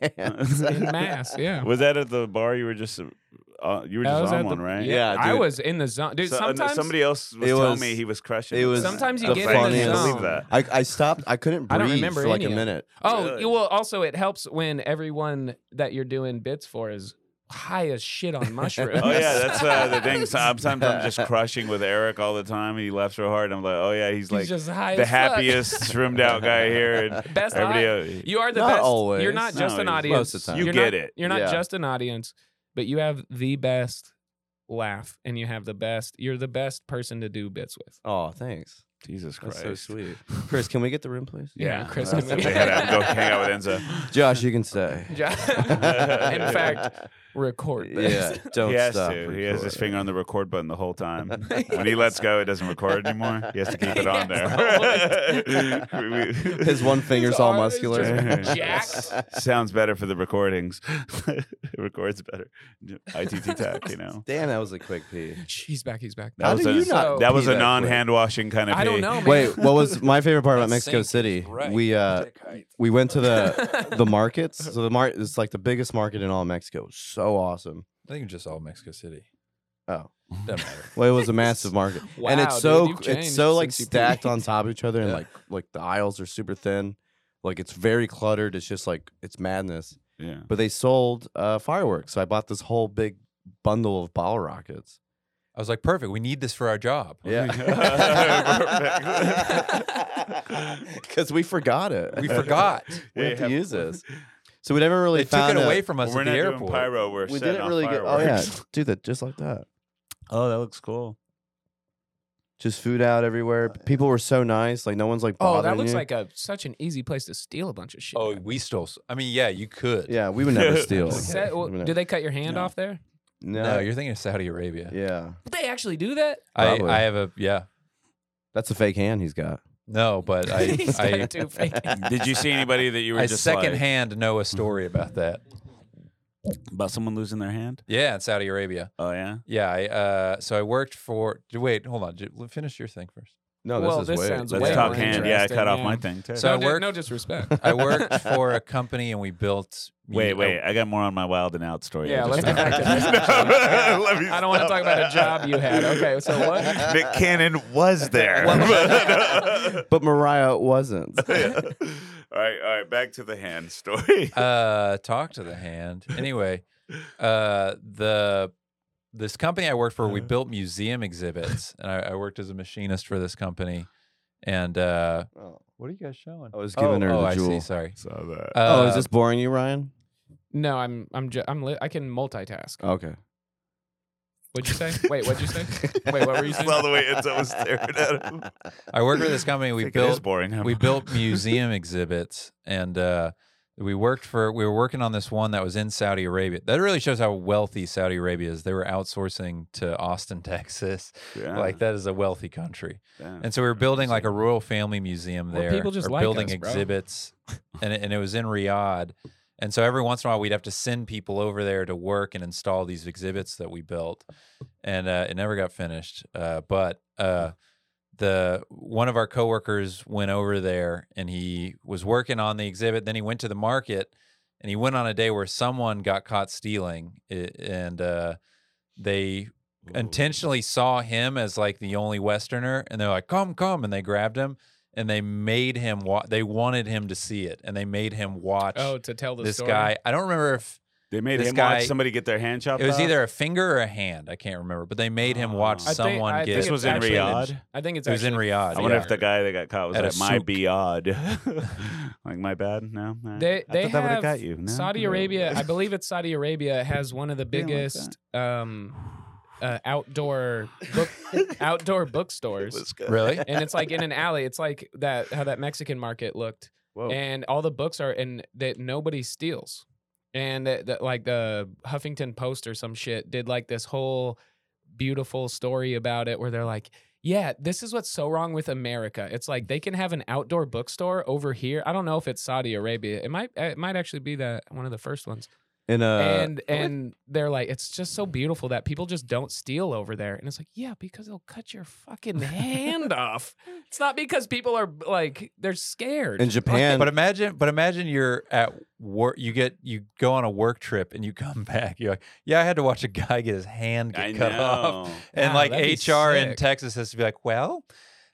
[SPEAKER 1] *laughs*
[SPEAKER 5] pants. *laughs*
[SPEAKER 3] in mass, yeah.
[SPEAKER 1] Was that at the bar? You were just, uh, you were
[SPEAKER 3] I
[SPEAKER 1] just
[SPEAKER 3] was
[SPEAKER 1] on
[SPEAKER 3] at the-
[SPEAKER 1] one, right?
[SPEAKER 5] Yeah,
[SPEAKER 3] I
[SPEAKER 5] dude.
[SPEAKER 3] was in the zone, dude.
[SPEAKER 1] So- and
[SPEAKER 3] sometimes
[SPEAKER 1] somebody else was
[SPEAKER 5] It
[SPEAKER 1] telling
[SPEAKER 5] was-
[SPEAKER 1] me he was crushing.
[SPEAKER 5] it was
[SPEAKER 3] Sometimes you
[SPEAKER 5] the
[SPEAKER 3] get in the
[SPEAKER 5] funniest-
[SPEAKER 1] I
[SPEAKER 3] zone.
[SPEAKER 1] believe that.
[SPEAKER 5] I, I stopped. I couldn't breathe
[SPEAKER 3] I don't remember
[SPEAKER 5] for like
[SPEAKER 3] any
[SPEAKER 5] a
[SPEAKER 3] of it.
[SPEAKER 5] minute.
[SPEAKER 3] Oh,
[SPEAKER 1] Really?
[SPEAKER 3] you well, also it helps when everyone that you're doing bits for is high as
[SPEAKER 1] *laughs*
[SPEAKER 3] shit on mushrooms.
[SPEAKER 1] Oh yeah, that's uh,
[SPEAKER 5] *laughs*
[SPEAKER 1] the
[SPEAKER 3] *laughs*
[SPEAKER 1] thing. So I'm sometimes just crushing with Eric all the time. He laughs so hard. I'm like, oh yeah, he's
[SPEAKER 3] He's
[SPEAKER 1] like
[SPEAKER 3] just high
[SPEAKER 1] the
[SPEAKER 3] as fuck.
[SPEAKER 1] happiest, shrimmed out guy here. And
[SPEAKER 3] *laughs*
[SPEAKER 5] *laughs*
[SPEAKER 3] Best
[SPEAKER 1] everybody,
[SPEAKER 3] high.
[SPEAKER 1] else-
[SPEAKER 3] You are the
[SPEAKER 5] Not
[SPEAKER 3] best.
[SPEAKER 5] always.
[SPEAKER 3] You're not
[SPEAKER 1] Not
[SPEAKER 3] just an
[SPEAKER 1] always.
[SPEAKER 3] audience.
[SPEAKER 5] Most of the time.
[SPEAKER 1] You
[SPEAKER 3] You're
[SPEAKER 1] get
[SPEAKER 3] not-
[SPEAKER 1] it.
[SPEAKER 3] You're not
[SPEAKER 5] Yeah.
[SPEAKER 3] just an audience, but you have the best laugh and you have the best. You're the best person to do bits with.
[SPEAKER 5] Oh, thanks.
[SPEAKER 1] Jesus Christ.
[SPEAKER 5] That's so sweet. *laughs* Chris, can we get the room, please?
[SPEAKER 1] Yeah,
[SPEAKER 3] Chris,
[SPEAKER 1] that's
[SPEAKER 3] can
[SPEAKER 1] if
[SPEAKER 3] we-
[SPEAKER 1] they had to go hang out with
[SPEAKER 3] *laughs*
[SPEAKER 1] Enzo.
[SPEAKER 5] Josh, you can stay. *laughs*
[SPEAKER 3] Jo- *laughs* In fact, record this.
[SPEAKER 5] yeah, don't
[SPEAKER 1] he has
[SPEAKER 5] stop.
[SPEAKER 1] to. He has his
[SPEAKER 5] recording.
[SPEAKER 1] finger on the record button the whole time. when he lets go, it doesn't record anymore. He has to keep it
[SPEAKER 3] *laughs*
[SPEAKER 1] on
[SPEAKER 3] Yes,
[SPEAKER 1] there. *laughs* We- we-
[SPEAKER 5] *laughs* His one finger's all
[SPEAKER 3] arm is
[SPEAKER 5] muscular.
[SPEAKER 1] *laughs*
[SPEAKER 5] *laughs*
[SPEAKER 3] just jacked.
[SPEAKER 1] Sounds better for the recordings. *laughs* it records better. ITT tech, you know.
[SPEAKER 5] Damn, that was a quick pee.
[SPEAKER 3] He's back. He's back.
[SPEAKER 1] That
[SPEAKER 5] How
[SPEAKER 1] was
[SPEAKER 5] do
[SPEAKER 1] a,
[SPEAKER 3] Oh,
[SPEAKER 5] you not
[SPEAKER 1] that Oh, was
[SPEAKER 5] pee
[SPEAKER 1] a
[SPEAKER 5] that
[SPEAKER 1] non-hand washing kind of.
[SPEAKER 3] I don't
[SPEAKER 1] pee.
[SPEAKER 3] know, man.
[SPEAKER 5] Wait, what was my favorite part about
[SPEAKER 2] That sink
[SPEAKER 5] Mexico
[SPEAKER 2] is
[SPEAKER 5] City?
[SPEAKER 2] right.
[SPEAKER 5] We uh,
[SPEAKER 2] Dick height.
[SPEAKER 5] we went to *laughs* the the markets. So the market is like the biggest market in all of Mexico. It was so awesome.
[SPEAKER 2] I think just all Mexico City.
[SPEAKER 5] Oh.
[SPEAKER 2] doesn't matter.
[SPEAKER 5] Well, it was a massive market,
[SPEAKER 3] *laughs* Wow,
[SPEAKER 5] and it's so
[SPEAKER 3] dude, you've
[SPEAKER 5] it's
[SPEAKER 3] changed
[SPEAKER 5] so like
[SPEAKER 3] since you
[SPEAKER 5] stacked
[SPEAKER 3] peed.
[SPEAKER 5] on top of each other, and
[SPEAKER 2] Yeah.
[SPEAKER 5] like like the aisles are super thin. Like it's very cluttered. It's just like it's madness.
[SPEAKER 1] Yeah.
[SPEAKER 5] But they sold uh, fireworks, so I bought this whole big bundle of bottle rockets.
[SPEAKER 2] I was like, perfect. We need this for our job.
[SPEAKER 3] Oh,
[SPEAKER 5] *laughs*
[SPEAKER 3] *laughs*
[SPEAKER 5] Yeah. *laughs* Because we forgot it.
[SPEAKER 2] We forgot.
[SPEAKER 5] *laughs* We
[SPEAKER 1] Yeah,
[SPEAKER 5] have
[SPEAKER 1] yeah.
[SPEAKER 5] to use *laughs* this. So we never really
[SPEAKER 2] They took
[SPEAKER 5] found
[SPEAKER 2] it
[SPEAKER 5] out-
[SPEAKER 2] away from us
[SPEAKER 1] we're
[SPEAKER 2] at
[SPEAKER 1] not
[SPEAKER 2] the
[SPEAKER 1] doing
[SPEAKER 2] airport.
[SPEAKER 1] pyro. We're
[SPEAKER 5] We
[SPEAKER 1] setting
[SPEAKER 5] didn't
[SPEAKER 1] off
[SPEAKER 5] really get. Oh yeah,
[SPEAKER 1] fireworks.
[SPEAKER 5] do that just like that.
[SPEAKER 1] *laughs* Oh, that looks cool.
[SPEAKER 5] Just food out
[SPEAKER 3] *laughs*
[SPEAKER 5] everywhere. People were so nice. Like no one's like.
[SPEAKER 3] *laughs* Oh, that
[SPEAKER 5] bothering
[SPEAKER 3] looks
[SPEAKER 5] you.
[SPEAKER 3] like a such an easy place to steal a bunch of shit.
[SPEAKER 2] Oh, we stole. s- I mean, yeah, you could.
[SPEAKER 5] Yeah, we would never
[SPEAKER 3] *laughs*
[SPEAKER 5] steal.
[SPEAKER 3] Set- well,
[SPEAKER 5] We
[SPEAKER 3] do
[SPEAKER 5] would never-
[SPEAKER 3] they cut your hand
[SPEAKER 1] No.
[SPEAKER 3] off there?
[SPEAKER 5] No.
[SPEAKER 2] No, you're thinking of Saudi Arabia.
[SPEAKER 5] yeah,
[SPEAKER 3] They actually do that.
[SPEAKER 2] I,
[SPEAKER 5] probably.
[SPEAKER 2] I have a yeah.
[SPEAKER 5] that's a fake hand he's got.
[SPEAKER 2] No, but I
[SPEAKER 3] *laughs* He's got a
[SPEAKER 2] I,
[SPEAKER 3] two fake.
[SPEAKER 1] Did you see anybody that you were
[SPEAKER 2] I
[SPEAKER 1] just like,
[SPEAKER 2] secondhand know a story about that.
[SPEAKER 1] about someone losing their hand?
[SPEAKER 2] Yeah, in Saudi Arabia.
[SPEAKER 1] Oh yeah.
[SPEAKER 2] Yeah, I, uh, so I worked for. d- Wait, hold on. j- l- Finish your thing first.
[SPEAKER 5] *laughs* No,
[SPEAKER 3] Well,
[SPEAKER 5] this is
[SPEAKER 3] this
[SPEAKER 5] way,
[SPEAKER 3] sounds
[SPEAKER 5] way
[SPEAKER 1] Let's
[SPEAKER 3] way
[SPEAKER 1] talk
[SPEAKER 3] more
[SPEAKER 1] hand. Yeah, I cut off
[SPEAKER 3] interesting,
[SPEAKER 1] my thing
[SPEAKER 3] yeah.
[SPEAKER 1] too.
[SPEAKER 2] So- I
[SPEAKER 3] no, di-
[SPEAKER 2] worked-
[SPEAKER 3] no disrespect.
[SPEAKER 2] I worked for a company and we built.
[SPEAKER 1] wait,
[SPEAKER 2] mu-
[SPEAKER 1] wait. I got more on my wild and out story.
[SPEAKER 3] Yeah,
[SPEAKER 1] I
[SPEAKER 3] let's
[SPEAKER 1] just- *laughs*
[SPEAKER 3] go back to this.
[SPEAKER 1] No, let me
[SPEAKER 3] I don't want to
[SPEAKER 1] stop.
[SPEAKER 3] talk about a job you had. Okay, so
[SPEAKER 1] *laughs*
[SPEAKER 3] what?
[SPEAKER 1] Nick Cannon
[SPEAKER 3] *laughs*
[SPEAKER 1] was there. *laughs*
[SPEAKER 5] But Mariah
[SPEAKER 3] *laughs*
[SPEAKER 5] wasn't.
[SPEAKER 1] all right, all right. Back to the hand story.
[SPEAKER 2] uh talk to the hand anyway uh the this company i worked for we built museum exhibits and i, I worked as a machinist for this company and uh
[SPEAKER 5] Oh,
[SPEAKER 2] what are you guys showing
[SPEAKER 5] I was giving
[SPEAKER 2] oh,
[SPEAKER 5] her
[SPEAKER 2] oh,
[SPEAKER 5] the
[SPEAKER 2] i see
[SPEAKER 5] jewel. *laughs*
[SPEAKER 2] sorry
[SPEAKER 1] *laughs* Saw that.
[SPEAKER 2] uh,
[SPEAKER 5] Oh, is this boring you, Ryan?
[SPEAKER 3] No, I'm I'm ju- I'm li- I can multitask.
[SPEAKER 2] Oh.
[SPEAKER 5] Okay.
[SPEAKER 3] What'd
[SPEAKER 2] *laughs*
[SPEAKER 3] you say? Wait, what'd
[SPEAKER 5] *laughs*
[SPEAKER 3] you say? Wait, what were you saying?
[SPEAKER 1] Saw the way Enzo was staring at him.
[SPEAKER 2] i worked for this
[SPEAKER 5] *laughs*
[SPEAKER 2] company we
[SPEAKER 1] Think it is
[SPEAKER 2] built
[SPEAKER 1] boring. huh? *laughs*
[SPEAKER 2] we built museum exhibits and uh we worked for we were working on this one that was in Saudi Arabia. That really shows how wealthy Saudi Arabia is. They were outsourcing to Austin, *laughs* Texas.
[SPEAKER 1] Yeah,
[SPEAKER 2] Like that is a wealthy country.
[SPEAKER 1] yeah.
[SPEAKER 2] And so we were building like a royal family museum
[SPEAKER 3] Well,
[SPEAKER 2] there.
[SPEAKER 3] people just
[SPEAKER 2] or
[SPEAKER 3] like
[SPEAKER 2] building
[SPEAKER 3] us, bro. *laughs*
[SPEAKER 2] exhibits, and it, and it was in Riyadh. And so every once in a while, we'd have to send people over there to work and install these exhibits that we built, and uh, it never got finished. Uh, but uh, the one of our coworkers went over there, and he was working on the exhibit. Then he went to the market, and he went on a day where someone got caught stealing, i- and uh, they intentionally saw him as like the only Westerner, and they're like, "Come, come!" and they grabbed him, and they made him. Wa- they wanted him to see it, and they made him watch
[SPEAKER 3] Oh, to tell the
[SPEAKER 2] this
[SPEAKER 3] story.
[SPEAKER 2] guy. I don't remember if
[SPEAKER 1] They made
[SPEAKER 2] this
[SPEAKER 1] him
[SPEAKER 2] guy-
[SPEAKER 1] watch somebody get their hand chopped.
[SPEAKER 2] it was
[SPEAKER 1] off?
[SPEAKER 2] either a finger or a hand. I can't remember, but they made him watch
[SPEAKER 1] Oh. I think-
[SPEAKER 2] someone
[SPEAKER 3] Ah. I
[SPEAKER 2] get.
[SPEAKER 3] think
[SPEAKER 1] This was in
[SPEAKER 3] actually-
[SPEAKER 1] Riyadh.
[SPEAKER 3] I think it's
[SPEAKER 2] It was in
[SPEAKER 3] actually
[SPEAKER 2] Riyadh.
[SPEAKER 1] I wonder if
[SPEAKER 3] Riyadh.
[SPEAKER 1] the guy that got caught was
[SPEAKER 2] At a
[SPEAKER 1] like, "My
[SPEAKER 2] souk."
[SPEAKER 1] Biyad," *laughs* like my bad. No, Nah.
[SPEAKER 3] They
[SPEAKER 1] I
[SPEAKER 3] they
[SPEAKER 1] thought
[SPEAKER 3] have
[SPEAKER 1] that would've got you. No,
[SPEAKER 3] Saudi
[SPEAKER 1] no.
[SPEAKER 3] Arabia.
[SPEAKER 1] *laughs*
[SPEAKER 3] I believe it's Saudi Arabia has one of the
[SPEAKER 1] Didn't like
[SPEAKER 3] biggest um, uh, outdoor
[SPEAKER 1] *laughs*
[SPEAKER 3] book outdoor
[SPEAKER 1] It
[SPEAKER 3] bookstores.
[SPEAKER 1] was good.
[SPEAKER 2] really?
[SPEAKER 3] and
[SPEAKER 1] *laughs*
[SPEAKER 3] it's like in an alley. It's like that how that Mexican market looked,
[SPEAKER 5] Whoa.
[SPEAKER 3] and all the books are and that nobody steals, and that, that like the Huffington Post or some shit did like this whole beautiful story about it where they're like. Yeah, this is what's so wrong with America. It's like they can have an outdoor bookstore over here. I don't know if it's Saudi Arabia. It might it might actually be that one of the first ones
[SPEAKER 5] *laughs* In uh, a
[SPEAKER 3] and and they're like, it's just so beautiful that people just don't steal over there. And it's like, yeah, because they'll cut your fucking
[SPEAKER 5] *laughs*
[SPEAKER 3] hand off. It's not because people are like they're scared.
[SPEAKER 5] in Japan,
[SPEAKER 3] uh,
[SPEAKER 2] But imagine, but imagine you're at work. You get you go on a work trip and you come *laughs* back. You're like, yeah, I had to watch a guy get his hand get
[SPEAKER 1] I
[SPEAKER 2] cut off. *laughs*
[SPEAKER 1] know.
[SPEAKER 2] And
[SPEAKER 3] Wow,
[SPEAKER 2] like
[SPEAKER 3] that'd be
[SPEAKER 2] HR in
[SPEAKER 3] sick.
[SPEAKER 2] Texas has to be like, well,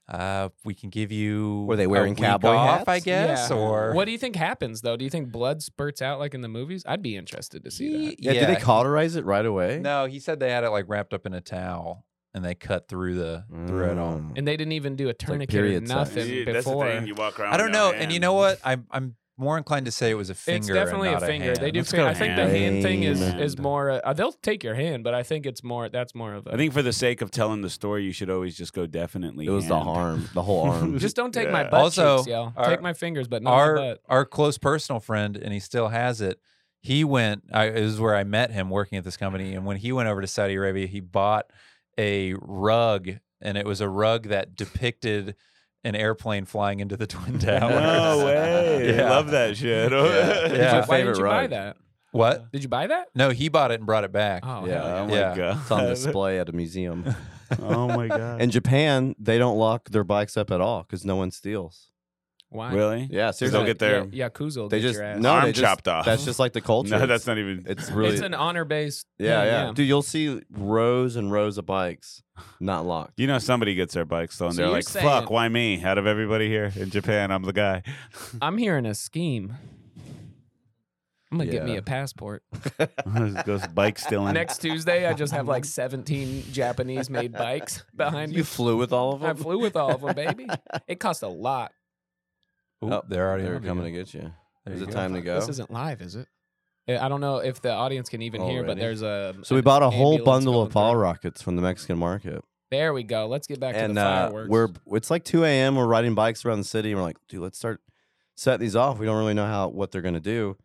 [SPEAKER 2] uh, we can give you
[SPEAKER 5] Were they
[SPEAKER 2] a
[SPEAKER 5] wearing
[SPEAKER 2] week
[SPEAKER 5] cowboy
[SPEAKER 2] off, I
[SPEAKER 5] hats?
[SPEAKER 2] guess,
[SPEAKER 3] Yeah.
[SPEAKER 2] or
[SPEAKER 3] What do you think happens though? Do you think blood spurts out like in the movies? I'd be interested to see that.
[SPEAKER 5] Yeah, did they cauterize it right away?
[SPEAKER 2] No, he said they had it like wrapped up in a towel and they cut through the through it all.
[SPEAKER 5] Mm.
[SPEAKER 3] And they didn't even do a tourniquet or
[SPEAKER 5] period size.
[SPEAKER 3] nothing
[SPEAKER 1] Yeah, that's the
[SPEAKER 3] before.
[SPEAKER 1] thing. You walk around.
[SPEAKER 2] I don't
[SPEAKER 1] without
[SPEAKER 2] know. And you
[SPEAKER 1] hands.
[SPEAKER 2] know what? I'm I'm more inclined to say it was a finger.
[SPEAKER 3] it's
[SPEAKER 2] and
[SPEAKER 3] definitely a
[SPEAKER 2] not
[SPEAKER 3] finger. they
[SPEAKER 2] hand.
[SPEAKER 3] do.
[SPEAKER 1] Let's
[SPEAKER 3] Fi-
[SPEAKER 1] go
[SPEAKER 3] I think the hand thing is
[SPEAKER 1] hand.
[SPEAKER 3] is more. Uh, they'll take your hand, but I think it's more. That's more of a.
[SPEAKER 1] I think for the sake of telling the story, you should always just go definitely.
[SPEAKER 5] It was the
[SPEAKER 1] hand.
[SPEAKER 5] harm, the whole
[SPEAKER 3] *laughs* *laughs*
[SPEAKER 5] arm.
[SPEAKER 3] just don't take my
[SPEAKER 1] Yeah.
[SPEAKER 3] butt
[SPEAKER 2] Also,
[SPEAKER 3] cheeks, y'all.
[SPEAKER 2] our-
[SPEAKER 3] take my fingers, but not
[SPEAKER 2] our
[SPEAKER 3] my butt.
[SPEAKER 2] our close personal friend, and he still has it. He went. I, it was where I met him working at this company, and when he went over to Saudi Arabia, he bought a rug, and it was a rug that depicted an airplane flying into the *laughs* twin towers. *laughs*
[SPEAKER 1] No way.
[SPEAKER 2] Yeah.
[SPEAKER 1] I love that shit. *laughs*
[SPEAKER 5] Yeah.
[SPEAKER 2] Yeah.
[SPEAKER 3] Why
[SPEAKER 5] Favorite
[SPEAKER 3] didn't you buy
[SPEAKER 5] rug.
[SPEAKER 3] that?
[SPEAKER 2] What?
[SPEAKER 3] Did you buy that?
[SPEAKER 2] No, he bought it and brought it back.
[SPEAKER 3] Oh,
[SPEAKER 5] Yeah.
[SPEAKER 3] hell
[SPEAKER 1] Oh my
[SPEAKER 2] Yeah.
[SPEAKER 1] god.
[SPEAKER 5] it's on display at a museum.
[SPEAKER 1] *laughs*
[SPEAKER 3] *laughs*
[SPEAKER 1] oh my god.
[SPEAKER 5] In Japan, they don't lock their bikes up at all because no one steals.
[SPEAKER 3] Why?
[SPEAKER 1] really?
[SPEAKER 5] Yeah, seriously.
[SPEAKER 1] they'll get their
[SPEAKER 3] Yeah, Yakuza will
[SPEAKER 5] they
[SPEAKER 3] get
[SPEAKER 5] just
[SPEAKER 3] your ass.
[SPEAKER 5] no,
[SPEAKER 1] arm
[SPEAKER 5] they just-
[SPEAKER 1] chopped off.
[SPEAKER 5] That's
[SPEAKER 3] *laughs*
[SPEAKER 5] just like the culture.
[SPEAKER 1] no, that's not even.
[SPEAKER 5] It's really
[SPEAKER 3] It's an honor based.
[SPEAKER 5] yeah, yeah, Dude, you'll see rows and rows of bikes
[SPEAKER 3] *laughs*
[SPEAKER 5] not locked.
[SPEAKER 1] you know, somebody gets their bike stolen.
[SPEAKER 3] So
[SPEAKER 1] They're
[SPEAKER 3] you're
[SPEAKER 1] like,
[SPEAKER 3] saying-
[SPEAKER 1] "Fuck, why me?" Out of everybody here in Japan, I'm the guy. *laughs*
[SPEAKER 3] I'm hearing a scheme. I'm gonna get me
[SPEAKER 5] Yeah.
[SPEAKER 3] a passport.
[SPEAKER 1] Goes bike stealing.
[SPEAKER 3] Next Tuesday, I just have like 17 Japanese-made
[SPEAKER 5] *laughs*
[SPEAKER 3] bikes behind
[SPEAKER 5] *laughs* You
[SPEAKER 3] me.
[SPEAKER 5] flew with all of them.
[SPEAKER 3] I flew with all of them,
[SPEAKER 5] *laughs*
[SPEAKER 3] baby. It cost a lot.
[SPEAKER 2] Oop, they're already
[SPEAKER 5] They're
[SPEAKER 2] on
[SPEAKER 5] coming to
[SPEAKER 2] again.
[SPEAKER 5] get you.
[SPEAKER 2] There
[SPEAKER 5] Is
[SPEAKER 2] you
[SPEAKER 5] it
[SPEAKER 2] go.
[SPEAKER 5] time to go?
[SPEAKER 3] This isn't live, is it? Uh, I don't know if the audience can even hear, but
[SPEAKER 5] Already.
[SPEAKER 3] there's a.
[SPEAKER 5] so we
[SPEAKER 3] an
[SPEAKER 5] bought a whole
[SPEAKER 3] ambulance
[SPEAKER 5] bundle
[SPEAKER 3] going
[SPEAKER 5] of ball
[SPEAKER 3] through.
[SPEAKER 5] rockets from the Mexican market,
[SPEAKER 3] There we go. Let's get back to
[SPEAKER 5] and
[SPEAKER 3] the
[SPEAKER 5] uh,
[SPEAKER 3] fireworks.
[SPEAKER 5] we're it's like 2 a.m. We're riding bikes around the city, and we're like, dude, let's start setting these off. We don't really know how what they're gonna do,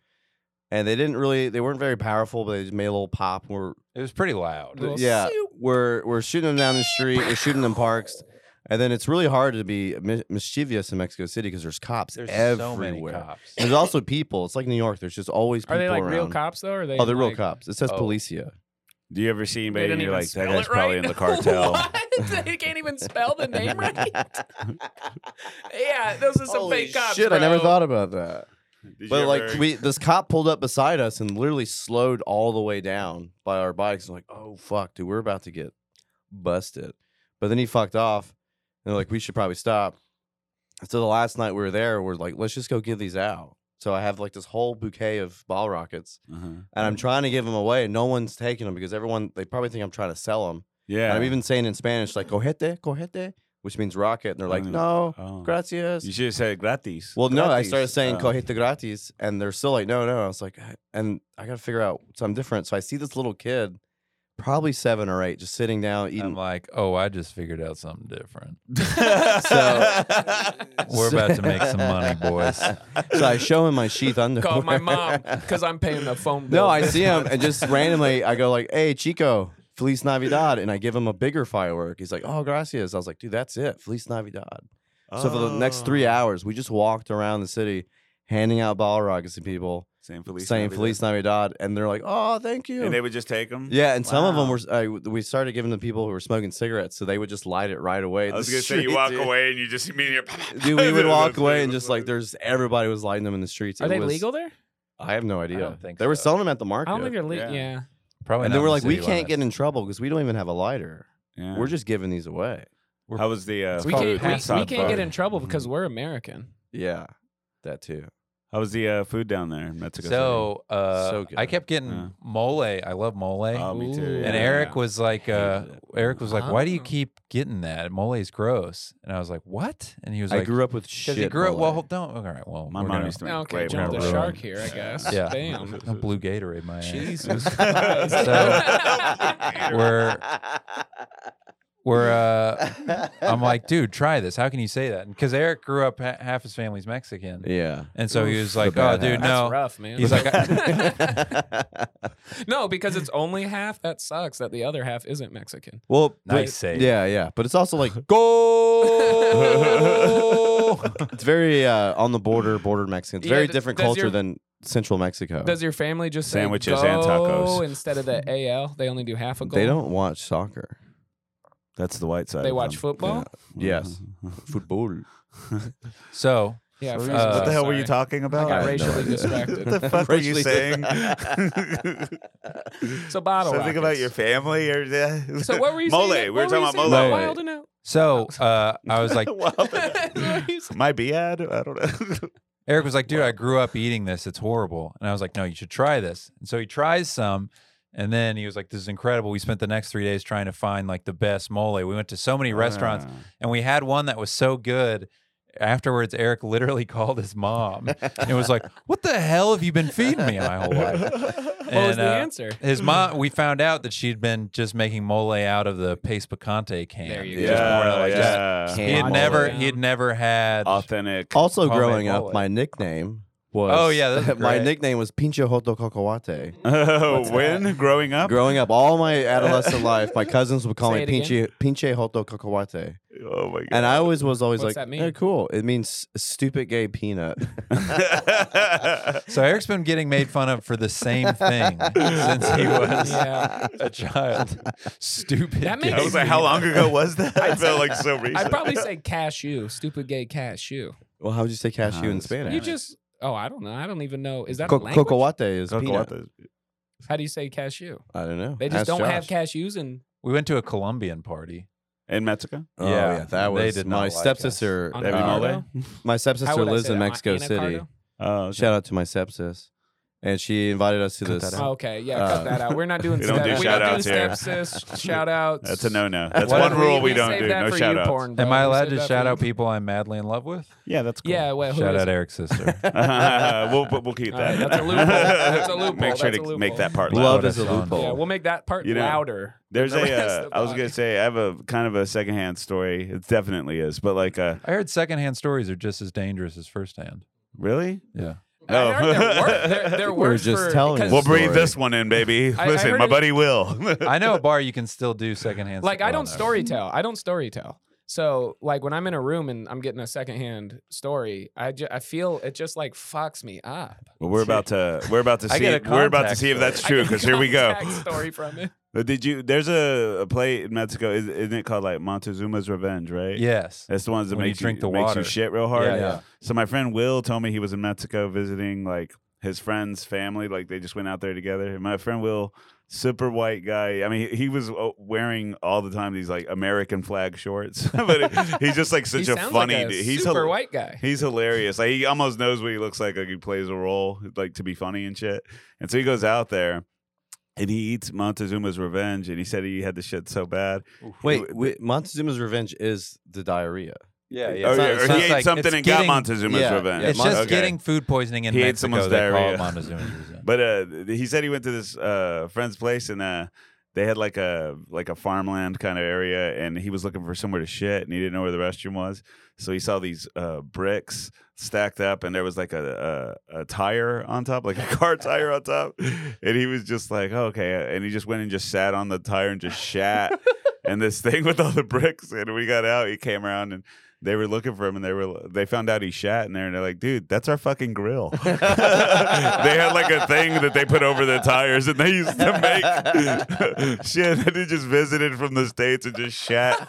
[SPEAKER 5] and they didn't really they weren't very powerful, but they just made a little pop. and We're
[SPEAKER 2] It was pretty loud.
[SPEAKER 3] Little
[SPEAKER 5] yeah,
[SPEAKER 3] soup.
[SPEAKER 5] we're we're shooting them down the street. We're shooting them parks, and then it's really hard to be mi- mischievous in Mexico City because there's cops
[SPEAKER 2] There's
[SPEAKER 5] everywhere.
[SPEAKER 2] so many cops.
[SPEAKER 5] There's also people. It's like New York. There's just always people
[SPEAKER 3] Are they like
[SPEAKER 5] around.
[SPEAKER 3] real cops though? Or are they?
[SPEAKER 5] Oh, they're real
[SPEAKER 3] like-
[SPEAKER 5] cops. It says
[SPEAKER 2] Oh.
[SPEAKER 5] Policia.
[SPEAKER 1] Do you ever see
[SPEAKER 3] They
[SPEAKER 1] anybody
[SPEAKER 3] didn't
[SPEAKER 1] and you're
[SPEAKER 3] even
[SPEAKER 1] like, that
[SPEAKER 3] spell
[SPEAKER 1] guy's
[SPEAKER 3] it
[SPEAKER 1] probably
[SPEAKER 3] right.
[SPEAKER 1] in
[SPEAKER 3] *laughs*
[SPEAKER 1] the cartel?
[SPEAKER 3] What? they can't even spell the
[SPEAKER 5] *laughs*
[SPEAKER 3] name right. yeah, those are some fake cops.
[SPEAKER 5] shit! I never
[SPEAKER 3] bro.
[SPEAKER 5] thought about that.
[SPEAKER 1] Did you
[SPEAKER 5] But like
[SPEAKER 1] ever-
[SPEAKER 5] we, this cop pulled up beside us and literally slowed all the way down by our bikes. I'm like, oh fuck, dude, we're about to get busted. But then he fucked off, and they're like, we should probably stop. So the last night we were there, we're like, let's just go give these out. So I have like this whole bouquet of ball rockets,
[SPEAKER 1] Uh-huh.
[SPEAKER 5] and I'm trying to give them away, and no one's taking them because everyone they probably think I'm trying to sell them.
[SPEAKER 1] Yeah.
[SPEAKER 5] And I'm even saying in Spanish like cojete, cojete, which means rocket, and they're like,
[SPEAKER 1] Mm.
[SPEAKER 5] no,
[SPEAKER 1] Oh.
[SPEAKER 5] gracias.
[SPEAKER 1] You should have said gratis.
[SPEAKER 5] Well, no, I
[SPEAKER 1] Gratis.
[SPEAKER 5] started saying
[SPEAKER 1] Oh.
[SPEAKER 5] cojete gratis, and they're still like, no, no. I was like, "I- and I got to figure out something different. So I see this little kid, probably seven or eight, just sitting down
[SPEAKER 2] I'm
[SPEAKER 5] eating.
[SPEAKER 2] like, oh, I just figured out something different.
[SPEAKER 5] So-
[SPEAKER 3] *laughs*
[SPEAKER 1] *laughs*
[SPEAKER 2] We're about to make some money, boys.
[SPEAKER 5] *laughs* so I show him
[SPEAKER 1] *laughs*
[SPEAKER 5] my sheath *laughs* underwear.
[SPEAKER 3] Call my mom because I'm paying the phone bill.
[SPEAKER 5] *laughs* no, I
[SPEAKER 3] this
[SPEAKER 5] see him,
[SPEAKER 3] month.
[SPEAKER 5] and just randomly, I go like, hey, Chico, Feliz Navidad, and I give him a bigger firework. He's like, oh, gracias. I was like, dude, that's it, Feliz Navidad. So for the next three
[SPEAKER 1] Oh.
[SPEAKER 5] hours, we just walked around the city, handing out ball rockets to people,
[SPEAKER 1] Same Feliz.
[SPEAKER 5] saying
[SPEAKER 1] Navidad.
[SPEAKER 5] Feliz Navidad, and they're like, oh, thank you.
[SPEAKER 1] And they would just take them?
[SPEAKER 5] Yeah, and some of them
[SPEAKER 1] Mm-hmm. Wow.
[SPEAKER 5] were. I we started giving the people who were smoking cigarettes, so they would just light it right away.
[SPEAKER 1] I was
[SPEAKER 5] in
[SPEAKER 1] going
[SPEAKER 5] the
[SPEAKER 1] to say, you
[SPEAKER 5] street,
[SPEAKER 1] walk
[SPEAKER 5] dude.
[SPEAKER 1] away and you just immediately. *laughs*
[SPEAKER 5] Dude, we would walk
[SPEAKER 1] That's
[SPEAKER 5] away
[SPEAKER 1] pretty
[SPEAKER 5] and just
[SPEAKER 1] funny.
[SPEAKER 5] like there's everybody was lighting them in the streets.
[SPEAKER 3] *laughs* Are
[SPEAKER 5] It
[SPEAKER 3] they
[SPEAKER 5] was-
[SPEAKER 3] legal there?
[SPEAKER 5] I have no idea.
[SPEAKER 2] don't think
[SPEAKER 5] they were
[SPEAKER 2] so.
[SPEAKER 5] selling them at the market.
[SPEAKER 3] I don't think they're legal.
[SPEAKER 1] Yeah.
[SPEAKER 3] Yeah.
[SPEAKER 2] Probably.
[SPEAKER 5] and
[SPEAKER 2] not
[SPEAKER 5] they
[SPEAKER 2] in
[SPEAKER 5] were
[SPEAKER 2] the
[SPEAKER 5] like, we
[SPEAKER 2] city
[SPEAKER 5] can't get
[SPEAKER 2] limits.
[SPEAKER 5] in trouble because we don't even have a lighter.
[SPEAKER 1] Yeah.
[SPEAKER 5] We're just giving these away.
[SPEAKER 1] How was the uh, food?
[SPEAKER 3] We can't, we,
[SPEAKER 1] Hot
[SPEAKER 3] we
[SPEAKER 1] dog
[SPEAKER 3] can't get
[SPEAKER 1] food?
[SPEAKER 3] in trouble
[SPEAKER 5] Mm-hmm.
[SPEAKER 3] because we're *laughs* American.
[SPEAKER 5] Yeah, that too.
[SPEAKER 1] How was the uh, food down there in Mexico?
[SPEAKER 2] So, uh,
[SPEAKER 5] So
[SPEAKER 2] I
[SPEAKER 5] good.
[SPEAKER 2] kept getting
[SPEAKER 1] Yeah.
[SPEAKER 2] mole. I love mole.
[SPEAKER 1] City? Oh, me too.
[SPEAKER 3] Ooh.
[SPEAKER 1] yeah.
[SPEAKER 2] and Eric was like,
[SPEAKER 5] Hated
[SPEAKER 2] uh,
[SPEAKER 5] it.
[SPEAKER 2] Eric was like, why do you
[SPEAKER 3] Oh.
[SPEAKER 2] keep getting that? Mole is gross. And I was like, what? And he was
[SPEAKER 5] I
[SPEAKER 2] like,
[SPEAKER 5] grew up with
[SPEAKER 2] because
[SPEAKER 5] shit.
[SPEAKER 2] he grew up.
[SPEAKER 5] Malay.
[SPEAKER 2] Well, don't. All right. Well,
[SPEAKER 1] My
[SPEAKER 2] we're
[SPEAKER 1] mom
[SPEAKER 2] gonna-
[SPEAKER 1] used to make
[SPEAKER 3] Okay,
[SPEAKER 1] great
[SPEAKER 3] jump the
[SPEAKER 1] Malay.
[SPEAKER 3] shark here, I guess.
[SPEAKER 2] Yeah.
[SPEAKER 1] *laughs*
[SPEAKER 3] Damn.
[SPEAKER 2] *laughs*
[SPEAKER 5] *laughs*
[SPEAKER 2] I blew Gatorade my ass.
[SPEAKER 3] Jesus *laughs*
[SPEAKER 1] Christ.
[SPEAKER 2] So, *laughs* we're- uh, We're. Uh, I'm like, dude, try this. How can you say that? Because Eric grew up, ha- half his family's Mexican,
[SPEAKER 5] yeah.
[SPEAKER 2] and so he
[SPEAKER 5] Oof,
[SPEAKER 2] was like,
[SPEAKER 5] the bad
[SPEAKER 2] oh, dude,
[SPEAKER 5] habit.
[SPEAKER 2] no.
[SPEAKER 3] That's rough, man.
[SPEAKER 5] *laughs*
[SPEAKER 2] He's like,
[SPEAKER 3] *laughs* no, because it's only half. That sucks that the other half isn't Mexican.
[SPEAKER 5] well, but-
[SPEAKER 2] Nice save.
[SPEAKER 5] Yeah, yeah, but it's also like *laughs*
[SPEAKER 2] Go.
[SPEAKER 5] It's very uh, on the border, border Mexican. It's
[SPEAKER 3] Yeah,
[SPEAKER 5] very
[SPEAKER 3] d-
[SPEAKER 5] different
[SPEAKER 3] does
[SPEAKER 5] culture
[SPEAKER 3] your-
[SPEAKER 5] than Central Mexico.
[SPEAKER 3] *laughs* Does your family just say
[SPEAKER 1] Sandwiches
[SPEAKER 3] go
[SPEAKER 1] and tacos.
[SPEAKER 3] instead of the AL? They only do half a goal.
[SPEAKER 5] they don't watch soccer.
[SPEAKER 1] *laughs* That's the white side.
[SPEAKER 3] They
[SPEAKER 1] of
[SPEAKER 3] watch
[SPEAKER 1] them.
[SPEAKER 3] football.
[SPEAKER 1] Yeah.
[SPEAKER 3] *laughs*
[SPEAKER 5] Yes. Football.
[SPEAKER 2] So
[SPEAKER 3] Yeah.
[SPEAKER 2] Sorry.
[SPEAKER 3] for-
[SPEAKER 2] Uh,
[SPEAKER 1] what the hell were you
[SPEAKER 3] sorry.
[SPEAKER 1] talking about?
[SPEAKER 3] got
[SPEAKER 5] I had no
[SPEAKER 1] *laughs*
[SPEAKER 3] racially
[SPEAKER 5] idea.
[SPEAKER 3] distracted.
[SPEAKER 1] what the fuck were you
[SPEAKER 5] Racially
[SPEAKER 1] saying?
[SPEAKER 3] So bottle.
[SPEAKER 1] Something about *laughs*
[SPEAKER 3] rockets.
[SPEAKER 1] your family or
[SPEAKER 3] *laughs* *laughs* So what were you
[SPEAKER 1] Mole.
[SPEAKER 3] saying?
[SPEAKER 1] We were
[SPEAKER 3] What
[SPEAKER 1] talking
[SPEAKER 3] you
[SPEAKER 1] about
[SPEAKER 3] saying
[SPEAKER 1] mole.
[SPEAKER 3] about Wild and out.
[SPEAKER 2] So uh, I
[SPEAKER 3] *laughs*
[SPEAKER 2] was
[SPEAKER 1] *laughs*
[SPEAKER 2] like,
[SPEAKER 1] Wow, that- my ad. I don't
[SPEAKER 3] *laughs*
[SPEAKER 1] know.
[SPEAKER 2] Eric was like, dude, I grew up eating this. It's horrible. And I was like, no, you should try this. And so he tries some. And then he was like, this is incredible. We spent the next three days trying to find like the best mole. We went to so many
[SPEAKER 1] *laughs*
[SPEAKER 2] restaurants
[SPEAKER 1] Ah.
[SPEAKER 2] and we had one that was so good. Afterwards, Eric literally *laughs* called his mom and was like, what the hell have you been feeding me my whole life?
[SPEAKER 3] *laughs* What was
[SPEAKER 2] And,
[SPEAKER 3] the
[SPEAKER 2] uh,
[SPEAKER 3] answer?
[SPEAKER 2] His mom, we found out that she'd been just making mole out of the paste picante can.
[SPEAKER 3] There you
[SPEAKER 2] Just more
[SPEAKER 1] yeah,
[SPEAKER 2] like- just-
[SPEAKER 1] yeah.
[SPEAKER 5] Can't
[SPEAKER 2] He had
[SPEAKER 5] Mole.
[SPEAKER 2] never,
[SPEAKER 3] Yeah.
[SPEAKER 2] he had never had.
[SPEAKER 1] authentic. *laughs*
[SPEAKER 5] Also,
[SPEAKER 2] Homemade
[SPEAKER 5] growing
[SPEAKER 2] mole.
[SPEAKER 5] up, my nickname was.
[SPEAKER 2] Oh, yeah,
[SPEAKER 5] *laughs*
[SPEAKER 2] that's
[SPEAKER 5] my
[SPEAKER 2] great.
[SPEAKER 5] nickname was Pincho Hoto Cacahuate.
[SPEAKER 1] Oh,
[SPEAKER 5] What's
[SPEAKER 1] when growing up,
[SPEAKER 5] Growing up, all
[SPEAKER 3] *laughs*
[SPEAKER 5] my adolescent life, my cousins would call
[SPEAKER 3] Say it
[SPEAKER 5] me Pinche, Pinche Hoto Cacahuate.
[SPEAKER 1] oh my god!
[SPEAKER 5] And I always was always
[SPEAKER 3] What's
[SPEAKER 5] like,
[SPEAKER 3] that mean?
[SPEAKER 5] "Eh, cool. It means s- stupid gay peanut. *laughs*
[SPEAKER 1] *laughs*
[SPEAKER 2] So Eric's been getting made fun of for the same
[SPEAKER 3] *laughs*
[SPEAKER 2] thing since he was
[SPEAKER 3] Yeah.
[SPEAKER 2] a child. Stupid.
[SPEAKER 3] That makes-
[SPEAKER 1] I was like, how long
[SPEAKER 3] *laughs*
[SPEAKER 1] ago was that? I felt like so recent.
[SPEAKER 3] I'd
[SPEAKER 1] *laughs*
[SPEAKER 3] probably say cashew, stupid gay cashew.
[SPEAKER 5] well, how would you say cashew
[SPEAKER 1] Nah,
[SPEAKER 5] in
[SPEAKER 1] it's
[SPEAKER 5] Spanish?
[SPEAKER 3] You just oh, I don't know. I don't even know. Is that a
[SPEAKER 5] Co-
[SPEAKER 3] language?
[SPEAKER 5] Cacahuate is peanut.
[SPEAKER 1] Cocoa-
[SPEAKER 3] How do you say cashew?
[SPEAKER 5] I don't know.
[SPEAKER 3] They just
[SPEAKER 5] Ask
[SPEAKER 3] don't have
[SPEAKER 5] Josh.
[SPEAKER 3] cashews and
[SPEAKER 2] we went to a Colombian party.
[SPEAKER 1] in Mexico.
[SPEAKER 5] Oh,
[SPEAKER 2] Yeah,
[SPEAKER 5] yeah, that was
[SPEAKER 2] they did not
[SPEAKER 5] my
[SPEAKER 2] like us.
[SPEAKER 5] stepsister.
[SPEAKER 3] On
[SPEAKER 1] That'd be
[SPEAKER 5] uh,
[SPEAKER 1] mole?
[SPEAKER 3] Anacardo?
[SPEAKER 5] my
[SPEAKER 3] How
[SPEAKER 5] stepsister
[SPEAKER 3] would I
[SPEAKER 5] lives
[SPEAKER 3] say
[SPEAKER 5] in
[SPEAKER 3] that?
[SPEAKER 5] Mexico City.
[SPEAKER 3] Anacardo?
[SPEAKER 1] Oh, okay.
[SPEAKER 5] Shout out to my stepsis, and she invited us to
[SPEAKER 2] Cut
[SPEAKER 5] this.
[SPEAKER 2] that
[SPEAKER 3] Oh, okay, yeah, cut
[SPEAKER 5] Uh,
[SPEAKER 3] that out.
[SPEAKER 1] *laughs*
[SPEAKER 3] We're not doing
[SPEAKER 1] we don't do
[SPEAKER 3] step- we
[SPEAKER 1] shout-outs
[SPEAKER 3] do
[SPEAKER 1] here.
[SPEAKER 3] stepsis, shout outs.
[SPEAKER 1] That's a no-no. That's
[SPEAKER 2] Why
[SPEAKER 1] one
[SPEAKER 2] don't
[SPEAKER 1] rule
[SPEAKER 2] we-
[SPEAKER 1] we,
[SPEAKER 2] we
[SPEAKER 1] don't
[SPEAKER 3] save
[SPEAKER 1] do.
[SPEAKER 3] that
[SPEAKER 1] No
[SPEAKER 3] for you
[SPEAKER 1] shout outs.
[SPEAKER 3] porn,
[SPEAKER 2] Am
[SPEAKER 3] bro.
[SPEAKER 2] I
[SPEAKER 3] We
[SPEAKER 2] allowed
[SPEAKER 3] save
[SPEAKER 2] to
[SPEAKER 3] that
[SPEAKER 2] shout
[SPEAKER 3] for
[SPEAKER 2] out
[SPEAKER 3] you.
[SPEAKER 2] people I'm madly in love
[SPEAKER 3] *laughs*
[SPEAKER 2] with?
[SPEAKER 1] Yeah, that's cool.
[SPEAKER 3] Yeah, well, who
[SPEAKER 2] shout
[SPEAKER 3] is
[SPEAKER 2] out
[SPEAKER 3] it?
[SPEAKER 2] Eric's
[SPEAKER 3] *laughs*
[SPEAKER 2] sister.
[SPEAKER 1] *laughs* we'll, we'll- we'll keep
[SPEAKER 3] All right,
[SPEAKER 1] that.
[SPEAKER 3] that's a
[SPEAKER 1] *laughs*
[SPEAKER 3] loophole. That's a
[SPEAKER 1] Make
[SPEAKER 3] loophole.
[SPEAKER 1] sure
[SPEAKER 3] That's
[SPEAKER 1] to
[SPEAKER 3] a
[SPEAKER 1] make that
[SPEAKER 3] loophole.
[SPEAKER 1] part loud.
[SPEAKER 5] Love
[SPEAKER 2] Loud
[SPEAKER 5] is a
[SPEAKER 2] us on.
[SPEAKER 5] loophole.
[SPEAKER 3] Yeah, we'll make that part
[SPEAKER 1] You know,
[SPEAKER 3] louder.
[SPEAKER 1] There's
[SPEAKER 3] than the *laughs* rest
[SPEAKER 1] a. Uh,
[SPEAKER 3] of the
[SPEAKER 1] I was gonna
[SPEAKER 3] podcast.
[SPEAKER 1] say I have a kind of a secondhand story. It definitely is, but like, uh,
[SPEAKER 2] I heard secondhand stories are just as dangerous as firsthand.
[SPEAKER 1] really?
[SPEAKER 2] Yeah.
[SPEAKER 1] No.
[SPEAKER 3] I heard their
[SPEAKER 1] *laughs*
[SPEAKER 3] work- their- their
[SPEAKER 5] We're
[SPEAKER 3] work
[SPEAKER 5] just
[SPEAKER 3] for-
[SPEAKER 5] telling
[SPEAKER 3] because-
[SPEAKER 5] you.
[SPEAKER 1] We'll breathe
[SPEAKER 5] Story.
[SPEAKER 1] this one in, baby.
[SPEAKER 3] *laughs* I- I
[SPEAKER 1] Listen,
[SPEAKER 3] heard
[SPEAKER 1] my
[SPEAKER 3] it-
[SPEAKER 1] buddy will. *laughs*
[SPEAKER 2] I know a bar you can still do secondhand.
[SPEAKER 3] like I
[SPEAKER 2] well,
[SPEAKER 3] don't
[SPEAKER 2] no.
[SPEAKER 3] story
[SPEAKER 5] Hmm.
[SPEAKER 3] tell. I don't story tell. So like when I'm in a room and I'm getting a secondhand story, I ju- I feel it just like fucks me up.
[SPEAKER 1] Well, we're about to we're about to
[SPEAKER 2] I
[SPEAKER 1] see
[SPEAKER 2] get a
[SPEAKER 1] we're about to
[SPEAKER 2] contact
[SPEAKER 1] see if
[SPEAKER 2] story.
[SPEAKER 1] that's
[SPEAKER 3] I
[SPEAKER 1] true
[SPEAKER 3] get a
[SPEAKER 1] because here we go.
[SPEAKER 3] contact Story from it.
[SPEAKER 1] But did you? There's a, a play in Mexico. Is, isn't it called like Montezuma's Revenge? Right.
[SPEAKER 2] Yes.
[SPEAKER 1] That's the ones that
[SPEAKER 2] When you
[SPEAKER 1] makes
[SPEAKER 2] drink the
[SPEAKER 1] makes
[SPEAKER 2] water.
[SPEAKER 1] you shit real hard.
[SPEAKER 2] Yeah, yeah.
[SPEAKER 1] So my friend Will told me he was in Mexico visiting like his friend's family. Like they just went out there together. And my friend Will, super white guy. I mean, he, he was uh, wearing all the time these like American flag shorts. *laughs* but he's just like
[SPEAKER 3] He
[SPEAKER 1] such a
[SPEAKER 3] sounds
[SPEAKER 1] funny.
[SPEAKER 3] like a
[SPEAKER 1] dude. He's
[SPEAKER 3] super
[SPEAKER 1] hil-
[SPEAKER 3] white guy.
[SPEAKER 1] He's hilarious. Like he almost knows what he looks like. Like he plays a role, like to be funny and shit. And so he goes out there, and he eats Montezuma's revenge. And he said he had the shit so bad.
[SPEAKER 5] Wait, wait, Montezuma's Revenge is the diarrhea.
[SPEAKER 2] Yeah.
[SPEAKER 1] Or,
[SPEAKER 5] It's
[SPEAKER 1] Oh,
[SPEAKER 5] not-
[SPEAKER 1] or
[SPEAKER 5] it's
[SPEAKER 1] he
[SPEAKER 5] not
[SPEAKER 1] ate
[SPEAKER 2] like-
[SPEAKER 1] something
[SPEAKER 2] it's
[SPEAKER 1] and got
[SPEAKER 2] getting-
[SPEAKER 1] Montezuma's
[SPEAKER 5] yeah,
[SPEAKER 1] revenge.
[SPEAKER 5] yeah,
[SPEAKER 2] It's just
[SPEAKER 1] Okay.
[SPEAKER 2] getting food poisoning in
[SPEAKER 1] He ate
[SPEAKER 2] Mexico.
[SPEAKER 1] someone's
[SPEAKER 2] They call
[SPEAKER 1] diarrhea.
[SPEAKER 2] it Montezuma's revenge.
[SPEAKER 1] But uh, he said he went to this uh, friend's place and uh, they had like a like a farmland kind of area, and he was looking for somewhere to shit, and he didn't know where the restroom was. So he saw these uh, bricks stacked up, and there was like a, a a tire on top, like a *laughs* car tire on top, and he was just like, oh, okay, and he just went and just sat on the tire and just shat. And this *laughs* thing with all the bricks, and we got out. He came around, and they were looking for him, and they were they found out he shat in there, and they're like, "Dude, that's our fucking grill." *laughs* they had like a thing that they put over the tires, and they used to make *laughs* shit. And he just visited from the states and just shat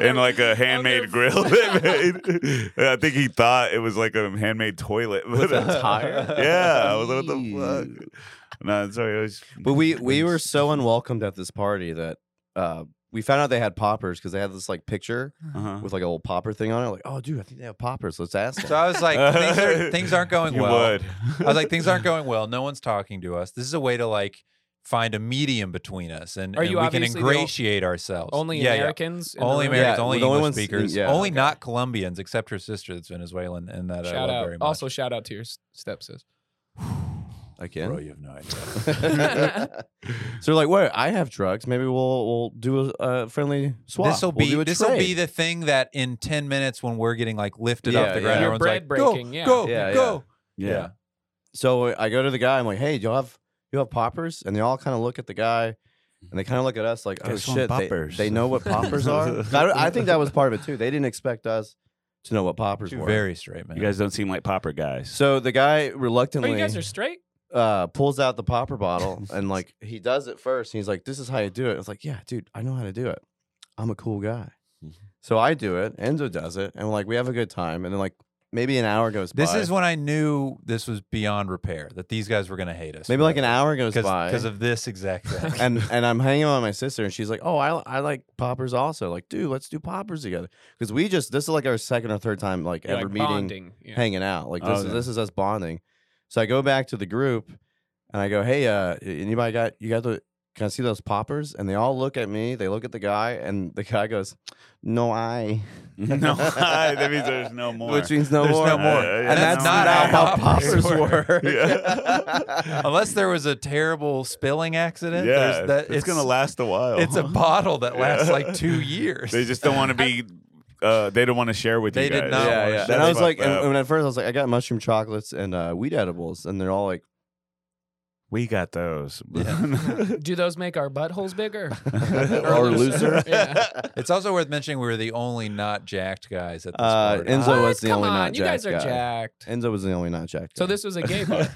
[SPEAKER 1] in
[SPEAKER 3] their-
[SPEAKER 1] like a
[SPEAKER 3] their-
[SPEAKER 1] handmade grill *laughs* they made. *laughs* And I think he thought it was like a handmade toilet *laughs* with a
[SPEAKER 5] tire?
[SPEAKER 1] Yeah, I was like, "What the fuck?" No, I'm sorry. I was,
[SPEAKER 5] But we we were so unwelcomed at this party that uh, we found out they had poppers because they had this like picture
[SPEAKER 1] uh
[SPEAKER 5] with like a little popper thing on it. Like, oh, dude, I think they have poppers. Let's ask them.
[SPEAKER 2] So I was like,
[SPEAKER 1] *laughs*
[SPEAKER 2] things, are, things aren't going
[SPEAKER 1] you
[SPEAKER 2] well.
[SPEAKER 1] Would.
[SPEAKER 2] I
[SPEAKER 3] *laughs*
[SPEAKER 2] was like, things aren't going well. No one's talking to us. This is a way to like find a medium between us, and,
[SPEAKER 3] Are
[SPEAKER 2] and
[SPEAKER 3] you
[SPEAKER 2] we can
[SPEAKER 3] obviously the
[SPEAKER 2] ingratiate ourselves.
[SPEAKER 3] Only
[SPEAKER 2] yeah, yeah.
[SPEAKER 3] Americans. in the
[SPEAKER 2] Only
[SPEAKER 3] room?
[SPEAKER 2] Americans,
[SPEAKER 5] Yeah,
[SPEAKER 2] only
[SPEAKER 5] the only
[SPEAKER 2] English
[SPEAKER 5] ones-
[SPEAKER 2] speakers,
[SPEAKER 5] yeah,
[SPEAKER 2] only
[SPEAKER 5] okay.
[SPEAKER 2] not Colombians, except her sister that's Venezuelan, and that I
[SPEAKER 3] Shout
[SPEAKER 2] love
[SPEAKER 3] out.
[SPEAKER 2] very much.
[SPEAKER 3] Also, shout out to your s- stepsis.
[SPEAKER 2] bro,
[SPEAKER 5] *laughs* again.
[SPEAKER 2] you *laughs* have no idea.
[SPEAKER 5] so we're like, wait, I have drugs. Maybe we'll we'll do a uh, friendly swap.
[SPEAKER 2] This will
[SPEAKER 5] We'll
[SPEAKER 2] be
[SPEAKER 5] do a
[SPEAKER 2] this will be
[SPEAKER 5] trade."
[SPEAKER 2] the thing that in ten minutes when we're getting like lifted off
[SPEAKER 5] Yeah,
[SPEAKER 2] the
[SPEAKER 5] yeah.
[SPEAKER 2] ground,
[SPEAKER 5] Your
[SPEAKER 2] everyone's
[SPEAKER 3] bread
[SPEAKER 2] like, go,
[SPEAKER 3] breaking, yeah.
[SPEAKER 2] go,
[SPEAKER 5] Yeah, yeah.
[SPEAKER 2] go.
[SPEAKER 1] yeah.
[SPEAKER 5] So I go to the guy. I'm like, hey, do you have you have poppers? And they all kind of look at the guy, and they kind of look at us like, oh
[SPEAKER 1] Guess what
[SPEAKER 5] shit, they,
[SPEAKER 1] poppers?
[SPEAKER 5] they know what
[SPEAKER 2] *laughs*
[SPEAKER 5] poppers are. I, don't- I think that was part of it too. They didn't expect us to know what poppers
[SPEAKER 2] Two
[SPEAKER 5] were.
[SPEAKER 2] very straight men.
[SPEAKER 1] You guys don't seem like popper guys.
[SPEAKER 5] so the guy
[SPEAKER 3] Oh,
[SPEAKER 5] reluctantly
[SPEAKER 3] you guys are straight.
[SPEAKER 5] uh, pulls out the popper bottle and like he does it first. And he's like, "This is how you do it." I was like, "Yeah, dude, I know how to do it.
[SPEAKER 2] *laughs*
[SPEAKER 5] I'm a cool guy." So I do it. Enzo does it, and like we have a good time. And then like maybe an hour goes
[SPEAKER 2] This
[SPEAKER 5] by.
[SPEAKER 2] is when I knew this was beyond repair. That these guys were going to hate us.
[SPEAKER 5] maybe
[SPEAKER 2] for
[SPEAKER 5] like
[SPEAKER 2] it.
[SPEAKER 5] an hour goes by
[SPEAKER 2] because of this
[SPEAKER 5] *laughs*
[SPEAKER 2] exact thing.
[SPEAKER 5] and and I'm hanging out with my sister, and she's like, "Oh, I, I like poppers also. Like, dude, let's do poppers together." Because we just this is like our second or third time like
[SPEAKER 3] You're,
[SPEAKER 5] ever
[SPEAKER 3] like,
[SPEAKER 5] meeting,
[SPEAKER 3] bonding. Yeah.
[SPEAKER 5] hanging out. Like
[SPEAKER 1] Oh,
[SPEAKER 5] this is
[SPEAKER 1] yeah.
[SPEAKER 5] this is us bonding. So I go back to the group, and I go, "Hey, uh, anybody got you got the can I see those poppers?" And they all look at me. They look at the guy, and the guy goes, "No, I."
[SPEAKER 1] *laughs* no, *laughs* that means *laughs* there's no more.
[SPEAKER 5] Which means no
[SPEAKER 2] There's
[SPEAKER 5] more.
[SPEAKER 2] no
[SPEAKER 1] Yeah,
[SPEAKER 2] more.
[SPEAKER 1] yeah,
[SPEAKER 5] And
[SPEAKER 1] yeah,
[SPEAKER 5] that's
[SPEAKER 1] no
[SPEAKER 5] not
[SPEAKER 1] more.
[SPEAKER 5] how,
[SPEAKER 2] how
[SPEAKER 1] *laughs*
[SPEAKER 5] poppers
[SPEAKER 2] poppers
[SPEAKER 5] work.
[SPEAKER 2] work. *laughs*
[SPEAKER 1] Yeah.
[SPEAKER 2] Unless there was a terrible spilling accident, there's
[SPEAKER 1] yeah,
[SPEAKER 2] that,
[SPEAKER 1] it's, gonna last a while.
[SPEAKER 2] It's a
[SPEAKER 1] *laughs*
[SPEAKER 2] bottle that lasts
[SPEAKER 1] Yeah.
[SPEAKER 2] like two years.
[SPEAKER 1] They just don't want to be. Uh, they don't want to share with
[SPEAKER 2] They
[SPEAKER 1] you guys.
[SPEAKER 2] did not
[SPEAKER 5] yeah,
[SPEAKER 2] wanna
[SPEAKER 5] yeah.
[SPEAKER 2] share.
[SPEAKER 5] And I was
[SPEAKER 1] That's
[SPEAKER 5] like,
[SPEAKER 1] fucked
[SPEAKER 5] and,
[SPEAKER 1] up.
[SPEAKER 5] and at first I was like, I got mushroom chocolates and uh, weed edibles, and they're all like,
[SPEAKER 1] We got those. *laughs*
[SPEAKER 2] Yeah. *laughs*
[SPEAKER 3] Do those make our buttholes bigger?
[SPEAKER 5] *laughs*
[SPEAKER 3] *laughs*
[SPEAKER 5] or loser.
[SPEAKER 3] Yeah.
[SPEAKER 2] *laughs* It's also worth mentioning we were the only not jacked guys at this
[SPEAKER 5] Uh,
[SPEAKER 2] party.
[SPEAKER 5] Enzo
[SPEAKER 3] What?
[SPEAKER 5] was the
[SPEAKER 3] Come
[SPEAKER 5] only
[SPEAKER 3] on,
[SPEAKER 5] not
[SPEAKER 3] You guys are
[SPEAKER 5] jacked guy.
[SPEAKER 3] jacked.
[SPEAKER 5] Enzo was the only not jacked.
[SPEAKER 3] So
[SPEAKER 5] guy.
[SPEAKER 3] this was a
[SPEAKER 5] *laughs*
[SPEAKER 3] gay bar.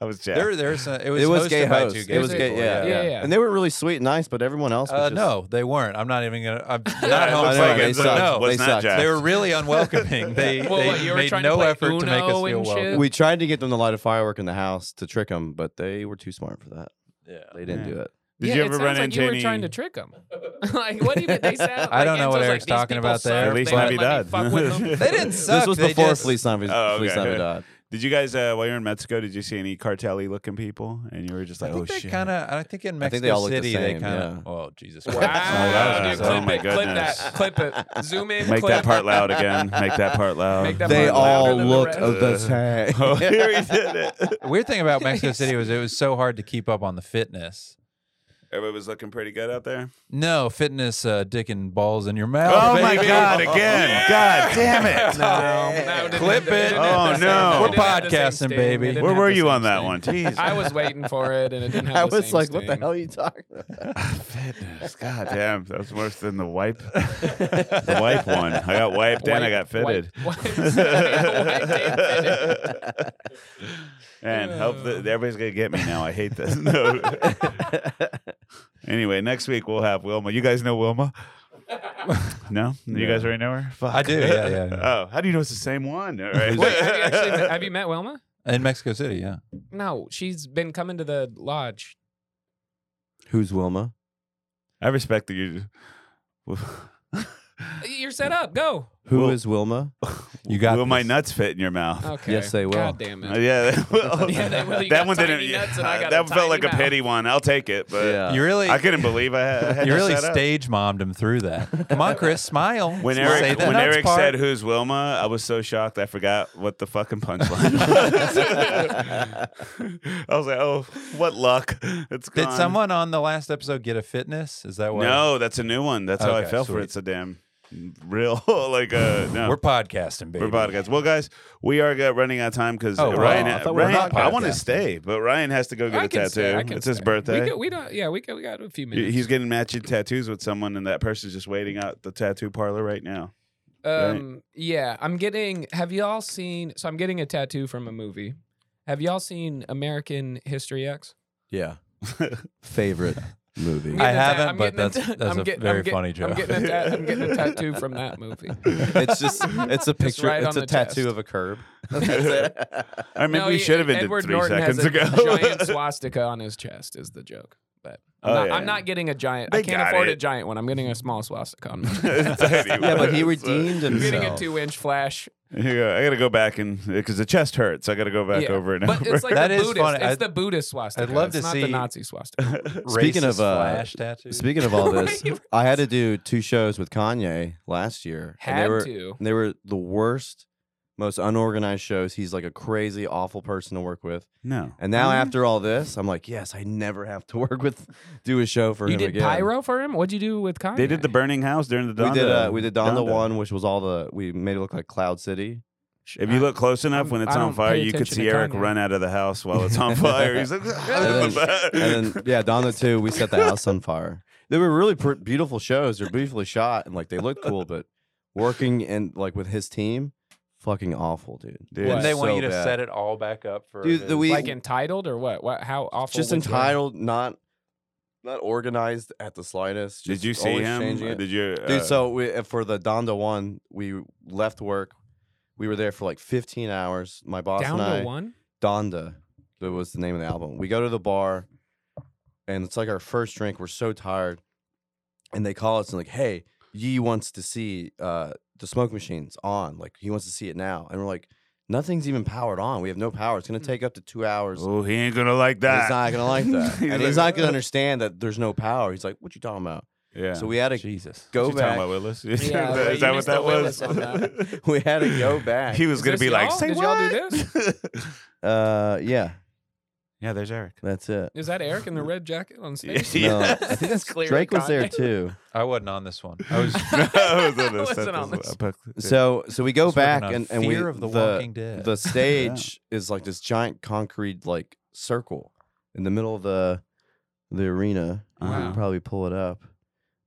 [SPEAKER 1] I was jacked.
[SPEAKER 2] there, there's a, it was
[SPEAKER 5] it was
[SPEAKER 2] hosted
[SPEAKER 5] gay
[SPEAKER 2] by
[SPEAKER 5] host.
[SPEAKER 2] two gay
[SPEAKER 5] It was
[SPEAKER 3] guys.
[SPEAKER 5] gay,
[SPEAKER 2] people,
[SPEAKER 5] yeah,
[SPEAKER 3] Yeah,
[SPEAKER 5] yeah,
[SPEAKER 3] yeah.
[SPEAKER 5] And they were really sweet and nice, but everyone else was
[SPEAKER 2] Uh,
[SPEAKER 5] just,
[SPEAKER 2] no, they weren't. I'm not even gonna.
[SPEAKER 1] *laughs*
[SPEAKER 2] I'm
[SPEAKER 1] Yeah,
[SPEAKER 2] not
[SPEAKER 1] I
[SPEAKER 2] home
[SPEAKER 1] was
[SPEAKER 5] I know,
[SPEAKER 1] like,
[SPEAKER 5] they
[SPEAKER 1] it's a-
[SPEAKER 5] sucked.
[SPEAKER 2] no,
[SPEAKER 1] was
[SPEAKER 5] They
[SPEAKER 1] not
[SPEAKER 5] sucked.
[SPEAKER 1] jacked.
[SPEAKER 2] they were
[SPEAKER 1] *laughs*
[SPEAKER 2] really unwelcoming. They,
[SPEAKER 3] Well,
[SPEAKER 2] they
[SPEAKER 3] what, you were
[SPEAKER 2] made
[SPEAKER 3] trying to
[SPEAKER 2] no
[SPEAKER 3] play
[SPEAKER 2] effort to make us
[SPEAKER 3] Uno
[SPEAKER 2] feel
[SPEAKER 3] and shit?
[SPEAKER 2] welcome.
[SPEAKER 5] We tried to get them to light a firework in the house to trick them, but they were too smart for that.
[SPEAKER 2] Yeah.
[SPEAKER 5] They didn't
[SPEAKER 1] Yeah.
[SPEAKER 5] do it.
[SPEAKER 1] Did
[SPEAKER 3] Yeah,
[SPEAKER 1] you
[SPEAKER 3] it
[SPEAKER 1] ever
[SPEAKER 3] sounds
[SPEAKER 1] run
[SPEAKER 3] like
[SPEAKER 1] into
[SPEAKER 3] you were
[SPEAKER 1] any?
[SPEAKER 3] trying to trick them. like what even they sound?
[SPEAKER 2] I don't
[SPEAKER 3] like,
[SPEAKER 2] know what
[SPEAKER 3] Enzo's like,
[SPEAKER 2] Eric's
[SPEAKER 3] "These
[SPEAKER 2] talking
[SPEAKER 3] people
[SPEAKER 2] about
[SPEAKER 3] suck.
[SPEAKER 2] there,
[SPEAKER 3] They
[SPEAKER 1] At least
[SPEAKER 3] don't
[SPEAKER 1] not
[SPEAKER 2] but-
[SPEAKER 3] let me
[SPEAKER 1] Navidad.
[SPEAKER 3] fuck with them."
[SPEAKER 2] They didn't suck.
[SPEAKER 5] this was
[SPEAKER 2] they
[SPEAKER 5] before
[SPEAKER 2] just-
[SPEAKER 5] Fleece Navi-
[SPEAKER 1] Oh,
[SPEAKER 5] Fleece
[SPEAKER 1] okay.
[SPEAKER 5] Navidad.
[SPEAKER 1] Did you guys, uh, while you were in Mexico, did you see any cartelli looking people? And you were just
[SPEAKER 2] I
[SPEAKER 1] like,
[SPEAKER 2] think
[SPEAKER 1] oh
[SPEAKER 2] they
[SPEAKER 1] shit.
[SPEAKER 2] kind of. I think in
[SPEAKER 5] I think they
[SPEAKER 2] Mexico
[SPEAKER 5] all look the
[SPEAKER 2] City they
[SPEAKER 5] same,
[SPEAKER 2] kind of. Oh Jesus! Christ.
[SPEAKER 3] Wow,
[SPEAKER 1] that was
[SPEAKER 3] dude,
[SPEAKER 1] awesome.
[SPEAKER 3] clip
[SPEAKER 1] Oh my
[SPEAKER 3] it, clip
[SPEAKER 1] goodness.
[SPEAKER 3] that, clip it, zoom in,
[SPEAKER 1] Make
[SPEAKER 3] clip.
[SPEAKER 1] that part
[SPEAKER 3] *laughs*
[SPEAKER 1] loud again. Make that part loud.
[SPEAKER 3] Make that
[SPEAKER 5] They
[SPEAKER 3] part
[SPEAKER 5] all
[SPEAKER 3] louder than the
[SPEAKER 5] looked
[SPEAKER 3] rest.
[SPEAKER 5] the same.
[SPEAKER 1] *laughs* Oh, here *laughs* he did it.
[SPEAKER 2] The weird thing about Mexico City was it was so hard to keep up on the fitness.
[SPEAKER 1] Everybody was looking pretty good out there.
[SPEAKER 2] No fitness, uh, dick and balls in your mouth.
[SPEAKER 1] Oh, my
[SPEAKER 2] baby.
[SPEAKER 1] God! Again, God damn *laughs* it!
[SPEAKER 3] No, didn't-
[SPEAKER 2] Clip
[SPEAKER 3] they
[SPEAKER 2] it.
[SPEAKER 3] didn't have
[SPEAKER 1] Oh,
[SPEAKER 3] the same-
[SPEAKER 1] no.
[SPEAKER 3] they
[SPEAKER 1] We're
[SPEAKER 3] didn't have the same
[SPEAKER 2] podcasting,
[SPEAKER 3] sting. They
[SPEAKER 2] baby.
[SPEAKER 3] didn't
[SPEAKER 1] Where
[SPEAKER 3] have
[SPEAKER 1] were
[SPEAKER 3] the
[SPEAKER 1] you
[SPEAKER 3] same
[SPEAKER 1] on that *laughs*
[SPEAKER 3] sting.
[SPEAKER 1] one? Jeez.
[SPEAKER 3] I was waiting for it, and it didn't have.
[SPEAKER 5] I
[SPEAKER 3] the
[SPEAKER 5] was
[SPEAKER 3] same
[SPEAKER 5] like, what the
[SPEAKER 3] sting.
[SPEAKER 5] hell are you talking about?
[SPEAKER 1] fitness. God damn, that was worse than the *laughs* wipe. the wipe one. I got wiped and I got fitted.
[SPEAKER 3] Wipe- wipe- *laughs* wiped and fitted.
[SPEAKER 1] And help the, everybody's gonna get me now. I hate this.
[SPEAKER 3] *laughs*
[SPEAKER 1] No. anyway, next week we'll have Wilma. You guys know Wilma? No, you guys already know her. Fuck.
[SPEAKER 2] I do, yeah, yeah, yeah.
[SPEAKER 1] Oh, how do you know it's the same one? All right.
[SPEAKER 3] Wait,
[SPEAKER 1] *laughs*
[SPEAKER 3] have you actually met, have you met Wilma?
[SPEAKER 2] In Mexico City, yeah.
[SPEAKER 3] No, she's been coming to the lodge.
[SPEAKER 5] *laughs* Who's Wilma?
[SPEAKER 1] I respect that you.
[SPEAKER 3] You're set up. Go.
[SPEAKER 5] Who is
[SPEAKER 1] Wil-
[SPEAKER 5] Wilma?
[SPEAKER 2] You got
[SPEAKER 1] will my
[SPEAKER 2] this.
[SPEAKER 1] nuts fit in your mouth?
[SPEAKER 3] Okay.
[SPEAKER 5] Yes, they will.
[SPEAKER 3] God damn
[SPEAKER 1] Uh,
[SPEAKER 3] it.
[SPEAKER 1] yeah,
[SPEAKER 3] *laughs*
[SPEAKER 1] they will.
[SPEAKER 3] Oh, Yeah, they will. You
[SPEAKER 1] that
[SPEAKER 3] got
[SPEAKER 1] one
[SPEAKER 3] tiny
[SPEAKER 1] didn't.
[SPEAKER 3] nuts and I got a
[SPEAKER 1] that
[SPEAKER 3] tiny
[SPEAKER 1] felt like a
[SPEAKER 3] mouth.
[SPEAKER 1] pity one. I'll take it, but
[SPEAKER 5] Yeah.
[SPEAKER 2] You really,
[SPEAKER 1] Uh, I couldn't believe I had. I had
[SPEAKER 2] you
[SPEAKER 1] that
[SPEAKER 2] really
[SPEAKER 1] set up.
[SPEAKER 2] stage mommed him
[SPEAKER 1] *laughs*
[SPEAKER 2] through that. Come on, Chris, smile.
[SPEAKER 1] When
[SPEAKER 2] Smile. Say
[SPEAKER 1] Eric,
[SPEAKER 2] the
[SPEAKER 1] when
[SPEAKER 2] nuts
[SPEAKER 1] Eric
[SPEAKER 2] part.
[SPEAKER 1] said who's Wilma, I was so shocked I forgot what the fucking punchline
[SPEAKER 2] *laughs*
[SPEAKER 1] was. *laughs* I was like, oh, what luck. It's gone.
[SPEAKER 2] did someone on the last episode get a fitness? Is that what?
[SPEAKER 1] No, that's a new one. That's how I
[SPEAKER 2] Okay,
[SPEAKER 1] fell for
[SPEAKER 2] sweet.
[SPEAKER 1] it. It's a damn real *laughs* like uh no.
[SPEAKER 2] we're podcasting, baby.
[SPEAKER 1] We're podcasts. Well, guys, we are uh, running out of time because
[SPEAKER 2] Oh, wow.
[SPEAKER 1] Ryan.
[SPEAKER 2] I
[SPEAKER 1] I,
[SPEAKER 2] thought we were
[SPEAKER 1] Ryan
[SPEAKER 2] not
[SPEAKER 1] I want to
[SPEAKER 2] podcasting.
[SPEAKER 1] stay, but Ryan has to go get
[SPEAKER 3] I
[SPEAKER 1] a
[SPEAKER 3] can
[SPEAKER 1] tattoo.
[SPEAKER 3] stay, I can
[SPEAKER 1] It's his
[SPEAKER 3] stay.
[SPEAKER 1] birthday.
[SPEAKER 3] We, could, we don't. Yeah, we could, we got a few minutes.
[SPEAKER 1] He's getting matching tattoos with someone, and that person's just waiting out the tattoo parlor right now.
[SPEAKER 3] Um, yeah, I'm getting. Have y'all seen? So I'm getting a tattoo from a movie. Have y'all seen American History X?
[SPEAKER 5] Yeah. Favorite
[SPEAKER 3] *laughs*
[SPEAKER 2] I
[SPEAKER 3] I'm getting
[SPEAKER 5] movie.
[SPEAKER 3] a ta-
[SPEAKER 2] haven't,
[SPEAKER 3] I'm
[SPEAKER 2] but
[SPEAKER 3] getting a
[SPEAKER 2] that's-
[SPEAKER 3] ta-
[SPEAKER 2] that's
[SPEAKER 3] I'm
[SPEAKER 2] a
[SPEAKER 3] getting-
[SPEAKER 2] very
[SPEAKER 3] I'm get-
[SPEAKER 2] funny
[SPEAKER 3] I'm
[SPEAKER 2] joke.
[SPEAKER 3] getting, a ta-
[SPEAKER 2] *laughs*
[SPEAKER 3] I'm getting a tattoo from that movie.
[SPEAKER 5] it's just it's a picture.
[SPEAKER 3] right
[SPEAKER 5] it's
[SPEAKER 3] on the
[SPEAKER 5] a tattoo
[SPEAKER 3] chest.
[SPEAKER 5] of a curb. That's it.
[SPEAKER 1] I remember
[SPEAKER 3] No,
[SPEAKER 1] we
[SPEAKER 3] he-
[SPEAKER 1] should have ended
[SPEAKER 3] Edward
[SPEAKER 1] three
[SPEAKER 3] Norton
[SPEAKER 1] seconds
[SPEAKER 3] has a
[SPEAKER 1] ago. *laughs*
[SPEAKER 3] *laughs*
[SPEAKER 2] *laughs*
[SPEAKER 3] giant swastika on his chest is the joke. But I'm,
[SPEAKER 1] Oh,
[SPEAKER 3] not,
[SPEAKER 1] yeah.
[SPEAKER 3] I'm not getting a giant. I
[SPEAKER 1] They
[SPEAKER 3] can't
[SPEAKER 1] got
[SPEAKER 3] afford a
[SPEAKER 1] it.
[SPEAKER 3] giant one. I'm getting a small swastika.
[SPEAKER 1] *laughs*
[SPEAKER 3] On my chest.
[SPEAKER 5] Yeah,
[SPEAKER 1] yeah,
[SPEAKER 5] but he redeemed
[SPEAKER 3] I'm getting a
[SPEAKER 5] himself.
[SPEAKER 3] two-inch flash.
[SPEAKER 1] uh, I gotta go back and because the chest hurts, I gotta go back
[SPEAKER 3] Yeah.
[SPEAKER 1] over *laughs* and
[SPEAKER 3] But
[SPEAKER 1] over.
[SPEAKER 3] it's like
[SPEAKER 2] That
[SPEAKER 3] the
[SPEAKER 2] is
[SPEAKER 3] Buddhist.
[SPEAKER 2] funny.
[SPEAKER 3] It's
[SPEAKER 2] I-
[SPEAKER 3] the Buddhist swastika.
[SPEAKER 2] love
[SPEAKER 3] it's
[SPEAKER 2] to
[SPEAKER 3] not the
[SPEAKER 2] see-
[SPEAKER 3] Nazi swastika.
[SPEAKER 5] Speaking
[SPEAKER 2] Racist
[SPEAKER 5] of, uh,
[SPEAKER 2] flash tattoo.
[SPEAKER 5] Speaking of all this,
[SPEAKER 3] Right, right.
[SPEAKER 5] I had to do two shows with Kanye last year. and
[SPEAKER 3] Had
[SPEAKER 5] they were,
[SPEAKER 3] to.
[SPEAKER 5] They were the worst, most unorganized shows. He's like a crazy, awful person to work with.
[SPEAKER 1] no,
[SPEAKER 3] Mm-hmm.
[SPEAKER 5] And now after all this, I'm like, yes, I never have to *laughs* work with, do a show for
[SPEAKER 3] You
[SPEAKER 5] him
[SPEAKER 3] did
[SPEAKER 5] again.
[SPEAKER 3] pyro for him. What'd you do with Kanye?
[SPEAKER 1] they did the burning house during the
[SPEAKER 5] We
[SPEAKER 1] Donda.
[SPEAKER 5] did uh, we did Donda
[SPEAKER 1] Donda.
[SPEAKER 5] one, which was all the we made it look like Cloud
[SPEAKER 1] *coughs*
[SPEAKER 5] City.
[SPEAKER 1] If you look close enough,
[SPEAKER 3] I'm-
[SPEAKER 1] when it's
[SPEAKER 3] I
[SPEAKER 1] on
[SPEAKER 3] don't
[SPEAKER 1] fire,
[SPEAKER 3] pay
[SPEAKER 1] you could
[SPEAKER 3] attention
[SPEAKER 1] see
[SPEAKER 3] to
[SPEAKER 1] Eric
[SPEAKER 3] Kanye.
[SPEAKER 1] run out of the house while it's on fire. He's like, *laughs* "Ah,
[SPEAKER 5] And then, and then yeah, Donda two, we set the house on fire. They were really pr- beautiful shows. They're beautifully shot and like they looked cool, but working and like with his team, fucking awful, dude.
[SPEAKER 1] Dude.
[SPEAKER 2] Didn't
[SPEAKER 1] What?
[SPEAKER 2] they
[SPEAKER 5] So
[SPEAKER 2] want you to
[SPEAKER 5] bad.
[SPEAKER 2] set it all back up for
[SPEAKER 5] Dude, the
[SPEAKER 2] his-
[SPEAKER 5] week-
[SPEAKER 3] like entitled or what? What? How awful?
[SPEAKER 5] just
[SPEAKER 3] was your-
[SPEAKER 5] entitled, not not organized at the
[SPEAKER 1] *laughs*
[SPEAKER 5] slightest.
[SPEAKER 1] Did
[SPEAKER 5] just
[SPEAKER 1] you see
[SPEAKER 5] always
[SPEAKER 1] him?
[SPEAKER 5] changing it.
[SPEAKER 1] Did you, uh,
[SPEAKER 5] Dude, so we, uh, for the Donda one, we left work. We were there for like 15 hours. My boss
[SPEAKER 3] Down
[SPEAKER 5] and I,
[SPEAKER 3] to one.
[SPEAKER 5] Donda that was the name of the album. We go to the bar and it's like our first drink. We're so tired. And they call us and like, hey, Yee wants to see uh the smoke machines on. Like he wants to see it now. And we're like, nothing's even powered on. We have no power. It's gonna
[SPEAKER 1] Hmm.
[SPEAKER 5] take up to two hours.
[SPEAKER 1] Oh, he ain't gonna like
[SPEAKER 5] and
[SPEAKER 1] that.
[SPEAKER 5] He's not
[SPEAKER 1] *laughs*
[SPEAKER 5] gonna like that.
[SPEAKER 1] He's
[SPEAKER 5] and he's
[SPEAKER 1] like, "Ah."
[SPEAKER 5] not gonna understand that there's no power. He's like, What you talking about?
[SPEAKER 1] Yeah.
[SPEAKER 5] So we had to
[SPEAKER 2] Jesus.
[SPEAKER 5] go
[SPEAKER 1] What you talking
[SPEAKER 5] back.
[SPEAKER 1] about Willis? *laughs* Is that-
[SPEAKER 3] Yeah, but
[SPEAKER 1] is
[SPEAKER 3] you
[SPEAKER 1] that what
[SPEAKER 3] missed
[SPEAKER 1] that
[SPEAKER 3] the Willis
[SPEAKER 1] was?
[SPEAKER 3] on that.
[SPEAKER 5] *laughs* we had to go
[SPEAKER 1] *laughs*
[SPEAKER 5] back.
[SPEAKER 1] he was
[SPEAKER 3] Is
[SPEAKER 1] gonna
[SPEAKER 3] this
[SPEAKER 1] be like,
[SPEAKER 3] y'all?
[SPEAKER 1] "Say
[SPEAKER 3] Did y'all
[SPEAKER 1] what?"
[SPEAKER 3] do
[SPEAKER 5] uh yeah,
[SPEAKER 1] *laughs* yeah, there's
[SPEAKER 3] *laughs*
[SPEAKER 1] Eric. *laughs*
[SPEAKER 5] that's it.
[SPEAKER 3] Is that Eric in the red jacket on
[SPEAKER 5] *laughs*
[SPEAKER 3] stage? *laughs*
[SPEAKER 1] Yeah.
[SPEAKER 5] No, I think that's
[SPEAKER 3] clear.
[SPEAKER 5] Drake was there too.
[SPEAKER 1] *laughs*
[SPEAKER 2] I wasn't on this one.
[SPEAKER 5] *laughs*
[SPEAKER 2] I was
[SPEAKER 1] I was
[SPEAKER 3] I wasn't on this.
[SPEAKER 5] So so we go
[SPEAKER 2] Just working
[SPEAKER 5] back
[SPEAKER 2] on
[SPEAKER 5] and, and we
[SPEAKER 2] Fear of the Walking
[SPEAKER 1] *laughs*
[SPEAKER 2] Dead.
[SPEAKER 5] the stage is like this giant concrete like circle in the middle of the the arena. You
[SPEAKER 1] Wow.
[SPEAKER 5] can probably pull it up.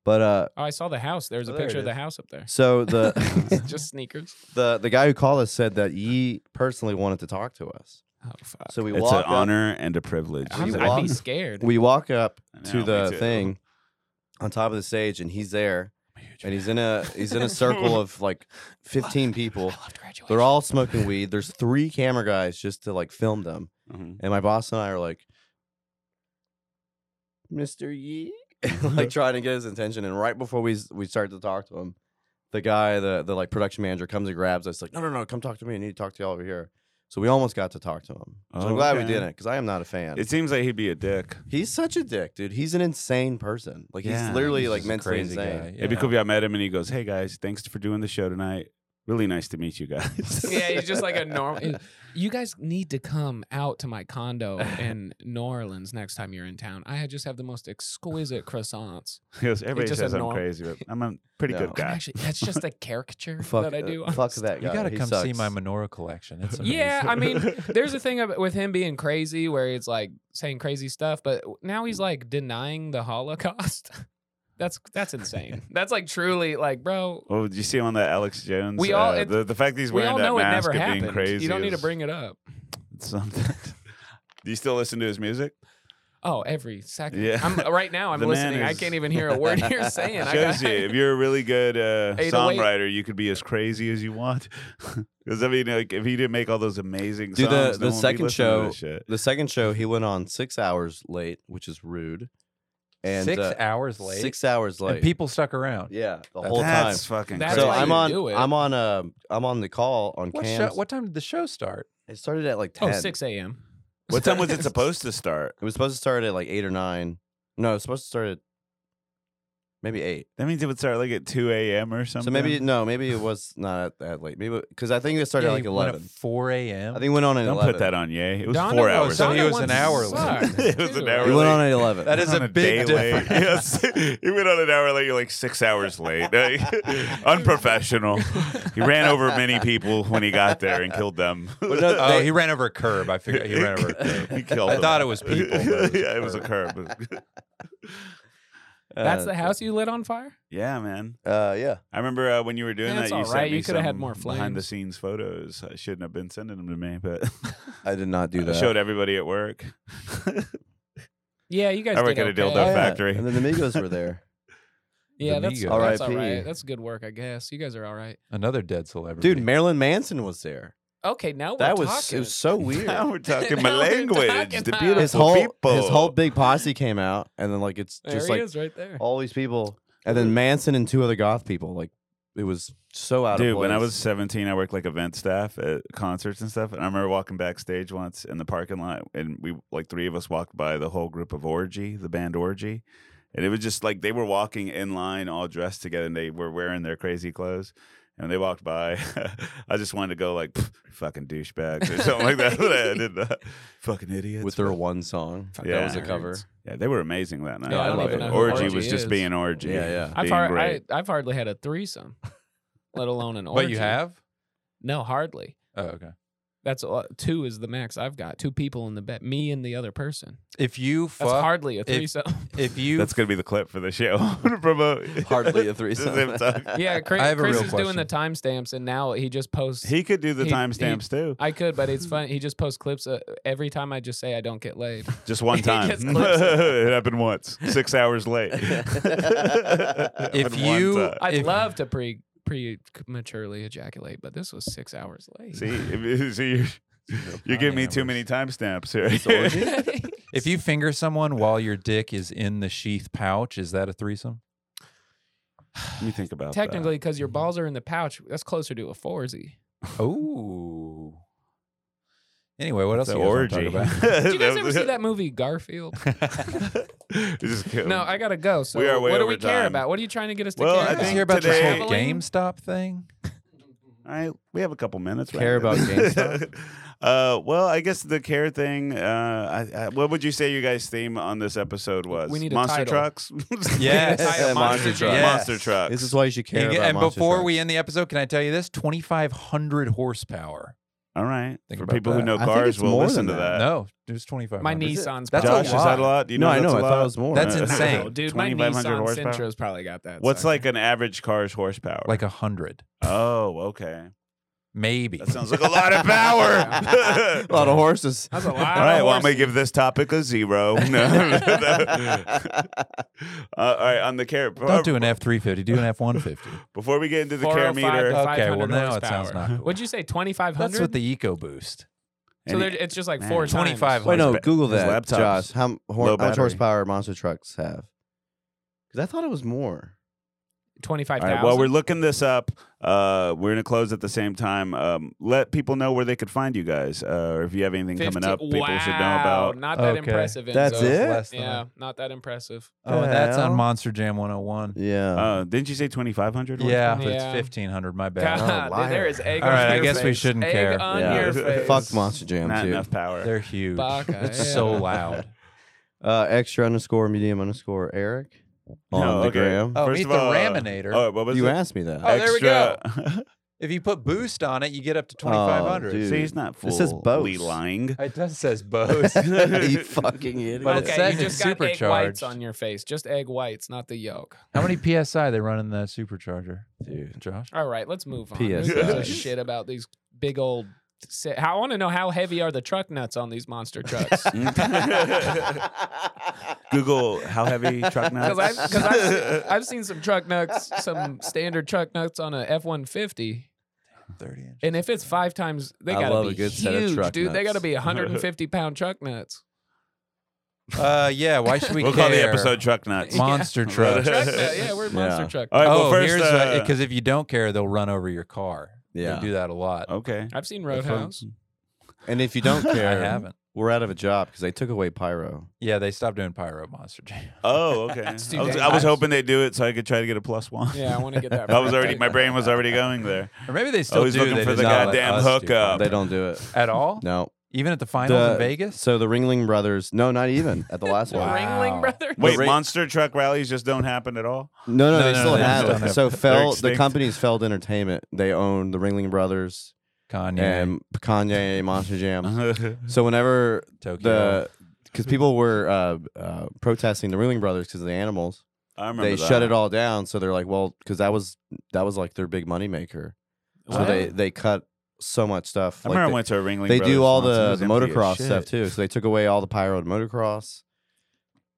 [SPEAKER 5] But uh
[SPEAKER 3] Oh, I saw the house. There's
[SPEAKER 2] Oh,
[SPEAKER 3] a
[SPEAKER 2] there
[SPEAKER 3] picture
[SPEAKER 2] it
[SPEAKER 3] of the
[SPEAKER 2] is.
[SPEAKER 3] house up there.
[SPEAKER 5] so the *laughs*
[SPEAKER 1] *laughs*
[SPEAKER 3] It's *laughs* just sneakers.
[SPEAKER 5] the the guy who called us said that he personally wanted to talk to us.
[SPEAKER 3] Oh fuck.
[SPEAKER 5] So we
[SPEAKER 1] it's an
[SPEAKER 5] walk up,
[SPEAKER 1] honor and a privilege.
[SPEAKER 5] we
[SPEAKER 3] I'm,
[SPEAKER 1] So-
[SPEAKER 3] I'd be
[SPEAKER 5] walk-
[SPEAKER 3] scared.
[SPEAKER 5] we walk up
[SPEAKER 1] I
[SPEAKER 5] to
[SPEAKER 1] know, me
[SPEAKER 5] the
[SPEAKER 1] too.
[SPEAKER 5] thing on top of the stage and he's there and he's in a he's in a circle of like 15 people. They're all smoking weed. There's three camera guys just to like film them.
[SPEAKER 1] Mhm.
[SPEAKER 5] And my boss and I are like, Mr. Yee, *laughs* like trying to get his attention. And right before we s- we start to talk to him, the guy, the the like production manager, comes and grabs us, like, no, no, no, come talk to me. I need to talk to y'all over here. So we almost got to talk to him. So I'm glad
[SPEAKER 1] Oh, Okay.
[SPEAKER 5] we didn't, because I am not a fan.
[SPEAKER 1] Mm-hmm. It seems like he'd be a dick.
[SPEAKER 5] he's such a dick, dude. He's an insane person. Like
[SPEAKER 1] Yeah,
[SPEAKER 5] he's literally
[SPEAKER 2] He's
[SPEAKER 5] like
[SPEAKER 2] just a
[SPEAKER 5] mentally
[SPEAKER 2] crazy
[SPEAKER 5] insane.
[SPEAKER 2] guy.
[SPEAKER 1] It'd be
[SPEAKER 2] Yeah.
[SPEAKER 1] cool if I met him and he goes, "Hey guys, thanks for doing the show tonight. Really nice to meet you
[SPEAKER 3] *laughs*
[SPEAKER 1] guys." *laughs*
[SPEAKER 3] yeah, he's just like a normal. *laughs* You guys need to come out to my condo in New Orleans next time you're in town. I just have the most exquisite croissants.
[SPEAKER 1] He goes, "Everybody
[SPEAKER 3] just
[SPEAKER 1] says
[SPEAKER 3] a
[SPEAKER 1] I'm
[SPEAKER 3] norm-
[SPEAKER 1] crazy, but I'm a pretty
[SPEAKER 5] No.
[SPEAKER 1] good
[SPEAKER 3] I'm
[SPEAKER 1] guy."
[SPEAKER 3] Actually, that's just a *laughs* caricature
[SPEAKER 5] Fuck
[SPEAKER 1] uh,
[SPEAKER 5] uh,
[SPEAKER 3] that I do. on
[SPEAKER 5] Fuck
[SPEAKER 3] stage.
[SPEAKER 5] that guy.
[SPEAKER 2] you got to
[SPEAKER 5] He
[SPEAKER 2] come see my
[SPEAKER 5] sucks.
[SPEAKER 2] menorah collection.
[SPEAKER 5] *laughs*
[SPEAKER 2] It's amazing.
[SPEAKER 3] Yeah, I mean,
[SPEAKER 1] *laughs*
[SPEAKER 3] there's a thing about, with him being crazy where it's like saying crazy stuff, but now he's like denying the Holocaust. *laughs* that's
[SPEAKER 1] *laughs*
[SPEAKER 3] that's insane. That's like truly like, bro.
[SPEAKER 1] Oh, did you see him on that Alex Jones?
[SPEAKER 3] We all-
[SPEAKER 1] uh,
[SPEAKER 3] it-
[SPEAKER 1] the, the fact that he's
[SPEAKER 3] We
[SPEAKER 1] wearing
[SPEAKER 3] all
[SPEAKER 1] that
[SPEAKER 3] know it
[SPEAKER 1] mask
[SPEAKER 3] never
[SPEAKER 1] of
[SPEAKER 3] happened.
[SPEAKER 1] being crazy.
[SPEAKER 3] you don't need to
[SPEAKER 1] is
[SPEAKER 3] bring it up. *laughs*
[SPEAKER 1] something. *laughs* do you still listen to his music?
[SPEAKER 3] Oh, every second.
[SPEAKER 1] Yeah.
[SPEAKER 3] I'm uh, right now. I'm
[SPEAKER 1] The man
[SPEAKER 3] listening. I
[SPEAKER 1] is-
[SPEAKER 3] can't even hear a word
[SPEAKER 1] *laughs*
[SPEAKER 3] you're saying. I
[SPEAKER 1] Shows
[SPEAKER 3] got,
[SPEAKER 1] you if you're a really good
[SPEAKER 3] *laughs*
[SPEAKER 1] uh,
[SPEAKER 3] 808.
[SPEAKER 1] songwriter, you could be as crazy as you want. *laughs* Because I mean, like, if he didn't make all those amazing
[SPEAKER 5] Dude, the-
[SPEAKER 1] songs, no one
[SPEAKER 5] the
[SPEAKER 1] would be
[SPEAKER 5] second
[SPEAKER 1] listening to
[SPEAKER 5] show-
[SPEAKER 1] this shit.
[SPEAKER 5] The second show, he went on six hours late, which is rude. And
[SPEAKER 2] six
[SPEAKER 5] uh,
[SPEAKER 2] hours late.
[SPEAKER 5] Six hours late.
[SPEAKER 2] And people stuck around.
[SPEAKER 5] yeah, the
[SPEAKER 2] That's-
[SPEAKER 5] whole time.
[SPEAKER 1] That's fucking.
[SPEAKER 3] That's
[SPEAKER 5] so
[SPEAKER 3] why
[SPEAKER 1] crazy.
[SPEAKER 5] I'm
[SPEAKER 3] you
[SPEAKER 5] on.
[SPEAKER 3] do it.
[SPEAKER 5] I'm on. Uh, I'm on the call on
[SPEAKER 2] What,
[SPEAKER 5] cams.
[SPEAKER 2] show, what time did the show start?
[SPEAKER 5] It started at like
[SPEAKER 3] *laughs* Oh,
[SPEAKER 5] ten.
[SPEAKER 3] 6 a.m.
[SPEAKER 1] What time
[SPEAKER 3] *laughs*
[SPEAKER 5] *laughs*
[SPEAKER 1] was it supposed to start?
[SPEAKER 5] It was supposed to start at like eight or nine. No, it was supposed to start at maybe eight.
[SPEAKER 1] That means it would start like at 2 a.m. or something.
[SPEAKER 5] So maybe no, maybe it was not at that late. Maybe because I think it started
[SPEAKER 2] Yeah,
[SPEAKER 5] at like
[SPEAKER 2] you went at
[SPEAKER 5] eleven.
[SPEAKER 2] four a.m.
[SPEAKER 5] I think *laughs* it went on at
[SPEAKER 1] don't
[SPEAKER 5] eleven.
[SPEAKER 1] put that on Ye. It was
[SPEAKER 3] Donna
[SPEAKER 1] four
[SPEAKER 3] was-
[SPEAKER 1] hours.
[SPEAKER 2] So
[SPEAKER 3] Donna
[SPEAKER 2] he was an
[SPEAKER 3] once
[SPEAKER 2] hour
[SPEAKER 3] sucked,
[SPEAKER 1] late. *laughs* It was an
[SPEAKER 3] too.
[SPEAKER 1] hour
[SPEAKER 5] It went on at eleven.
[SPEAKER 2] that is
[SPEAKER 1] On
[SPEAKER 2] a, big
[SPEAKER 1] day late. *laughs*
[SPEAKER 2] difference.
[SPEAKER 1] Yes, he went on an hour late. You're like six hours late. Like, *laughs*
[SPEAKER 3] *laughs*
[SPEAKER 1] Unprofessional. He ran over many people when he got there and killed them.
[SPEAKER 5] no,
[SPEAKER 2] Oh,
[SPEAKER 5] They-
[SPEAKER 2] he ran over a curb. I figured he ran
[SPEAKER 1] *laughs*
[SPEAKER 2] over a
[SPEAKER 5] *laughs*
[SPEAKER 2] curb.
[SPEAKER 1] He killed
[SPEAKER 2] I
[SPEAKER 1] them.
[SPEAKER 2] thought
[SPEAKER 1] *laughs*
[SPEAKER 2] it was people, but it was a
[SPEAKER 1] yeah, it was a curb.
[SPEAKER 3] *laughs* That's the
[SPEAKER 5] Uh,
[SPEAKER 3] house you lit on fire?
[SPEAKER 1] yeah, man.
[SPEAKER 5] Uh, yeah.
[SPEAKER 1] I remember uh, when you were doing
[SPEAKER 3] That's
[SPEAKER 1] that, you
[SPEAKER 3] all
[SPEAKER 1] sent
[SPEAKER 3] right.
[SPEAKER 1] me
[SPEAKER 3] You coulda had
[SPEAKER 1] some
[SPEAKER 3] more
[SPEAKER 1] behind the
[SPEAKER 3] flames.
[SPEAKER 1] scenes photos. I shouldn't have been sending them to me, but *laughs*
[SPEAKER 5] I did not do
[SPEAKER 1] I
[SPEAKER 5] that.
[SPEAKER 1] showed everybody at work. *laughs*
[SPEAKER 3] Yeah, you guys
[SPEAKER 1] I work at
[SPEAKER 3] did
[SPEAKER 1] a
[SPEAKER 3] okay.
[SPEAKER 1] dildo
[SPEAKER 5] Oh, yeah.
[SPEAKER 1] factory.
[SPEAKER 5] And then the Migos
[SPEAKER 1] *laughs*
[SPEAKER 5] were there.
[SPEAKER 3] Yeah,
[SPEAKER 2] The
[SPEAKER 3] that's,
[SPEAKER 2] Migos.
[SPEAKER 3] that's all
[SPEAKER 5] R.I.P..
[SPEAKER 3] right. That's good work, I guess. You guys are all right.
[SPEAKER 2] Another dead celebrity.
[SPEAKER 5] Dude, Marilyn Manson was there.
[SPEAKER 3] Okay, now we're
[SPEAKER 5] That was
[SPEAKER 3] talking.
[SPEAKER 5] it
[SPEAKER 3] *laughs*
[SPEAKER 5] was so weird.
[SPEAKER 1] Now we're talking my
[SPEAKER 3] Now we're
[SPEAKER 1] language.
[SPEAKER 3] talking
[SPEAKER 1] the
[SPEAKER 3] about-
[SPEAKER 1] beautiful
[SPEAKER 5] his whole
[SPEAKER 1] people.
[SPEAKER 5] his whole big posse came out, and then like it's
[SPEAKER 3] there
[SPEAKER 5] just
[SPEAKER 3] he
[SPEAKER 5] like
[SPEAKER 3] is right there.
[SPEAKER 5] all these people, and then Manson and two other goth people. Like it was so out
[SPEAKER 1] Dude,
[SPEAKER 5] of place.
[SPEAKER 1] when I was 17, I worked like event staff at concerts and stuff. And I remember walking backstage once in the parking lot, and we like three of us walked by the whole group of Orgy, the band Orgy. And it was just like they were walking in line all dressed together and they were wearing their crazy clothes. And they walked by. *laughs* I just wanted to go like "Pff, fucking douchebags or something like that. *laughs* But I did not. Fucking idiots.
[SPEAKER 5] with their one song,
[SPEAKER 1] Yeah.
[SPEAKER 5] that was a cover.
[SPEAKER 1] yeah, they were amazing that night.
[SPEAKER 5] No, I
[SPEAKER 1] I
[SPEAKER 5] don't
[SPEAKER 1] love
[SPEAKER 5] even
[SPEAKER 1] it.
[SPEAKER 5] know who
[SPEAKER 1] Orgy,
[SPEAKER 5] Orgy
[SPEAKER 1] was
[SPEAKER 3] is.
[SPEAKER 1] just being Orgy.
[SPEAKER 5] Yeah, yeah.
[SPEAKER 3] I've,
[SPEAKER 1] Being
[SPEAKER 3] har- I,
[SPEAKER 1] great.
[SPEAKER 3] I've hardly had a threesome, *laughs* let alone an orgy.
[SPEAKER 2] But you have?
[SPEAKER 3] No, hardly.
[SPEAKER 2] Oh, okay.
[SPEAKER 3] That's a lot. two is the max I've got. Two people in the bed, me and the other person.
[SPEAKER 2] If you
[SPEAKER 3] That's
[SPEAKER 2] fuck,
[SPEAKER 3] hardly a threesome.
[SPEAKER 2] if you
[SPEAKER 1] That's gonna be the clip for the show *laughs* to promote.
[SPEAKER 5] *laughs*
[SPEAKER 1] *laughs*
[SPEAKER 5] Hardly a
[SPEAKER 1] Just
[SPEAKER 5] threesome.
[SPEAKER 1] him talking. *laughs*
[SPEAKER 3] yeah, Chris,
[SPEAKER 2] I have a
[SPEAKER 3] Chris
[SPEAKER 2] real
[SPEAKER 3] is doing the timestamps, and now he just posts.
[SPEAKER 1] He could do the
[SPEAKER 3] He-
[SPEAKER 1] timestamps too.
[SPEAKER 3] I could, but
[SPEAKER 1] *laughs*
[SPEAKER 3] it's funny. He just posts clips uh, every time I just say I don't get laid.
[SPEAKER 1] Just one
[SPEAKER 3] *laughs* he
[SPEAKER 1] time. *laughs*
[SPEAKER 3] gets clips.
[SPEAKER 1] it happened once. Six hours late. *laughs*
[SPEAKER 5] If
[SPEAKER 1] Happened one
[SPEAKER 2] you-
[SPEAKER 1] time.
[SPEAKER 3] I'd
[SPEAKER 2] If-
[SPEAKER 3] love to pre prematurely ejaculate, but this was six hours late. *laughs*
[SPEAKER 1] See, if- *laughs* see, you're, you're giving me too many timestamps *laughs*
[SPEAKER 3] *laughs*
[SPEAKER 1] here.
[SPEAKER 2] If you finger someone
[SPEAKER 5] *laughs*
[SPEAKER 2] while your dick is in the sheath pouch, is that a
[SPEAKER 5] *laughs*
[SPEAKER 2] threesome?
[SPEAKER 1] Let me think about
[SPEAKER 3] Technically, because your balls are in the pouch, that's closer to a foursy.
[SPEAKER 1] *laughs*
[SPEAKER 2] Oh. Anyway, what
[SPEAKER 1] That.
[SPEAKER 2] else
[SPEAKER 1] It's an
[SPEAKER 2] do you guys wanna
[SPEAKER 1] orgy. *laughs*
[SPEAKER 2] talk
[SPEAKER 5] *laughs*
[SPEAKER 2] about?
[SPEAKER 3] Did you guys ever see that movie Garfield?
[SPEAKER 1] It's just kidding.
[SPEAKER 3] No, I gotta go. So
[SPEAKER 1] We are way
[SPEAKER 3] what do we
[SPEAKER 1] over
[SPEAKER 3] care
[SPEAKER 1] time.
[SPEAKER 3] about? What are you trying to get us to
[SPEAKER 1] Well,
[SPEAKER 3] care
[SPEAKER 1] I
[SPEAKER 2] Did you
[SPEAKER 3] about?
[SPEAKER 1] think
[SPEAKER 2] hear about this whole
[SPEAKER 1] today-
[SPEAKER 2] GameStop thing?
[SPEAKER 1] All right, we have a couple minutes.
[SPEAKER 5] Care
[SPEAKER 1] right?
[SPEAKER 5] about GameStop?
[SPEAKER 1] *laughs* uh, well, I guess the care thing. Uh, I, I, what would you say your guys' theme on this episode was?
[SPEAKER 3] We need a
[SPEAKER 1] monster
[SPEAKER 3] title. *laughs*
[SPEAKER 1] trucks.
[SPEAKER 2] Yes.
[SPEAKER 3] Tie a monster
[SPEAKER 5] Monster
[SPEAKER 3] jam.
[SPEAKER 2] Yes.
[SPEAKER 1] monster trucks.
[SPEAKER 5] This is why you should care
[SPEAKER 2] And,
[SPEAKER 5] about
[SPEAKER 2] and
[SPEAKER 5] monster
[SPEAKER 2] before
[SPEAKER 5] trucks.
[SPEAKER 2] we end the episode, can I tell you this? 2,500 horsepower.
[SPEAKER 1] All right,
[SPEAKER 2] Think
[SPEAKER 1] for
[SPEAKER 2] about
[SPEAKER 1] people
[SPEAKER 2] that.
[SPEAKER 1] who know
[SPEAKER 5] I think
[SPEAKER 1] cars,
[SPEAKER 5] it's
[SPEAKER 1] will
[SPEAKER 5] more
[SPEAKER 1] listen to
[SPEAKER 5] than
[SPEAKER 1] that.
[SPEAKER 2] no, it was 2,500.
[SPEAKER 3] My Nissan's
[SPEAKER 2] That's
[SPEAKER 1] Josh,
[SPEAKER 2] a
[SPEAKER 1] is
[SPEAKER 2] lot.
[SPEAKER 1] that a lot? Do You
[SPEAKER 5] no,
[SPEAKER 1] know
[SPEAKER 5] I
[SPEAKER 1] that's
[SPEAKER 5] know.
[SPEAKER 1] A
[SPEAKER 5] I
[SPEAKER 1] lot?
[SPEAKER 5] thought it was
[SPEAKER 1] *laughs*
[SPEAKER 5] more.
[SPEAKER 2] That's
[SPEAKER 1] Uh,
[SPEAKER 2] insane.
[SPEAKER 3] No, dude, my
[SPEAKER 1] 2500
[SPEAKER 3] Nissan
[SPEAKER 1] horsepower?
[SPEAKER 3] Sentra's probably got that.
[SPEAKER 1] What's
[SPEAKER 3] sucker.
[SPEAKER 1] like an average car's horsepower?
[SPEAKER 2] Like 100,
[SPEAKER 1] oh, okay.
[SPEAKER 2] maybe.
[SPEAKER 1] That sounds like a lot of
[SPEAKER 3] *laughs*
[SPEAKER 1] power. *laughs*
[SPEAKER 5] *laughs* a lot of horses.
[SPEAKER 3] That's a lot.
[SPEAKER 1] All right,
[SPEAKER 3] of
[SPEAKER 1] well, I'm
[SPEAKER 3] horses.
[SPEAKER 1] gonna give this topic a zero. *laughs* No. uh, all right, on the care.
[SPEAKER 2] Don't do an F
[SPEAKER 1] *laughs*
[SPEAKER 2] 350, do an F 150.
[SPEAKER 1] Before we get into the care
[SPEAKER 3] 405
[SPEAKER 1] meter,
[SPEAKER 3] to
[SPEAKER 2] Okay, well,
[SPEAKER 3] 500
[SPEAKER 2] now it sounds
[SPEAKER 3] horsepower.
[SPEAKER 2] not cool.
[SPEAKER 3] What'd you say? Twenty five
[SPEAKER 2] That's with
[SPEAKER 3] hundred.
[SPEAKER 2] the EcoBoost.
[SPEAKER 3] So
[SPEAKER 1] Any-
[SPEAKER 3] they're- it's just like
[SPEAKER 1] Man.
[SPEAKER 3] four
[SPEAKER 2] 25
[SPEAKER 3] times.
[SPEAKER 5] Wait, no,
[SPEAKER 1] His
[SPEAKER 5] Google
[SPEAKER 1] ba- his
[SPEAKER 5] that,
[SPEAKER 1] laptop's
[SPEAKER 5] Josh. How, m-
[SPEAKER 1] low
[SPEAKER 5] hor- how much
[SPEAKER 1] battery.
[SPEAKER 5] horsepower monster trucks have? Because I thought it was more.
[SPEAKER 3] Twenty
[SPEAKER 1] all
[SPEAKER 3] five
[SPEAKER 1] right, while we're
[SPEAKER 3] thousand.
[SPEAKER 1] looking this up, uh, we're gonna close at the same time. Um, let people know where they could find you guys, uh, or if you have anything coming up, people should know
[SPEAKER 3] Wow,
[SPEAKER 1] about.
[SPEAKER 3] Not that
[SPEAKER 2] Okay.
[SPEAKER 3] impressive.
[SPEAKER 5] That's
[SPEAKER 3] Enzo.
[SPEAKER 5] it?
[SPEAKER 2] Less than
[SPEAKER 3] Yeah,
[SPEAKER 2] that.
[SPEAKER 3] not that impressive.
[SPEAKER 2] Oh, and that's on
[SPEAKER 5] Well.
[SPEAKER 2] Monster Jam 101.
[SPEAKER 5] Yeah.
[SPEAKER 1] Uh, didn't you say 2,500?
[SPEAKER 2] Yeah, but it's
[SPEAKER 3] Yeah.
[SPEAKER 2] 1,500. My bad. Oh,
[SPEAKER 3] God,
[SPEAKER 1] Oh,
[SPEAKER 3] dude, there
[SPEAKER 5] liar.
[SPEAKER 3] is egg
[SPEAKER 2] All
[SPEAKER 3] on
[SPEAKER 2] right, I
[SPEAKER 3] your
[SPEAKER 2] guess we
[SPEAKER 3] face.
[SPEAKER 2] shouldn't
[SPEAKER 3] Egg
[SPEAKER 2] care.
[SPEAKER 3] on
[SPEAKER 5] Yeah.
[SPEAKER 3] your face.
[SPEAKER 5] Fuck Monster Jam
[SPEAKER 1] Not
[SPEAKER 5] too.
[SPEAKER 1] enough power.
[SPEAKER 2] They're huge.
[SPEAKER 3] Baka,
[SPEAKER 2] it's so
[SPEAKER 1] *laughs*
[SPEAKER 3] yeah.
[SPEAKER 2] loud.
[SPEAKER 5] Uh, extra underscore medium underscore Eric on
[SPEAKER 1] No,
[SPEAKER 5] the
[SPEAKER 1] okay.
[SPEAKER 5] gram.
[SPEAKER 2] Oh,
[SPEAKER 1] First
[SPEAKER 2] meet
[SPEAKER 1] of
[SPEAKER 2] the
[SPEAKER 1] all, uh,
[SPEAKER 2] Raminator.
[SPEAKER 1] Oh, what was
[SPEAKER 5] you
[SPEAKER 1] it?
[SPEAKER 5] asked me that.
[SPEAKER 2] Oh, there we go.
[SPEAKER 1] Extra-
[SPEAKER 2] If you put boost on it, you get
[SPEAKER 1] oh,
[SPEAKER 2] up to 2,500.
[SPEAKER 1] *laughs*
[SPEAKER 5] dude.
[SPEAKER 1] See, he's not fully
[SPEAKER 5] It says Bose.
[SPEAKER 1] lying. *laughs*
[SPEAKER 2] it does *laughs* says
[SPEAKER 1] oh,
[SPEAKER 2] boost.
[SPEAKER 5] *laughs* you fucking idiot.
[SPEAKER 2] But it
[SPEAKER 1] *laughs*
[SPEAKER 3] okay,
[SPEAKER 2] says
[SPEAKER 3] you just
[SPEAKER 2] it's
[SPEAKER 3] got egg
[SPEAKER 2] supercharged.
[SPEAKER 3] whites on your face. Just egg whites, not the yolk.
[SPEAKER 2] How *laughs* many psi they run in the supercharger,
[SPEAKER 5] Dude.
[SPEAKER 2] Josh?
[SPEAKER 3] All right, let's move on.
[SPEAKER 5] PSIs.
[SPEAKER 3] Who gives a shit about these big old. si- I want to know how heavy are the truck nuts on these monster trucks?
[SPEAKER 1] Google how heavy
[SPEAKER 3] *laughs*
[SPEAKER 1] truck nuts.
[SPEAKER 3] Because I've, 'cause I've, I've seen some truck nuts, some standard truck nuts on a F one fifty,
[SPEAKER 2] Thirty inches.
[SPEAKER 3] and if it's five times, they
[SPEAKER 5] I
[SPEAKER 3] gotta
[SPEAKER 5] love
[SPEAKER 3] be
[SPEAKER 5] a good
[SPEAKER 3] huge,
[SPEAKER 5] set of truck
[SPEAKER 3] dude. They
[SPEAKER 5] nuts.
[SPEAKER 3] gotta be
[SPEAKER 5] *laughs*
[SPEAKER 3] hundred and fifty pound truck nuts.
[SPEAKER 2] Uh, yeah. Why should we?
[SPEAKER 1] we'll call the
[SPEAKER 2] care?
[SPEAKER 1] episode
[SPEAKER 2] *laughs*
[SPEAKER 1] truck nuts.
[SPEAKER 2] Monster Truck.
[SPEAKER 3] Truck nut, yeah,
[SPEAKER 5] *laughs*
[SPEAKER 3] we're monster
[SPEAKER 5] Yeah.
[SPEAKER 3] truck.
[SPEAKER 1] All right,
[SPEAKER 3] nuts.
[SPEAKER 1] well,
[SPEAKER 2] oh,
[SPEAKER 1] first,
[SPEAKER 2] here's
[SPEAKER 1] uh,
[SPEAKER 2] because if you don't care, they'll run over your car.
[SPEAKER 5] Yeah.
[SPEAKER 2] they do that a *laughs* lot.
[SPEAKER 1] Okay.
[SPEAKER 3] I've seen Roadhouse.
[SPEAKER 5] And if
[SPEAKER 1] *laughs*
[SPEAKER 5] you don't care,
[SPEAKER 2] I haven't.
[SPEAKER 5] we're out of a job because they took away pyro.
[SPEAKER 2] Yeah, they stopped doing pyro at monster jam.
[SPEAKER 1] Oh, okay. I was,
[SPEAKER 3] too
[SPEAKER 1] I was
[SPEAKER 3] dangerous.
[SPEAKER 1] hoping they'd do it so I could try to get a plus one.
[SPEAKER 3] Yeah, I want to get
[SPEAKER 5] *laughs*
[SPEAKER 1] *laughs*
[SPEAKER 3] that.
[SPEAKER 1] I was
[SPEAKER 3] for
[SPEAKER 1] already. My
[SPEAKER 3] birthday.
[SPEAKER 1] brain was already going there.
[SPEAKER 2] *laughs* Or maybe they still
[SPEAKER 1] he's
[SPEAKER 2] do.
[SPEAKER 1] looking
[SPEAKER 2] they
[SPEAKER 1] for the
[SPEAKER 2] just don't let
[SPEAKER 1] goddamn
[SPEAKER 2] us do
[SPEAKER 1] hookup.
[SPEAKER 2] it.
[SPEAKER 5] They don't do it.
[SPEAKER 2] at all.
[SPEAKER 5] No.
[SPEAKER 2] Even at the finals
[SPEAKER 5] The-
[SPEAKER 2] in Vegas.
[SPEAKER 5] So the Ringling Brothers. No, not even at
[SPEAKER 1] *laughs*
[SPEAKER 5] the last
[SPEAKER 3] The
[SPEAKER 5] one.
[SPEAKER 3] Ringling
[SPEAKER 2] Wow.
[SPEAKER 3] Brothers.
[SPEAKER 1] Wait,
[SPEAKER 5] ra-
[SPEAKER 1] monster truck rallies just don't happen at all. *laughs*
[SPEAKER 5] No, no,
[SPEAKER 2] No,
[SPEAKER 5] they
[SPEAKER 2] no,
[SPEAKER 5] still
[SPEAKER 2] they
[SPEAKER 5] have
[SPEAKER 2] still
[SPEAKER 5] it.
[SPEAKER 2] have
[SPEAKER 5] So Feld, the
[SPEAKER 1] extinct.
[SPEAKER 5] company's Feld Entertainment. They own the Ringling Brothers
[SPEAKER 2] Kanye,
[SPEAKER 5] and Kanye Monster
[SPEAKER 1] Uh-huh.
[SPEAKER 5] Jam.
[SPEAKER 1] That's
[SPEAKER 5] So whenever
[SPEAKER 2] Tokyo.
[SPEAKER 5] the because people were uh, uh, protesting the Ringling Brothers because of the animals,
[SPEAKER 1] I remember
[SPEAKER 5] they
[SPEAKER 1] that.
[SPEAKER 5] shut it all down. So they're like, well, because that was that was like their big moneymaker. So
[SPEAKER 3] Wow.
[SPEAKER 5] they they cut so much stuff.
[SPEAKER 1] I
[SPEAKER 5] like,
[SPEAKER 1] remember
[SPEAKER 5] they-
[SPEAKER 1] I went to a Ringling.
[SPEAKER 5] they
[SPEAKER 1] Brothers
[SPEAKER 5] do all
[SPEAKER 1] once and it
[SPEAKER 5] the,
[SPEAKER 1] was
[SPEAKER 5] the
[SPEAKER 1] empty as
[SPEAKER 5] motocross
[SPEAKER 1] shit.
[SPEAKER 5] stuff too. So they took away all the pyro and motocross.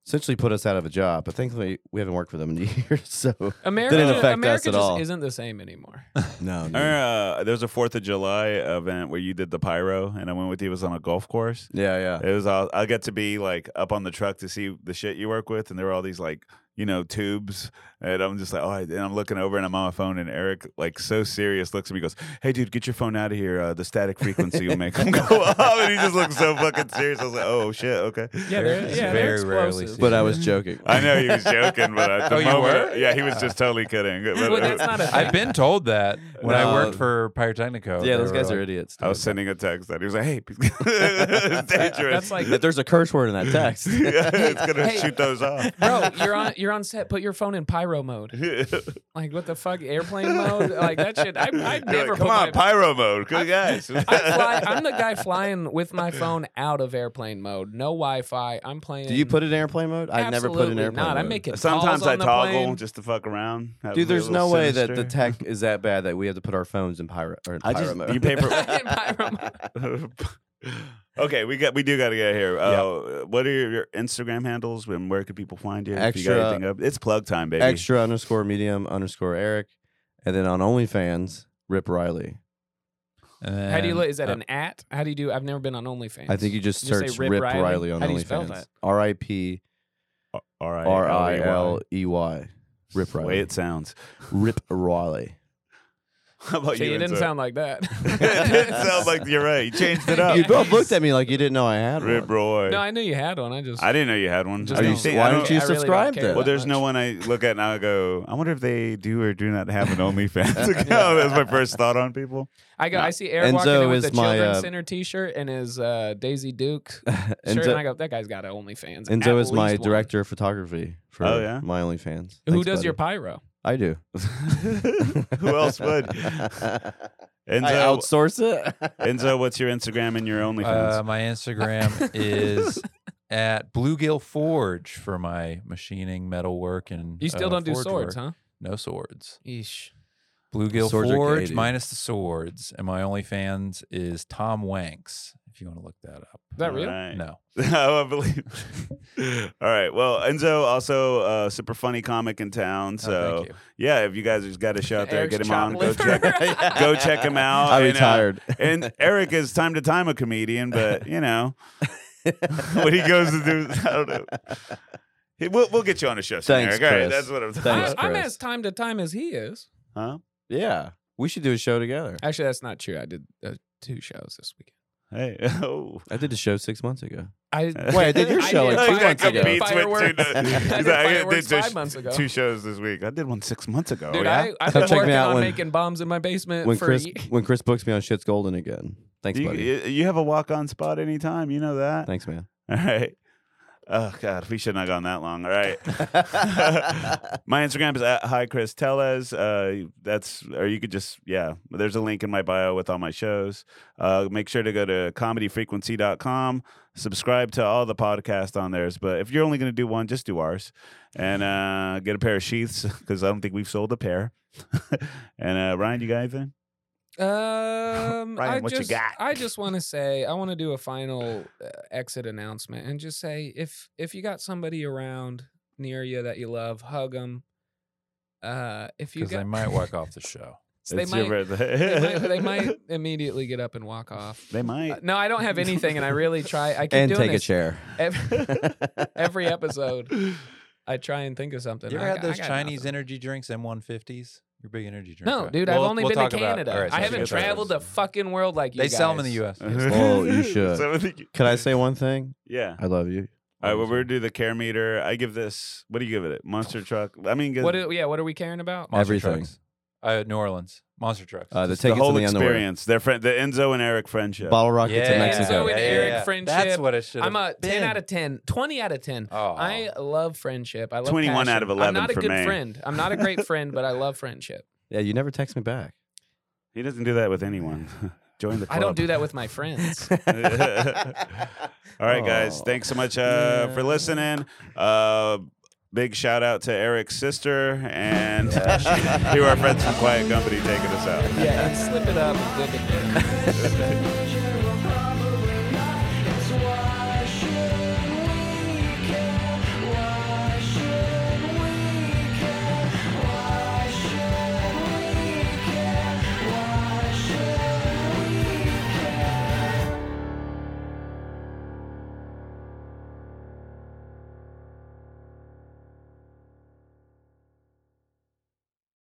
[SPEAKER 5] Essentially put us out of a job, but thankfully we haven't worked for them in *laughs* years. So
[SPEAKER 3] America,
[SPEAKER 5] didn't affect us
[SPEAKER 3] America
[SPEAKER 5] at
[SPEAKER 3] just
[SPEAKER 5] all.
[SPEAKER 3] isn't the same
[SPEAKER 5] *laughs*
[SPEAKER 3] anymore.
[SPEAKER 5] no,
[SPEAKER 1] I remember, uh, there was a Fourth of July event where you did the pyro, and I went with you. It was on a golf course.
[SPEAKER 5] yeah, yeah.
[SPEAKER 1] It was all I got to be like up on the truck to see the shit you work with, and there were all these like you know tubes, and I'm just like, oh, and I'm looking over and I'm on my phone, and Eric like so serious looks at me, goes, hey dude, get your phone out of here. Uh, the static frequency will make them go *laughs* up, and he just looks so fucking serious. I was like, oh shit, okay.
[SPEAKER 3] Yeah,
[SPEAKER 2] they're-
[SPEAKER 3] they're,
[SPEAKER 2] It's
[SPEAKER 3] yeah,
[SPEAKER 2] yeah,
[SPEAKER 3] they're
[SPEAKER 2] they're very rarely
[SPEAKER 3] explosive.
[SPEAKER 2] explosive.
[SPEAKER 5] But I was joking.
[SPEAKER 1] I
[SPEAKER 5] *laughs*
[SPEAKER 1] know he was joking, but at the
[SPEAKER 2] Oh, you
[SPEAKER 1] moment,
[SPEAKER 2] were?
[SPEAKER 1] yeah, he was just totally kidding. But-
[SPEAKER 3] Well, that's not
[SPEAKER 2] *laughs*
[SPEAKER 3] a-
[SPEAKER 2] I've been told that when I
[SPEAKER 5] No.
[SPEAKER 2] worked for Pyrotechnico. they
[SPEAKER 5] yeah, those
[SPEAKER 2] were
[SPEAKER 5] guys are
[SPEAKER 2] like-
[SPEAKER 5] idiots.
[SPEAKER 1] I was
[SPEAKER 5] dude.
[SPEAKER 1] sending a text that he was like, hey, *laughs* it's dangerous.
[SPEAKER 3] That's like-
[SPEAKER 5] That there's a curse word in that
[SPEAKER 1] *laughs*
[SPEAKER 5] text.
[SPEAKER 1] yeah, *laughs* it's gonna
[SPEAKER 3] *laughs* Hey.
[SPEAKER 1] shoot those off.
[SPEAKER 3] Bro, you're on you're on set. Put your phone in pyro mode.
[SPEAKER 1] *laughs*
[SPEAKER 3] Like what the fuck, airplane mode? Like that shit. I I
[SPEAKER 1] You're like,
[SPEAKER 3] never put
[SPEAKER 1] Come on,
[SPEAKER 3] my,
[SPEAKER 1] pyro mode. Good guys.
[SPEAKER 3] I
[SPEAKER 1] *laughs*
[SPEAKER 3] fly, I'm the guy flying with my phone out of airplane mode. No Wi-Fi. I'm playing.
[SPEAKER 5] *laughs* Do you put it in airplane mode? I never put it in
[SPEAKER 3] Absolutely
[SPEAKER 5] airplane
[SPEAKER 3] Not.
[SPEAKER 5] mode.
[SPEAKER 3] I'm making.
[SPEAKER 1] Sometimes
[SPEAKER 3] calls
[SPEAKER 1] I
[SPEAKER 3] on the
[SPEAKER 1] toggle
[SPEAKER 3] *laughs* plane.
[SPEAKER 1] just to fuck around. have
[SPEAKER 5] Dude,
[SPEAKER 1] a
[SPEAKER 5] there's no
[SPEAKER 1] little
[SPEAKER 5] way that the
[SPEAKER 1] sinister.
[SPEAKER 5] tech is that bad that we have to put our phones in pyro or in
[SPEAKER 1] I
[SPEAKER 5] pyro
[SPEAKER 1] just
[SPEAKER 5] mode.
[SPEAKER 1] you pay
[SPEAKER 3] In pyro
[SPEAKER 5] *laughs*
[SPEAKER 3] mode.
[SPEAKER 1] for. okay, we got we do got to get here. Uh, What are your, your Instagram handles? And where can people find you? If you got
[SPEAKER 5] Extra-
[SPEAKER 1] anything up? It's plug time, baby.
[SPEAKER 5] extra underscore medium underscore Eric. and then on OnlyFans, Rip Riley.
[SPEAKER 2] And then,
[SPEAKER 3] How do you? li- Is that
[SPEAKER 2] uh,
[SPEAKER 3] an at? How do you do? I've never been on OnlyFans.
[SPEAKER 5] I think you just
[SPEAKER 3] You say
[SPEAKER 5] search
[SPEAKER 3] Rip
[SPEAKER 5] Rip,
[SPEAKER 3] Riley?
[SPEAKER 5] Riley, on
[SPEAKER 3] How do you spell
[SPEAKER 5] OnlyFans.
[SPEAKER 3] that?
[SPEAKER 5] R I P
[SPEAKER 1] R I
[SPEAKER 5] R I L E Y. Rip
[SPEAKER 1] The way
[SPEAKER 5] Riley.
[SPEAKER 1] it sounds. *laughs*
[SPEAKER 5] Rip Riley.
[SPEAKER 1] How about
[SPEAKER 3] See,
[SPEAKER 1] you?
[SPEAKER 3] it didn't
[SPEAKER 1] Enzo?
[SPEAKER 3] sound like that.
[SPEAKER 1] *laughs* it didn't sound like you're right. You changed
[SPEAKER 5] *laughs*
[SPEAKER 1] it up.
[SPEAKER 5] You both looked at me like you didn't know I had one.
[SPEAKER 1] Rip Roy.
[SPEAKER 3] no, I knew you had one. I just.
[SPEAKER 1] I didn't know you had one.
[SPEAKER 3] Just
[SPEAKER 1] Are
[SPEAKER 3] don't.
[SPEAKER 1] you saying?
[SPEAKER 5] Why
[SPEAKER 1] I
[SPEAKER 5] don't you
[SPEAKER 3] I really
[SPEAKER 5] subscribe
[SPEAKER 3] care
[SPEAKER 5] then?
[SPEAKER 1] Well,
[SPEAKER 3] that
[SPEAKER 1] there's no
[SPEAKER 3] much.
[SPEAKER 1] one I look at and I go, I wonder if they do or do not have an OnlyFans account. That's my first thought on people.
[SPEAKER 3] I go. I see Eric walking
[SPEAKER 5] Enzo
[SPEAKER 3] in with
[SPEAKER 5] is
[SPEAKER 3] a
[SPEAKER 5] my,
[SPEAKER 3] children's
[SPEAKER 5] uh,
[SPEAKER 3] center T-shirt and his uh, Daisy
[SPEAKER 5] *laughs*
[SPEAKER 3] Duke shirt,
[SPEAKER 5] Enzo,
[SPEAKER 3] and I go, that guy's got an OnlyFans. At
[SPEAKER 5] Enzo is my
[SPEAKER 3] least one.
[SPEAKER 5] director of photography for
[SPEAKER 1] Oh, yeah?
[SPEAKER 5] my OnlyFans.
[SPEAKER 3] Who
[SPEAKER 5] Thanks,
[SPEAKER 3] does
[SPEAKER 5] buddy.
[SPEAKER 3] your pyro?
[SPEAKER 5] I do.
[SPEAKER 1] *laughs* Who else
[SPEAKER 5] *laughs*
[SPEAKER 1] would? Enzo,
[SPEAKER 5] I outsource it. *laughs*
[SPEAKER 1] Enzo, what's your Instagram and your OnlyFans?
[SPEAKER 2] Uh, my Instagram is at Bluegill Forge for my machining, metal work, and
[SPEAKER 3] You still
[SPEAKER 2] uh,
[SPEAKER 3] don't do
[SPEAKER 2] forge
[SPEAKER 3] swords,
[SPEAKER 2] work.
[SPEAKER 3] huh?
[SPEAKER 2] No swords.
[SPEAKER 3] Eesh.
[SPEAKER 2] Bluegill
[SPEAKER 5] Swords are
[SPEAKER 2] Forge
[SPEAKER 5] gay,
[SPEAKER 2] minus the swords, and my OnlyFans is Tom Wanks. If you want to look that up.
[SPEAKER 3] Is that real?
[SPEAKER 1] Right.
[SPEAKER 2] No.
[SPEAKER 1] oh, *laughs* I believe. All right. Well, Enzo also uh, super funny comic in town.
[SPEAKER 2] Oh,
[SPEAKER 1] So
[SPEAKER 2] thank you.
[SPEAKER 1] yeah, if you guys just got a shout there,
[SPEAKER 3] Eric's
[SPEAKER 1] get him on.
[SPEAKER 3] chopped
[SPEAKER 1] Go
[SPEAKER 3] liver.
[SPEAKER 1] check,
[SPEAKER 5] *laughs*
[SPEAKER 1] go check him out.
[SPEAKER 5] I
[SPEAKER 1] and, uh,
[SPEAKER 5] retired.
[SPEAKER 1] and
[SPEAKER 5] *laughs*
[SPEAKER 1] Eric is time to time a comedian, but you know when he goes to do, I don't know. He- we'll, we'll get you on a show, soon,
[SPEAKER 5] Thanks,
[SPEAKER 1] Eric. All right,
[SPEAKER 5] Chris.
[SPEAKER 1] that's what I'm talking
[SPEAKER 5] Thanks,
[SPEAKER 1] about.
[SPEAKER 3] I, I'm
[SPEAKER 5] Chris.
[SPEAKER 3] as time to time as he is.
[SPEAKER 1] Huh?
[SPEAKER 5] yeah, we should do a show together.
[SPEAKER 3] Actually, that's not true. I did uh, two shows this weekend.
[SPEAKER 1] *laughs* Hey, *laughs* oh.
[SPEAKER 5] I did a show six months ago.
[SPEAKER 1] *laughs*
[SPEAKER 3] I
[SPEAKER 5] *laughs* Wait, I did
[SPEAKER 3] *laughs*
[SPEAKER 5] your
[SPEAKER 3] I
[SPEAKER 5] show
[SPEAKER 3] did
[SPEAKER 5] like
[SPEAKER 1] He's
[SPEAKER 5] two
[SPEAKER 3] fire-
[SPEAKER 1] got
[SPEAKER 5] months ago.
[SPEAKER 1] competes with
[SPEAKER 3] Fireworks.
[SPEAKER 1] two-
[SPEAKER 3] *laughs*
[SPEAKER 5] *laughs* I
[SPEAKER 1] he's
[SPEAKER 5] did
[SPEAKER 1] like, I
[SPEAKER 3] fireworks
[SPEAKER 1] did
[SPEAKER 3] five months ago.
[SPEAKER 1] Two shows this week. I did one six months ago.
[SPEAKER 3] Dude,
[SPEAKER 1] Oh, yeah?
[SPEAKER 3] I, I've
[SPEAKER 5] Come
[SPEAKER 3] been
[SPEAKER 5] check me
[SPEAKER 3] working
[SPEAKER 5] out
[SPEAKER 3] on
[SPEAKER 5] when-
[SPEAKER 3] making bombs in my basement
[SPEAKER 5] When
[SPEAKER 3] for
[SPEAKER 5] Chris
[SPEAKER 3] ye-
[SPEAKER 5] when Chris books me on Shit's Golden again. Thanks,
[SPEAKER 1] you,
[SPEAKER 5] buddy.
[SPEAKER 1] you- you have a walk on spot anytime. You know that.
[SPEAKER 5] Thanks, man.
[SPEAKER 1] *laughs* All right. Oh God, we shouldn't have gone that long. All right. *laughs* my Instagram is at hi Chris Tellez. Uh, that's or you could just yeah. There's a link in my bio with all my shows. Uh, make sure to go to comedyfrequency.com. Subscribe to all the podcasts on theirs. But if you're only going to do one, just do ours and uh, get a pair of sheaths *laughs* because I don't think we've sold a pair. *laughs* and uh, Ryan, you got anything?
[SPEAKER 3] Um,
[SPEAKER 1] Ryan,
[SPEAKER 3] I
[SPEAKER 1] what you
[SPEAKER 3] just,
[SPEAKER 1] got?
[SPEAKER 3] I just want to say, I want to do a final uh, exit announcement and just say, if if you got somebody around near you that you love, hug them. Uh, if you
[SPEAKER 2] Because
[SPEAKER 3] got,
[SPEAKER 2] I might walk off
[SPEAKER 3] *laughs*
[SPEAKER 2] the show.
[SPEAKER 3] they,
[SPEAKER 1] It's
[SPEAKER 3] might,
[SPEAKER 1] your
[SPEAKER 3] they might,
[SPEAKER 1] birthday. *laughs*
[SPEAKER 3] they might immediately get up and walk off.
[SPEAKER 1] They
[SPEAKER 3] Uh,
[SPEAKER 1] might.
[SPEAKER 3] no, I don't have anything, and I really try. I keep
[SPEAKER 5] and
[SPEAKER 3] doing
[SPEAKER 5] take a
[SPEAKER 3] this.
[SPEAKER 5] chair.
[SPEAKER 1] *laughs*
[SPEAKER 3] Every, *laughs* every episode, I try and think of something.
[SPEAKER 2] You ever
[SPEAKER 3] I
[SPEAKER 2] had
[SPEAKER 3] got- I
[SPEAKER 2] those
[SPEAKER 3] got
[SPEAKER 2] Chinese
[SPEAKER 3] nothing.
[SPEAKER 2] energy drinks, M150s? You're a big energy drink.
[SPEAKER 3] No,
[SPEAKER 2] guy.
[SPEAKER 3] dude, I've
[SPEAKER 2] We'll-
[SPEAKER 3] only
[SPEAKER 2] we'll
[SPEAKER 3] been to
[SPEAKER 2] talk about-
[SPEAKER 3] Canada.
[SPEAKER 2] all right,
[SPEAKER 3] I
[SPEAKER 2] sounds
[SPEAKER 3] haven't
[SPEAKER 2] good.
[SPEAKER 3] traveled the fucking world like you.
[SPEAKER 2] They sell them in
[SPEAKER 3] guys.
[SPEAKER 2] the U.S. *laughs*
[SPEAKER 1] *laughs*
[SPEAKER 5] Oh, you should.
[SPEAKER 1] So I think-
[SPEAKER 5] Can I say one thing?
[SPEAKER 1] Yeah.
[SPEAKER 5] I love you.
[SPEAKER 1] All right. Well, we're gonna do the care meter. I give this. What do you give it?
[SPEAKER 3] *sighs*
[SPEAKER 1] Monster truck. I mean, give-
[SPEAKER 3] What? Are, yeah. What are we caring about?
[SPEAKER 2] Monster
[SPEAKER 5] Everything.
[SPEAKER 2] Trucks. Uh, New Orleans. Monster trucks.
[SPEAKER 5] Uh,
[SPEAKER 1] the
[SPEAKER 5] the tickets
[SPEAKER 1] whole
[SPEAKER 5] and the underwear.
[SPEAKER 1] experience. Their friend, the Enzo and Eric friendship.
[SPEAKER 5] Bottle rockets
[SPEAKER 2] yeah,
[SPEAKER 5] in
[SPEAKER 2] yeah,
[SPEAKER 5] Mexico.
[SPEAKER 3] Enzo
[SPEAKER 2] yeah,
[SPEAKER 3] and
[SPEAKER 2] yeah,
[SPEAKER 3] Eric
[SPEAKER 2] yeah. That's
[SPEAKER 3] friendship.
[SPEAKER 2] what it should
[SPEAKER 3] I'm a ten
[SPEAKER 2] been.
[SPEAKER 3] out of ten. Twenty out of ten.
[SPEAKER 2] Oh.
[SPEAKER 3] I love friendship. I love
[SPEAKER 1] 21
[SPEAKER 3] passion.
[SPEAKER 1] out of
[SPEAKER 3] I'm
[SPEAKER 1] 11
[SPEAKER 3] not a
[SPEAKER 1] for
[SPEAKER 3] good
[SPEAKER 1] me.
[SPEAKER 3] friend. I'm not
[SPEAKER 1] *laughs*
[SPEAKER 3] a great friend, but I love friendship.
[SPEAKER 5] Yeah, you never text me back.
[SPEAKER 1] He doesn't do that with anyone. *laughs* Join the club.
[SPEAKER 3] I don't do that with
[SPEAKER 2] *laughs*
[SPEAKER 3] my friends.
[SPEAKER 1] All right, guys.
[SPEAKER 5] Aw.
[SPEAKER 1] Thanks so much uh, for
[SPEAKER 5] Yeah.
[SPEAKER 1] listening. Uh, big shout out to Eric's sister and *laughs* to our friends from Quiet Company taking us out.
[SPEAKER 2] *laughs*
[SPEAKER 3] yeah, and slip it up and dip it in.